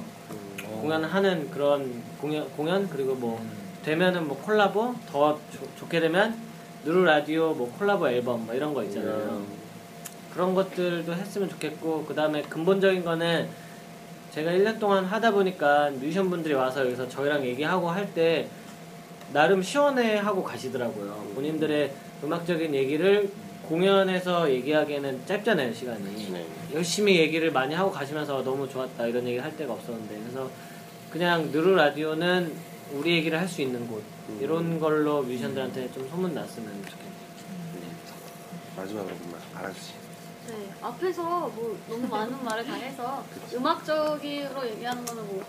Speaker 1: 어.
Speaker 4: 공연하는 그런 공연 공연 그리고 뭐
Speaker 1: 음.
Speaker 4: 되면은 뭐 콜라보 더 좋- 좋게 되면 누루 라디오 뭐 콜라보 앨범 뭐 이런 거 있잖아요. 그런 것들도 했으면 좋겠고 그다음에 근본적인 거는 제가 1년 동안 하다 보니까 뮤지션 분들이 와서 여기서 저희랑 얘기하고 할 때 나름 시원해 하고 가시더라고요. 본인들의 음악적인 얘기를 공연에서 얘기하기에는 짧잖아요
Speaker 8: 네,
Speaker 4: 시간이. 열심히 얘기를 많이 하고 가시면서 너무 좋았다 이런 얘기 할 데가 없었는데 그래서 그냥 누르 라디오는 우리 얘기를 할 수 있는 곳 이런 걸로 뮤지션들한테 좀 소문 났으면 좋겠네요.
Speaker 8: 마지막으로 정말 알아주시.
Speaker 6: 네, 앞에서 뭐 너무 많은 말을 다 해서 음악적으로 얘기하는 거는 뭐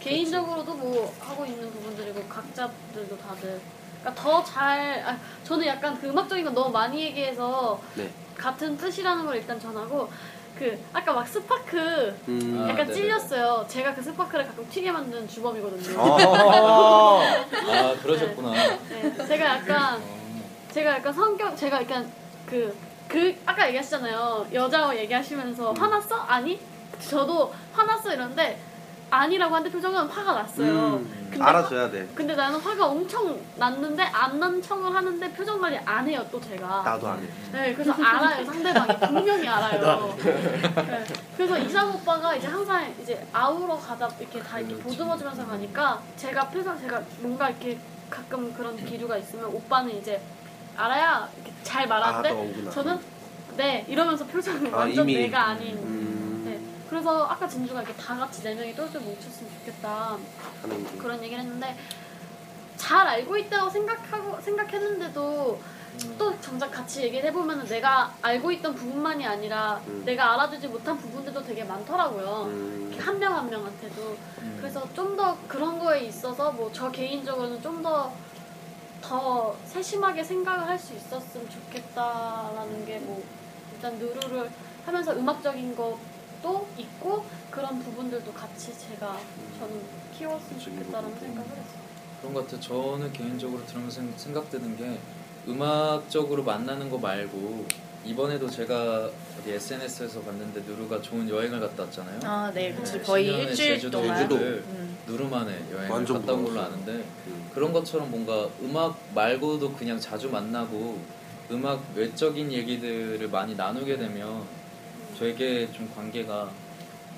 Speaker 6: 개인적으로도 뭐 하고 있는 부분들이고 뭐 각자들도 다들 그러니까 더 잘 아, 저는 약간 그 음악적인 거 너무 많이 얘기해서
Speaker 8: 네.
Speaker 6: 같은 뜻이라는 걸 일단 전하고 그 아까 막 스파크
Speaker 8: 음.
Speaker 1: 아,
Speaker 6: 약간
Speaker 1: 네네.
Speaker 6: 찔렸어요. 제가 그 스파크를 가끔 튀게 만드는 주범이거든요.
Speaker 8: 아.
Speaker 1: 아 그러셨구나.
Speaker 6: 네, 제가 약간
Speaker 5: 음.
Speaker 6: 제가 약간 성격 제가 약간 그, 그 아까 얘기하시잖아요 여자와
Speaker 8: 음.
Speaker 6: 얘기하시면서 화났어? 아니? 저도 화났어 이런데 아니라고 하는데 표정은 화가 났어요
Speaker 8: 음.
Speaker 6: 근데
Speaker 8: 알아줘야 돼.
Speaker 6: 근데 나는 화가 엄청 났는데 안 난 척을 하는데 표정 관리 안 해요 또 제가
Speaker 8: 나도 안 해.
Speaker 6: 네, 그래서 알아요. 상대방이 분명히 알아요. 네, 그래서 이상 오빠가 이제 항상 이제 아우러 가다 이렇게 다 이렇게 보듬어주면서 가니까 제가 표정 제가 뭔가 이렇게 가끔 그런 기류가 있으면 오빠는 이제 알아야 이렇게 잘
Speaker 8: 아, 너
Speaker 6: 말하는데
Speaker 8: 오구나.
Speaker 6: 저는 네 이러면서 표정이
Speaker 8: 아,
Speaker 6: 완전
Speaker 8: 이미.
Speaker 6: 내가 아닌.
Speaker 8: 음.
Speaker 6: 네, 그래서 아까 진주가 이렇게 다 같이 네 명이 똘똘 뭉쳤으면 좋겠다.
Speaker 8: 하는 게.
Speaker 6: 그런 얘기를 했는데 잘 알고 있다고 생각하고 생각했는데도 또 정작 같이 얘기를 해보면 내가 알고 있던 부분만이 아니라
Speaker 8: 음.
Speaker 6: 내가 알아주지 못한 부분들도 되게 많더라고요.
Speaker 8: 음.
Speaker 6: 한 명 한 명한테도
Speaker 1: 음.
Speaker 6: 그래서 좀 더 그런 거에 있어서 뭐 저 개인적으로는 좀 더 더 세심하게 생각을 할 수 있었으면 좋겠다라는 게 뭐 일단 누루를 하면서 음악적인 것도 있고 그런 부분들도 같이 제가 저는 키웠으면 좋겠다라는 생각을 했어요.
Speaker 1: 그런 것 같아요. 저는 개인적으로 들으면서 생- 생각드는 게 음악적으로 만나는 거 말고 이번에도 제가 어디 SNS에서 봤는데 누루가 좋은 여행을 갔다 왔잖아요.
Speaker 5: 아, 네, 그치.
Speaker 1: 네,
Speaker 5: 거의
Speaker 1: 신년에
Speaker 5: 일주일
Speaker 1: 제주도,
Speaker 5: 동안.
Speaker 1: 제주도.
Speaker 5: 음.
Speaker 1: 누르만의 여행을
Speaker 8: 완전
Speaker 1: 갔다 온 걸로
Speaker 8: 부러웠어요.
Speaker 1: 아는데
Speaker 8: 음.
Speaker 1: 그런 것처럼 뭔가 음악 말고도 그냥 자주 만나고 음악 외적인 얘기들을 많이 나누게 되면 되게 좀 관계가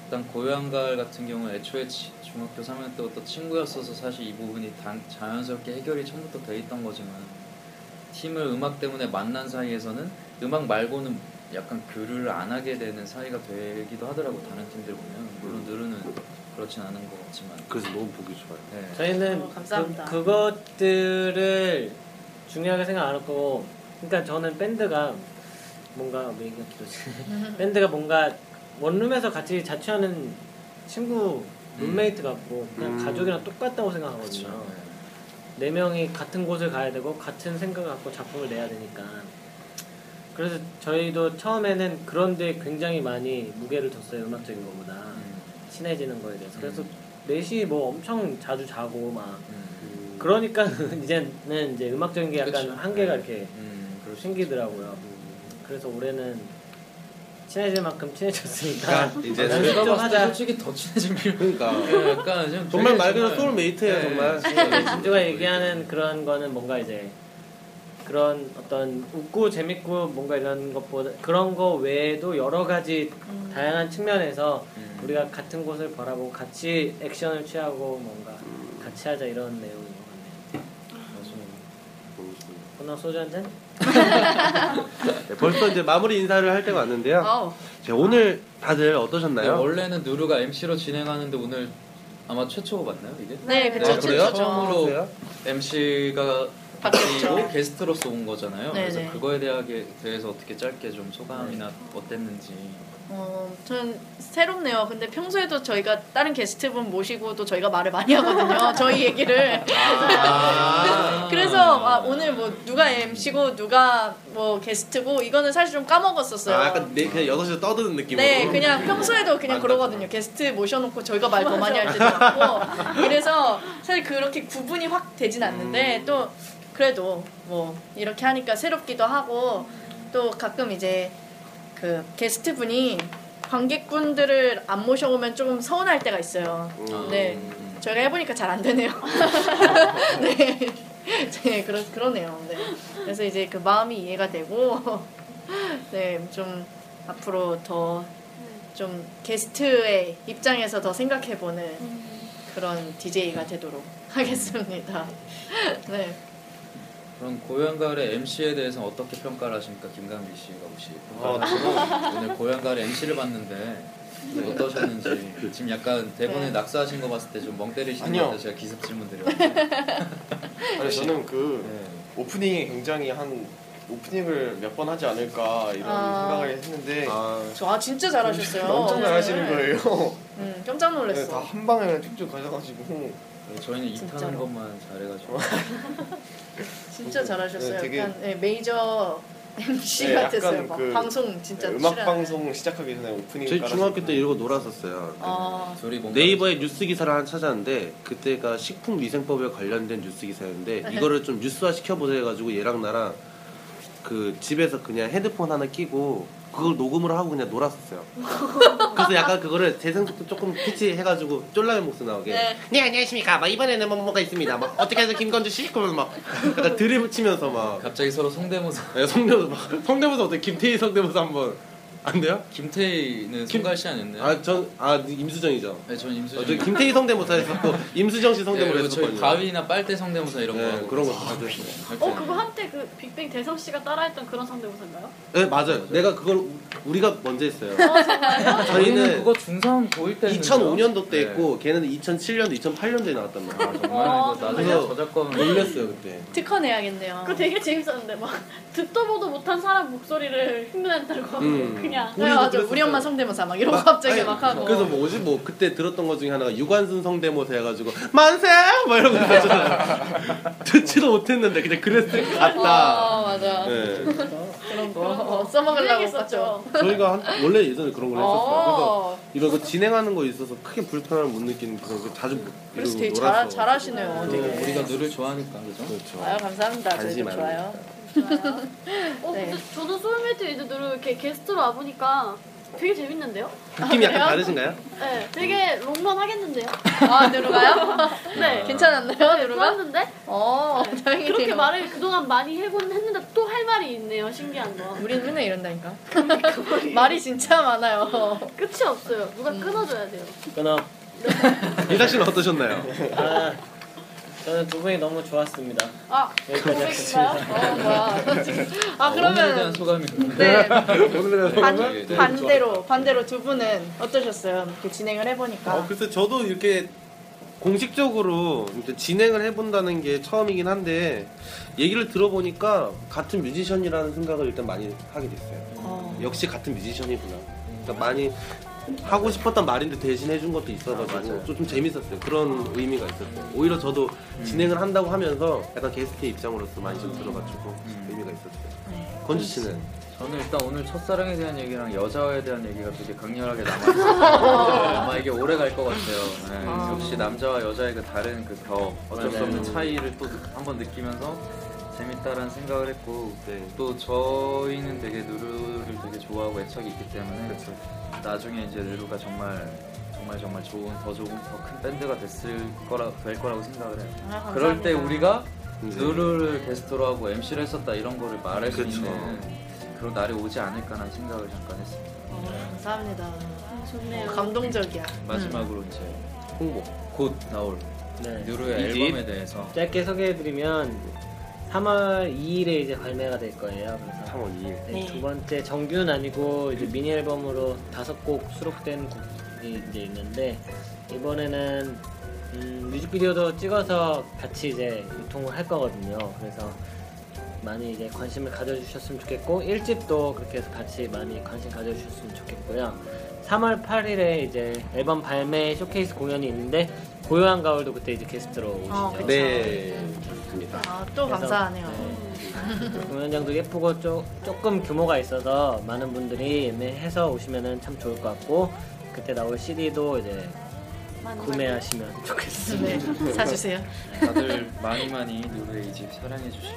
Speaker 1: 일단 고향갈 같은 경우는 애초에 치- 중학교 3학년 때부터 친구였어서 사실 이 부분이 단- 자연스럽게 해결이 처음부터 돼 있던 거지만 팀을 음악 때문에 만난 사이에서는 음악 말고는 약간 교류를 안 하게 되는 사이가 되기도 하더라고 다른 팀들 보면
Speaker 8: 음.
Speaker 1: 물론 누르는 그렇진 않은 것 같지만
Speaker 8: 그래서 너무 보기 좋아요.
Speaker 1: 네.
Speaker 4: 저희는
Speaker 5: 어, 감사합니다.
Speaker 4: 그, 그것들을 중요하게 생각 안 하고 그러니까 저는 밴드가 뭔가 뭐 얘기가 길어지 밴드가 뭔가 원룸에서 같이 자취하는 친구 룸메이트 같고 그냥
Speaker 8: 음.
Speaker 4: 가족이랑 똑같다고 생각하거든요.
Speaker 1: 그렇죠.
Speaker 4: 네 명이 같은 곳을 가야 되고 같은 생각을 갖고 작품을 내야 되니까 그래서 저희도 처음에는 그런 데 굉장히 많이 무게를 뒀어요 음악적인 것보다 친해지는 거에 대해서 그래서 넷이 뭐 엄청 자주 자고 막 그러니까 이제는 이제 음악적인 게 약간
Speaker 1: 그쵸.
Speaker 4: 한계가
Speaker 1: 네.
Speaker 4: 이렇게
Speaker 1: 음, 그럴 수
Speaker 4: 생기더라고요 그래서 올해는 친해질 만큼 친해졌으니까
Speaker 8: 그러니까
Speaker 1: 있죠.
Speaker 8: 이제
Speaker 4: 연습
Speaker 1: 제가
Speaker 4: 좀
Speaker 1: 봤을 때
Speaker 4: 하자
Speaker 1: 솔직히 더 친해진 필요
Speaker 8: 그러니까
Speaker 1: 약간 좀
Speaker 8: 정말
Speaker 1: 되게
Speaker 8: 말 그대로
Speaker 1: 정말-
Speaker 8: 소울메이트예요
Speaker 1: 네.
Speaker 8: 정말.
Speaker 4: 진주가 얘기하는 그런 거는 뭔가 이제 그런 어떤 웃고 재밌고 뭔가 이런 것보다 그런 거 외에도 여러 가지 다양한 측면에서
Speaker 1: 음.
Speaker 4: 우리가 같은 곳을 바라보고 같이 액션을 취하고 뭔가
Speaker 1: 음.
Speaker 4: 같이 하자 이런 내용인 것 같네요. 오늘 소주 한 잔?
Speaker 8: 음, 네, 벌써 이제 마무리 인사를 할 때가
Speaker 6: 어.
Speaker 8: 왔는데요.
Speaker 5: 아우,
Speaker 8: 자, 오늘 다들
Speaker 1: 네,
Speaker 8: 어떠셨나요?
Speaker 1: 원래는 누루가 MC로 진행하는데 오늘 아마 최초로 맞나요 이게?
Speaker 5: 네, 그쵸.
Speaker 1: 네,
Speaker 8: 그래요?
Speaker 5: 최초죠.
Speaker 1: 처음으로 MC가
Speaker 5: 바뀌었죠.
Speaker 1: 바뀌고 게스트로서 온 거잖아요.
Speaker 5: 네,
Speaker 1: 그래서
Speaker 5: 네.
Speaker 1: 그거에 대하게 대해서 어떻게 짧게 좀 소감이나 어땠는지.
Speaker 5: 어, 전 새롭네요. 근데 평소에도 저희가 다른 게스트분 모시고도 저희가 말을 많이 하거든요. 저희 얘기를. 아. 그래서 아, 오늘 뭐 누가 MC고 누가 뭐 게스트고 이거는 사실 좀 까먹었었어요.
Speaker 8: 아, 약간 내, 그냥 여섯 시에 떠드는 느낌으로.
Speaker 5: 네, 그냥 평소에도 그냥
Speaker 8: 많다.
Speaker 5: 그러거든요. 게스트 모셔놓고 저희가 말 더 많이 할 때도 많고. 그래서 사실 그렇게 구분이 확 되진 않는데
Speaker 8: 음.
Speaker 5: 또 그래도 뭐 이렇게 하니까 새롭기도 하고 또 가끔 이제 그 게스트 분이 관객분들을 안 모셔오면 조금 서운할 때가 있어요.
Speaker 8: 음.
Speaker 5: 네.
Speaker 1: 음,
Speaker 5: 저희가 해보니까 잘 안 되네요. 네. 네, 그러, 그러네요. 네. 그래서 이제 그 마음이 이해가 되고, 네, 좀 앞으로 더 좀 게스트의 입장에서 더 생각해보는 그런 DJ가 되도록 하겠습니다. 네.
Speaker 1: 그럼 고향가을의 MC에 대해서 어떻게 평가를 하십니까, 김강민 씨가 혹시?
Speaker 8: 아,
Speaker 1: 오늘 고향가을 MC를 봤는데 어떠셨는지 지금 약간 대본에
Speaker 10: 네.
Speaker 1: 낙서하신 거 봤을 때 좀 멍 때리시는 것
Speaker 8: 아니요.
Speaker 1: 같아서 제가 기습 질문 드렸는데
Speaker 8: 아니 저는 그
Speaker 1: 네.
Speaker 8: 오프닝이 굉장히 한 오프닝을 몇 번 하지 않을까 이런
Speaker 10: 아.
Speaker 8: 생각을 했는데
Speaker 10: 저- 아 진짜 잘하셨어요.
Speaker 5: 네.
Speaker 8: 엄청 잘하시는 거예요. 네,
Speaker 10: 음, 깜짝 놀랐어.
Speaker 8: 다 한 방에 그냥 쭉쭉 가져가지고
Speaker 1: 네, 저희는 입탄한 것만 잘해가지고
Speaker 10: 진짜 잘하셨어요.
Speaker 8: 네, 되게-
Speaker 10: 약간 네, 메이저 MC
Speaker 8: 네,
Speaker 10: 같았어요.
Speaker 8: 약간
Speaker 10: 막
Speaker 8: 그-
Speaker 10: 방송 진짜
Speaker 8: 네, 음악
Speaker 10: 출연.
Speaker 8: 방송 시작하기 전에 오프닝
Speaker 3: 저희
Speaker 8: 깔아서
Speaker 3: 중학교 때 이러고 놀았었어요.
Speaker 8: 네.
Speaker 10: 아,
Speaker 1: 둘이 뭔가
Speaker 3: 네이버에 뉴스 기사를 하나 찾았는데 그때가 식품 위생법에 관련된 뉴스 기사였는데 이거를 좀 뉴스화 시켜보자 해가지고 얘랑 나랑 그 집에서 그냥 헤드폰 하나 끼고 그걸 녹음을 하고 그냥 놀았었어요. 그래서 약간 그거를 재생 속도 조금 피치해가지고 쫄라의 목소리 나오게. 네. 안녕하십니까. 막 이번에는 뭐 뭐가 있습니다. 막 어떻게 해서 김건주 씨 그러면 막 약간 드립을 치면서 막
Speaker 1: 갑자기 서로 성대모사
Speaker 3: 네, 성대모사 막 성대모사 어때? 김태희 성대모사 한번 안 돼요?
Speaker 1: 김태희는
Speaker 3: 김-
Speaker 1: 송가씨 아니었나요?
Speaker 3: 아 전 아 임수정이죠.
Speaker 1: 네, 전
Speaker 3: 어,
Speaker 1: 임수정
Speaker 3: 저 김태희 성대모사 했었고 임수정 씨
Speaker 1: 네,
Speaker 3: 성대모사
Speaker 1: 그리고 저희
Speaker 3: 했었거든요.
Speaker 1: 바위나 빨대 성대모사 이런 거
Speaker 3: 네,
Speaker 1: 하고
Speaker 3: 그런 거 다들.
Speaker 6: 어 그거 한때 그 빅뱅 대성 씨가 따라했던 그런 상대모사인가요?
Speaker 3: 네 맞아요. 내가 그걸 우- 우리가 먼저 했어요.
Speaker 1: 저희는
Speaker 3: 저희는
Speaker 1: 그거 중3 고1 때
Speaker 3: 2005년도 때 했고 걔는 2007년도 2008년도에 나왔단
Speaker 1: 아,
Speaker 3: 말이에요.
Speaker 1: 네. 정말
Speaker 6: 어,
Speaker 1: 이거 나중에
Speaker 3: 그래서
Speaker 1: 저작권
Speaker 3: 놀랐어요 그때.
Speaker 10: 특허 내야겠네요.
Speaker 6: 그거 되게 재밌었는데 막 듣도 보도 못한 사람 목소리를 흉내낸다고 하고
Speaker 3: 음.
Speaker 6: 그냥
Speaker 10: 네,
Speaker 3: 우리도
Speaker 10: 맞아.
Speaker 3: 그랬었어요.
Speaker 10: 우리 엄마 성대모사 막 이런 거 갑자기
Speaker 3: 아니,
Speaker 10: 막 하고.
Speaker 3: 그래서 뭐지 뭐 그때 들었던 것 중에 하나가 유관순 성대모사 해가지고 만세 막 이런 거 있잖아요. 듣지도 못했는데 그냥 그랬을 것 같다.
Speaker 10: 아 맞아.
Speaker 3: 네.
Speaker 10: 그런 거
Speaker 6: 그런 거
Speaker 10: 어, 써먹으려고 봤죠.
Speaker 6: 유행했었죠.
Speaker 3: 저희가 한- 원래 예전에 그런 걸 했었어요.
Speaker 10: 어.
Speaker 3: 그래서 이거 그 진행하는 거 있어서 크게 불편함을 못 느끼는 그런 거 자주
Speaker 10: 그래서
Speaker 3: 이러고
Speaker 10: 되게
Speaker 3: 놀았어.
Speaker 10: 잘 잘하시네요.
Speaker 1: 또
Speaker 10: 되게.
Speaker 1: 우리가 누를 좋아하니까 그죠?
Speaker 3: 그렇죠.
Speaker 10: 아유 감사합니다. 저희
Speaker 3: 관심이 많으니까.
Speaker 10: 좋아요.
Speaker 6: 어
Speaker 10: 네.
Speaker 6: 근데 저도 소울메이트 위드들을 이렇게 게스트로 와보니까 되게 재밌는데요?
Speaker 3: 느낌이 약간 다르신가요?
Speaker 6: 네, 되게
Speaker 10: 음.
Speaker 6: 롱런 하겠는데요?
Speaker 10: 아 누르가요?
Speaker 6: 네.
Speaker 10: 괜찮았나요 누르가?
Speaker 6: 좋았는데
Speaker 10: 어 다행이네요.
Speaker 6: 그렇게 말을 그동안 많이 해곤 했는데 또 할 말이 있네요. 신기한 거.
Speaker 10: 우린 맨날 이런다니까. 그러니까 말이 진짜 많아요.
Speaker 6: 끝이 없어요. 누가
Speaker 10: 음.
Speaker 6: 끊어줘야 돼요.
Speaker 4: 끊어.
Speaker 3: 일락 씨는 어떠셨나요?
Speaker 4: 아, 저는 두 분이 너무 좋았습니다.
Speaker 6: 아,
Speaker 3: 네,
Speaker 4: 여기까지 하겠습니다.
Speaker 6: 고백인가요?
Speaker 10: 어 뭐야. 지금. 아
Speaker 1: 오늘에
Speaker 10: 그러면
Speaker 1: 대한 소감이
Speaker 10: 네
Speaker 3: 오늘은
Speaker 10: 반,
Speaker 3: 네,
Speaker 10: 반대로 반대로 두 분은 어떠셨어요? 이렇게 진행을 해보니까.
Speaker 3: 어, 글쎄 저도 이렇게 공식적으로 이제 진행을 해본다는 게 처음이긴 한데 얘기를 들어보니까 같은 뮤지션이라는 생각을 일단 많이 하게 됐어요.
Speaker 10: 어.
Speaker 3: 역시 같은 뮤지션이구나. 그러니까 많이 하고 싶었던 말인데 대신 해준 것도 있어가지고 좀, 좀 재밌었어요. 그런 의미가 있었어요. 오히려 저도 진행을 한다고 하면서 약간 게스트의 입장으로서 많이 좀 들어가지고 의미가 있었어요. 건주 씨는
Speaker 1: 저는 일단 오늘 첫사랑에 대한 얘기랑 여자에 대한 얘기가 되게 강렬하게 남아있어요. 아마 이게 오래 갈 것 같아요. 네, 역시 남자와 여자의 그 다른 그 벽, 어쩔 수 없는 차이를 또 한번 느끼면서 재밌다라는 생각을 했고
Speaker 3: 네.
Speaker 1: 또 저희는 되게 누루를 되게 좋아하고 애착이 있기 때문에 나중에 이제 누루가 정말 정말 정말 좋은 더 좋은 더 큰 밴드가 됐을 거라 될 거라고 생각을 해요.
Speaker 10: 아,
Speaker 1: 그럴 때
Speaker 10: 감사합니다.
Speaker 1: 우리가
Speaker 3: 이제
Speaker 1: 누르를 게스트로 하고 MC를 했었다 이런 거를 말할 수
Speaker 3: 그쵸.
Speaker 1: 있는 그런 날이 오지 않을까라는 생각을 잠깐 했습니다.
Speaker 10: 어, 감사합니다.
Speaker 6: 좋네요.
Speaker 10: 어, 감동적이야.
Speaker 1: 마지막으로 이제
Speaker 3: 홍보.
Speaker 1: 곧 나올
Speaker 4: 네.
Speaker 1: 누르의
Speaker 4: 이 집.
Speaker 1: 앨범에 대해서
Speaker 4: 짧게 소개해드리면 3월 2일에 이제 발매가 될 거예요. 그래서
Speaker 3: 3월 2일.
Speaker 4: 네, 두 번째 정규는 아니고 이제 미니 앨범으로 다섯 곡 수록된 곡이 이제 있는데 이번에는 음, 뮤직비디오도 찍어서 같이 이제 유통을 할 거거든요. 그래서 많이 이제 관심을 가져주셨으면 좋겠고 1집도 그렇게 해서 같이 많이 관심 가져주셨으면 좋겠고요. 3월 8일에 이제 앨범 발매 쇼케이스 공연이 있는데 고요한 가을도 그때 이제 게스트로 오시죠.
Speaker 10: 어, 그쵸.
Speaker 3: 네. 좋습니다.
Speaker 10: 아, 또
Speaker 4: 그래서,
Speaker 10: 감사하네요.
Speaker 4: 네. 공연장도 예쁘고 쪼, 조금 규모가 있어서 많은 분들이 예매해서 오시면 참 좋을 것 같고 그때 나올 CD도 이제 구매하시면 좋겠습니다.
Speaker 10: 네, 사주세요.
Speaker 1: 네. 다들 많이 많이 누르의 이 집 사랑해 주시길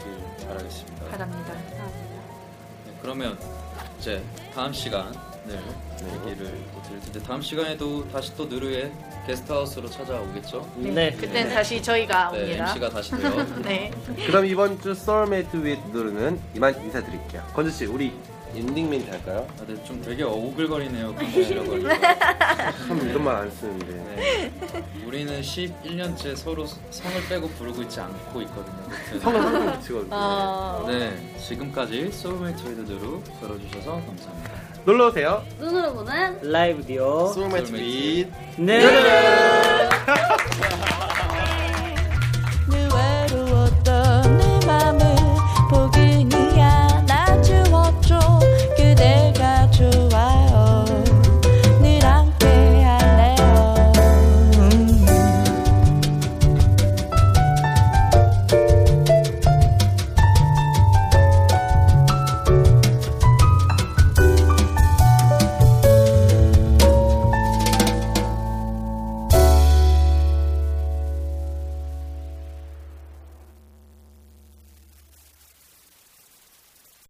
Speaker 1: 바라겠습니다.
Speaker 10: 바랍니다.
Speaker 1: 네, 그러면 이제 다음 시간을 얘기를 또 드릴 텐데 다음 시간에도 다시 또 누르의 게스트하우스로 찾아오겠죠?
Speaker 10: 네,
Speaker 4: 네.
Speaker 10: 그땐 다시 저희가
Speaker 1: 네,
Speaker 10: 옵니다.
Speaker 1: MC가 다시 돼요.
Speaker 10: 네.
Speaker 3: 그럼 이번 주 썰메이트 위에 누르는 이만 인사드릴게요. 건주 씨, 우리 엔딩 멘트 할까요?
Speaker 1: 아, 근데 좀 되게 오글거리네요. 감정이라고 하니까.
Speaker 3: 참 이런 말 안 쓰는데.
Speaker 1: 네. 우리는 11년째 서로 성을 빼고 부르고 있지 않고 있거든요. 아무튼.
Speaker 3: 성을 항상 붙이거든요.
Speaker 10: 어,
Speaker 1: 네, 지금까지 소울메이트 위드드로 들어주셔서 감사합니다.
Speaker 11: 놀러 오세요.
Speaker 12: 눈으로 보는
Speaker 4: 라이브 디오
Speaker 3: 소울메이트 빛
Speaker 4: 네.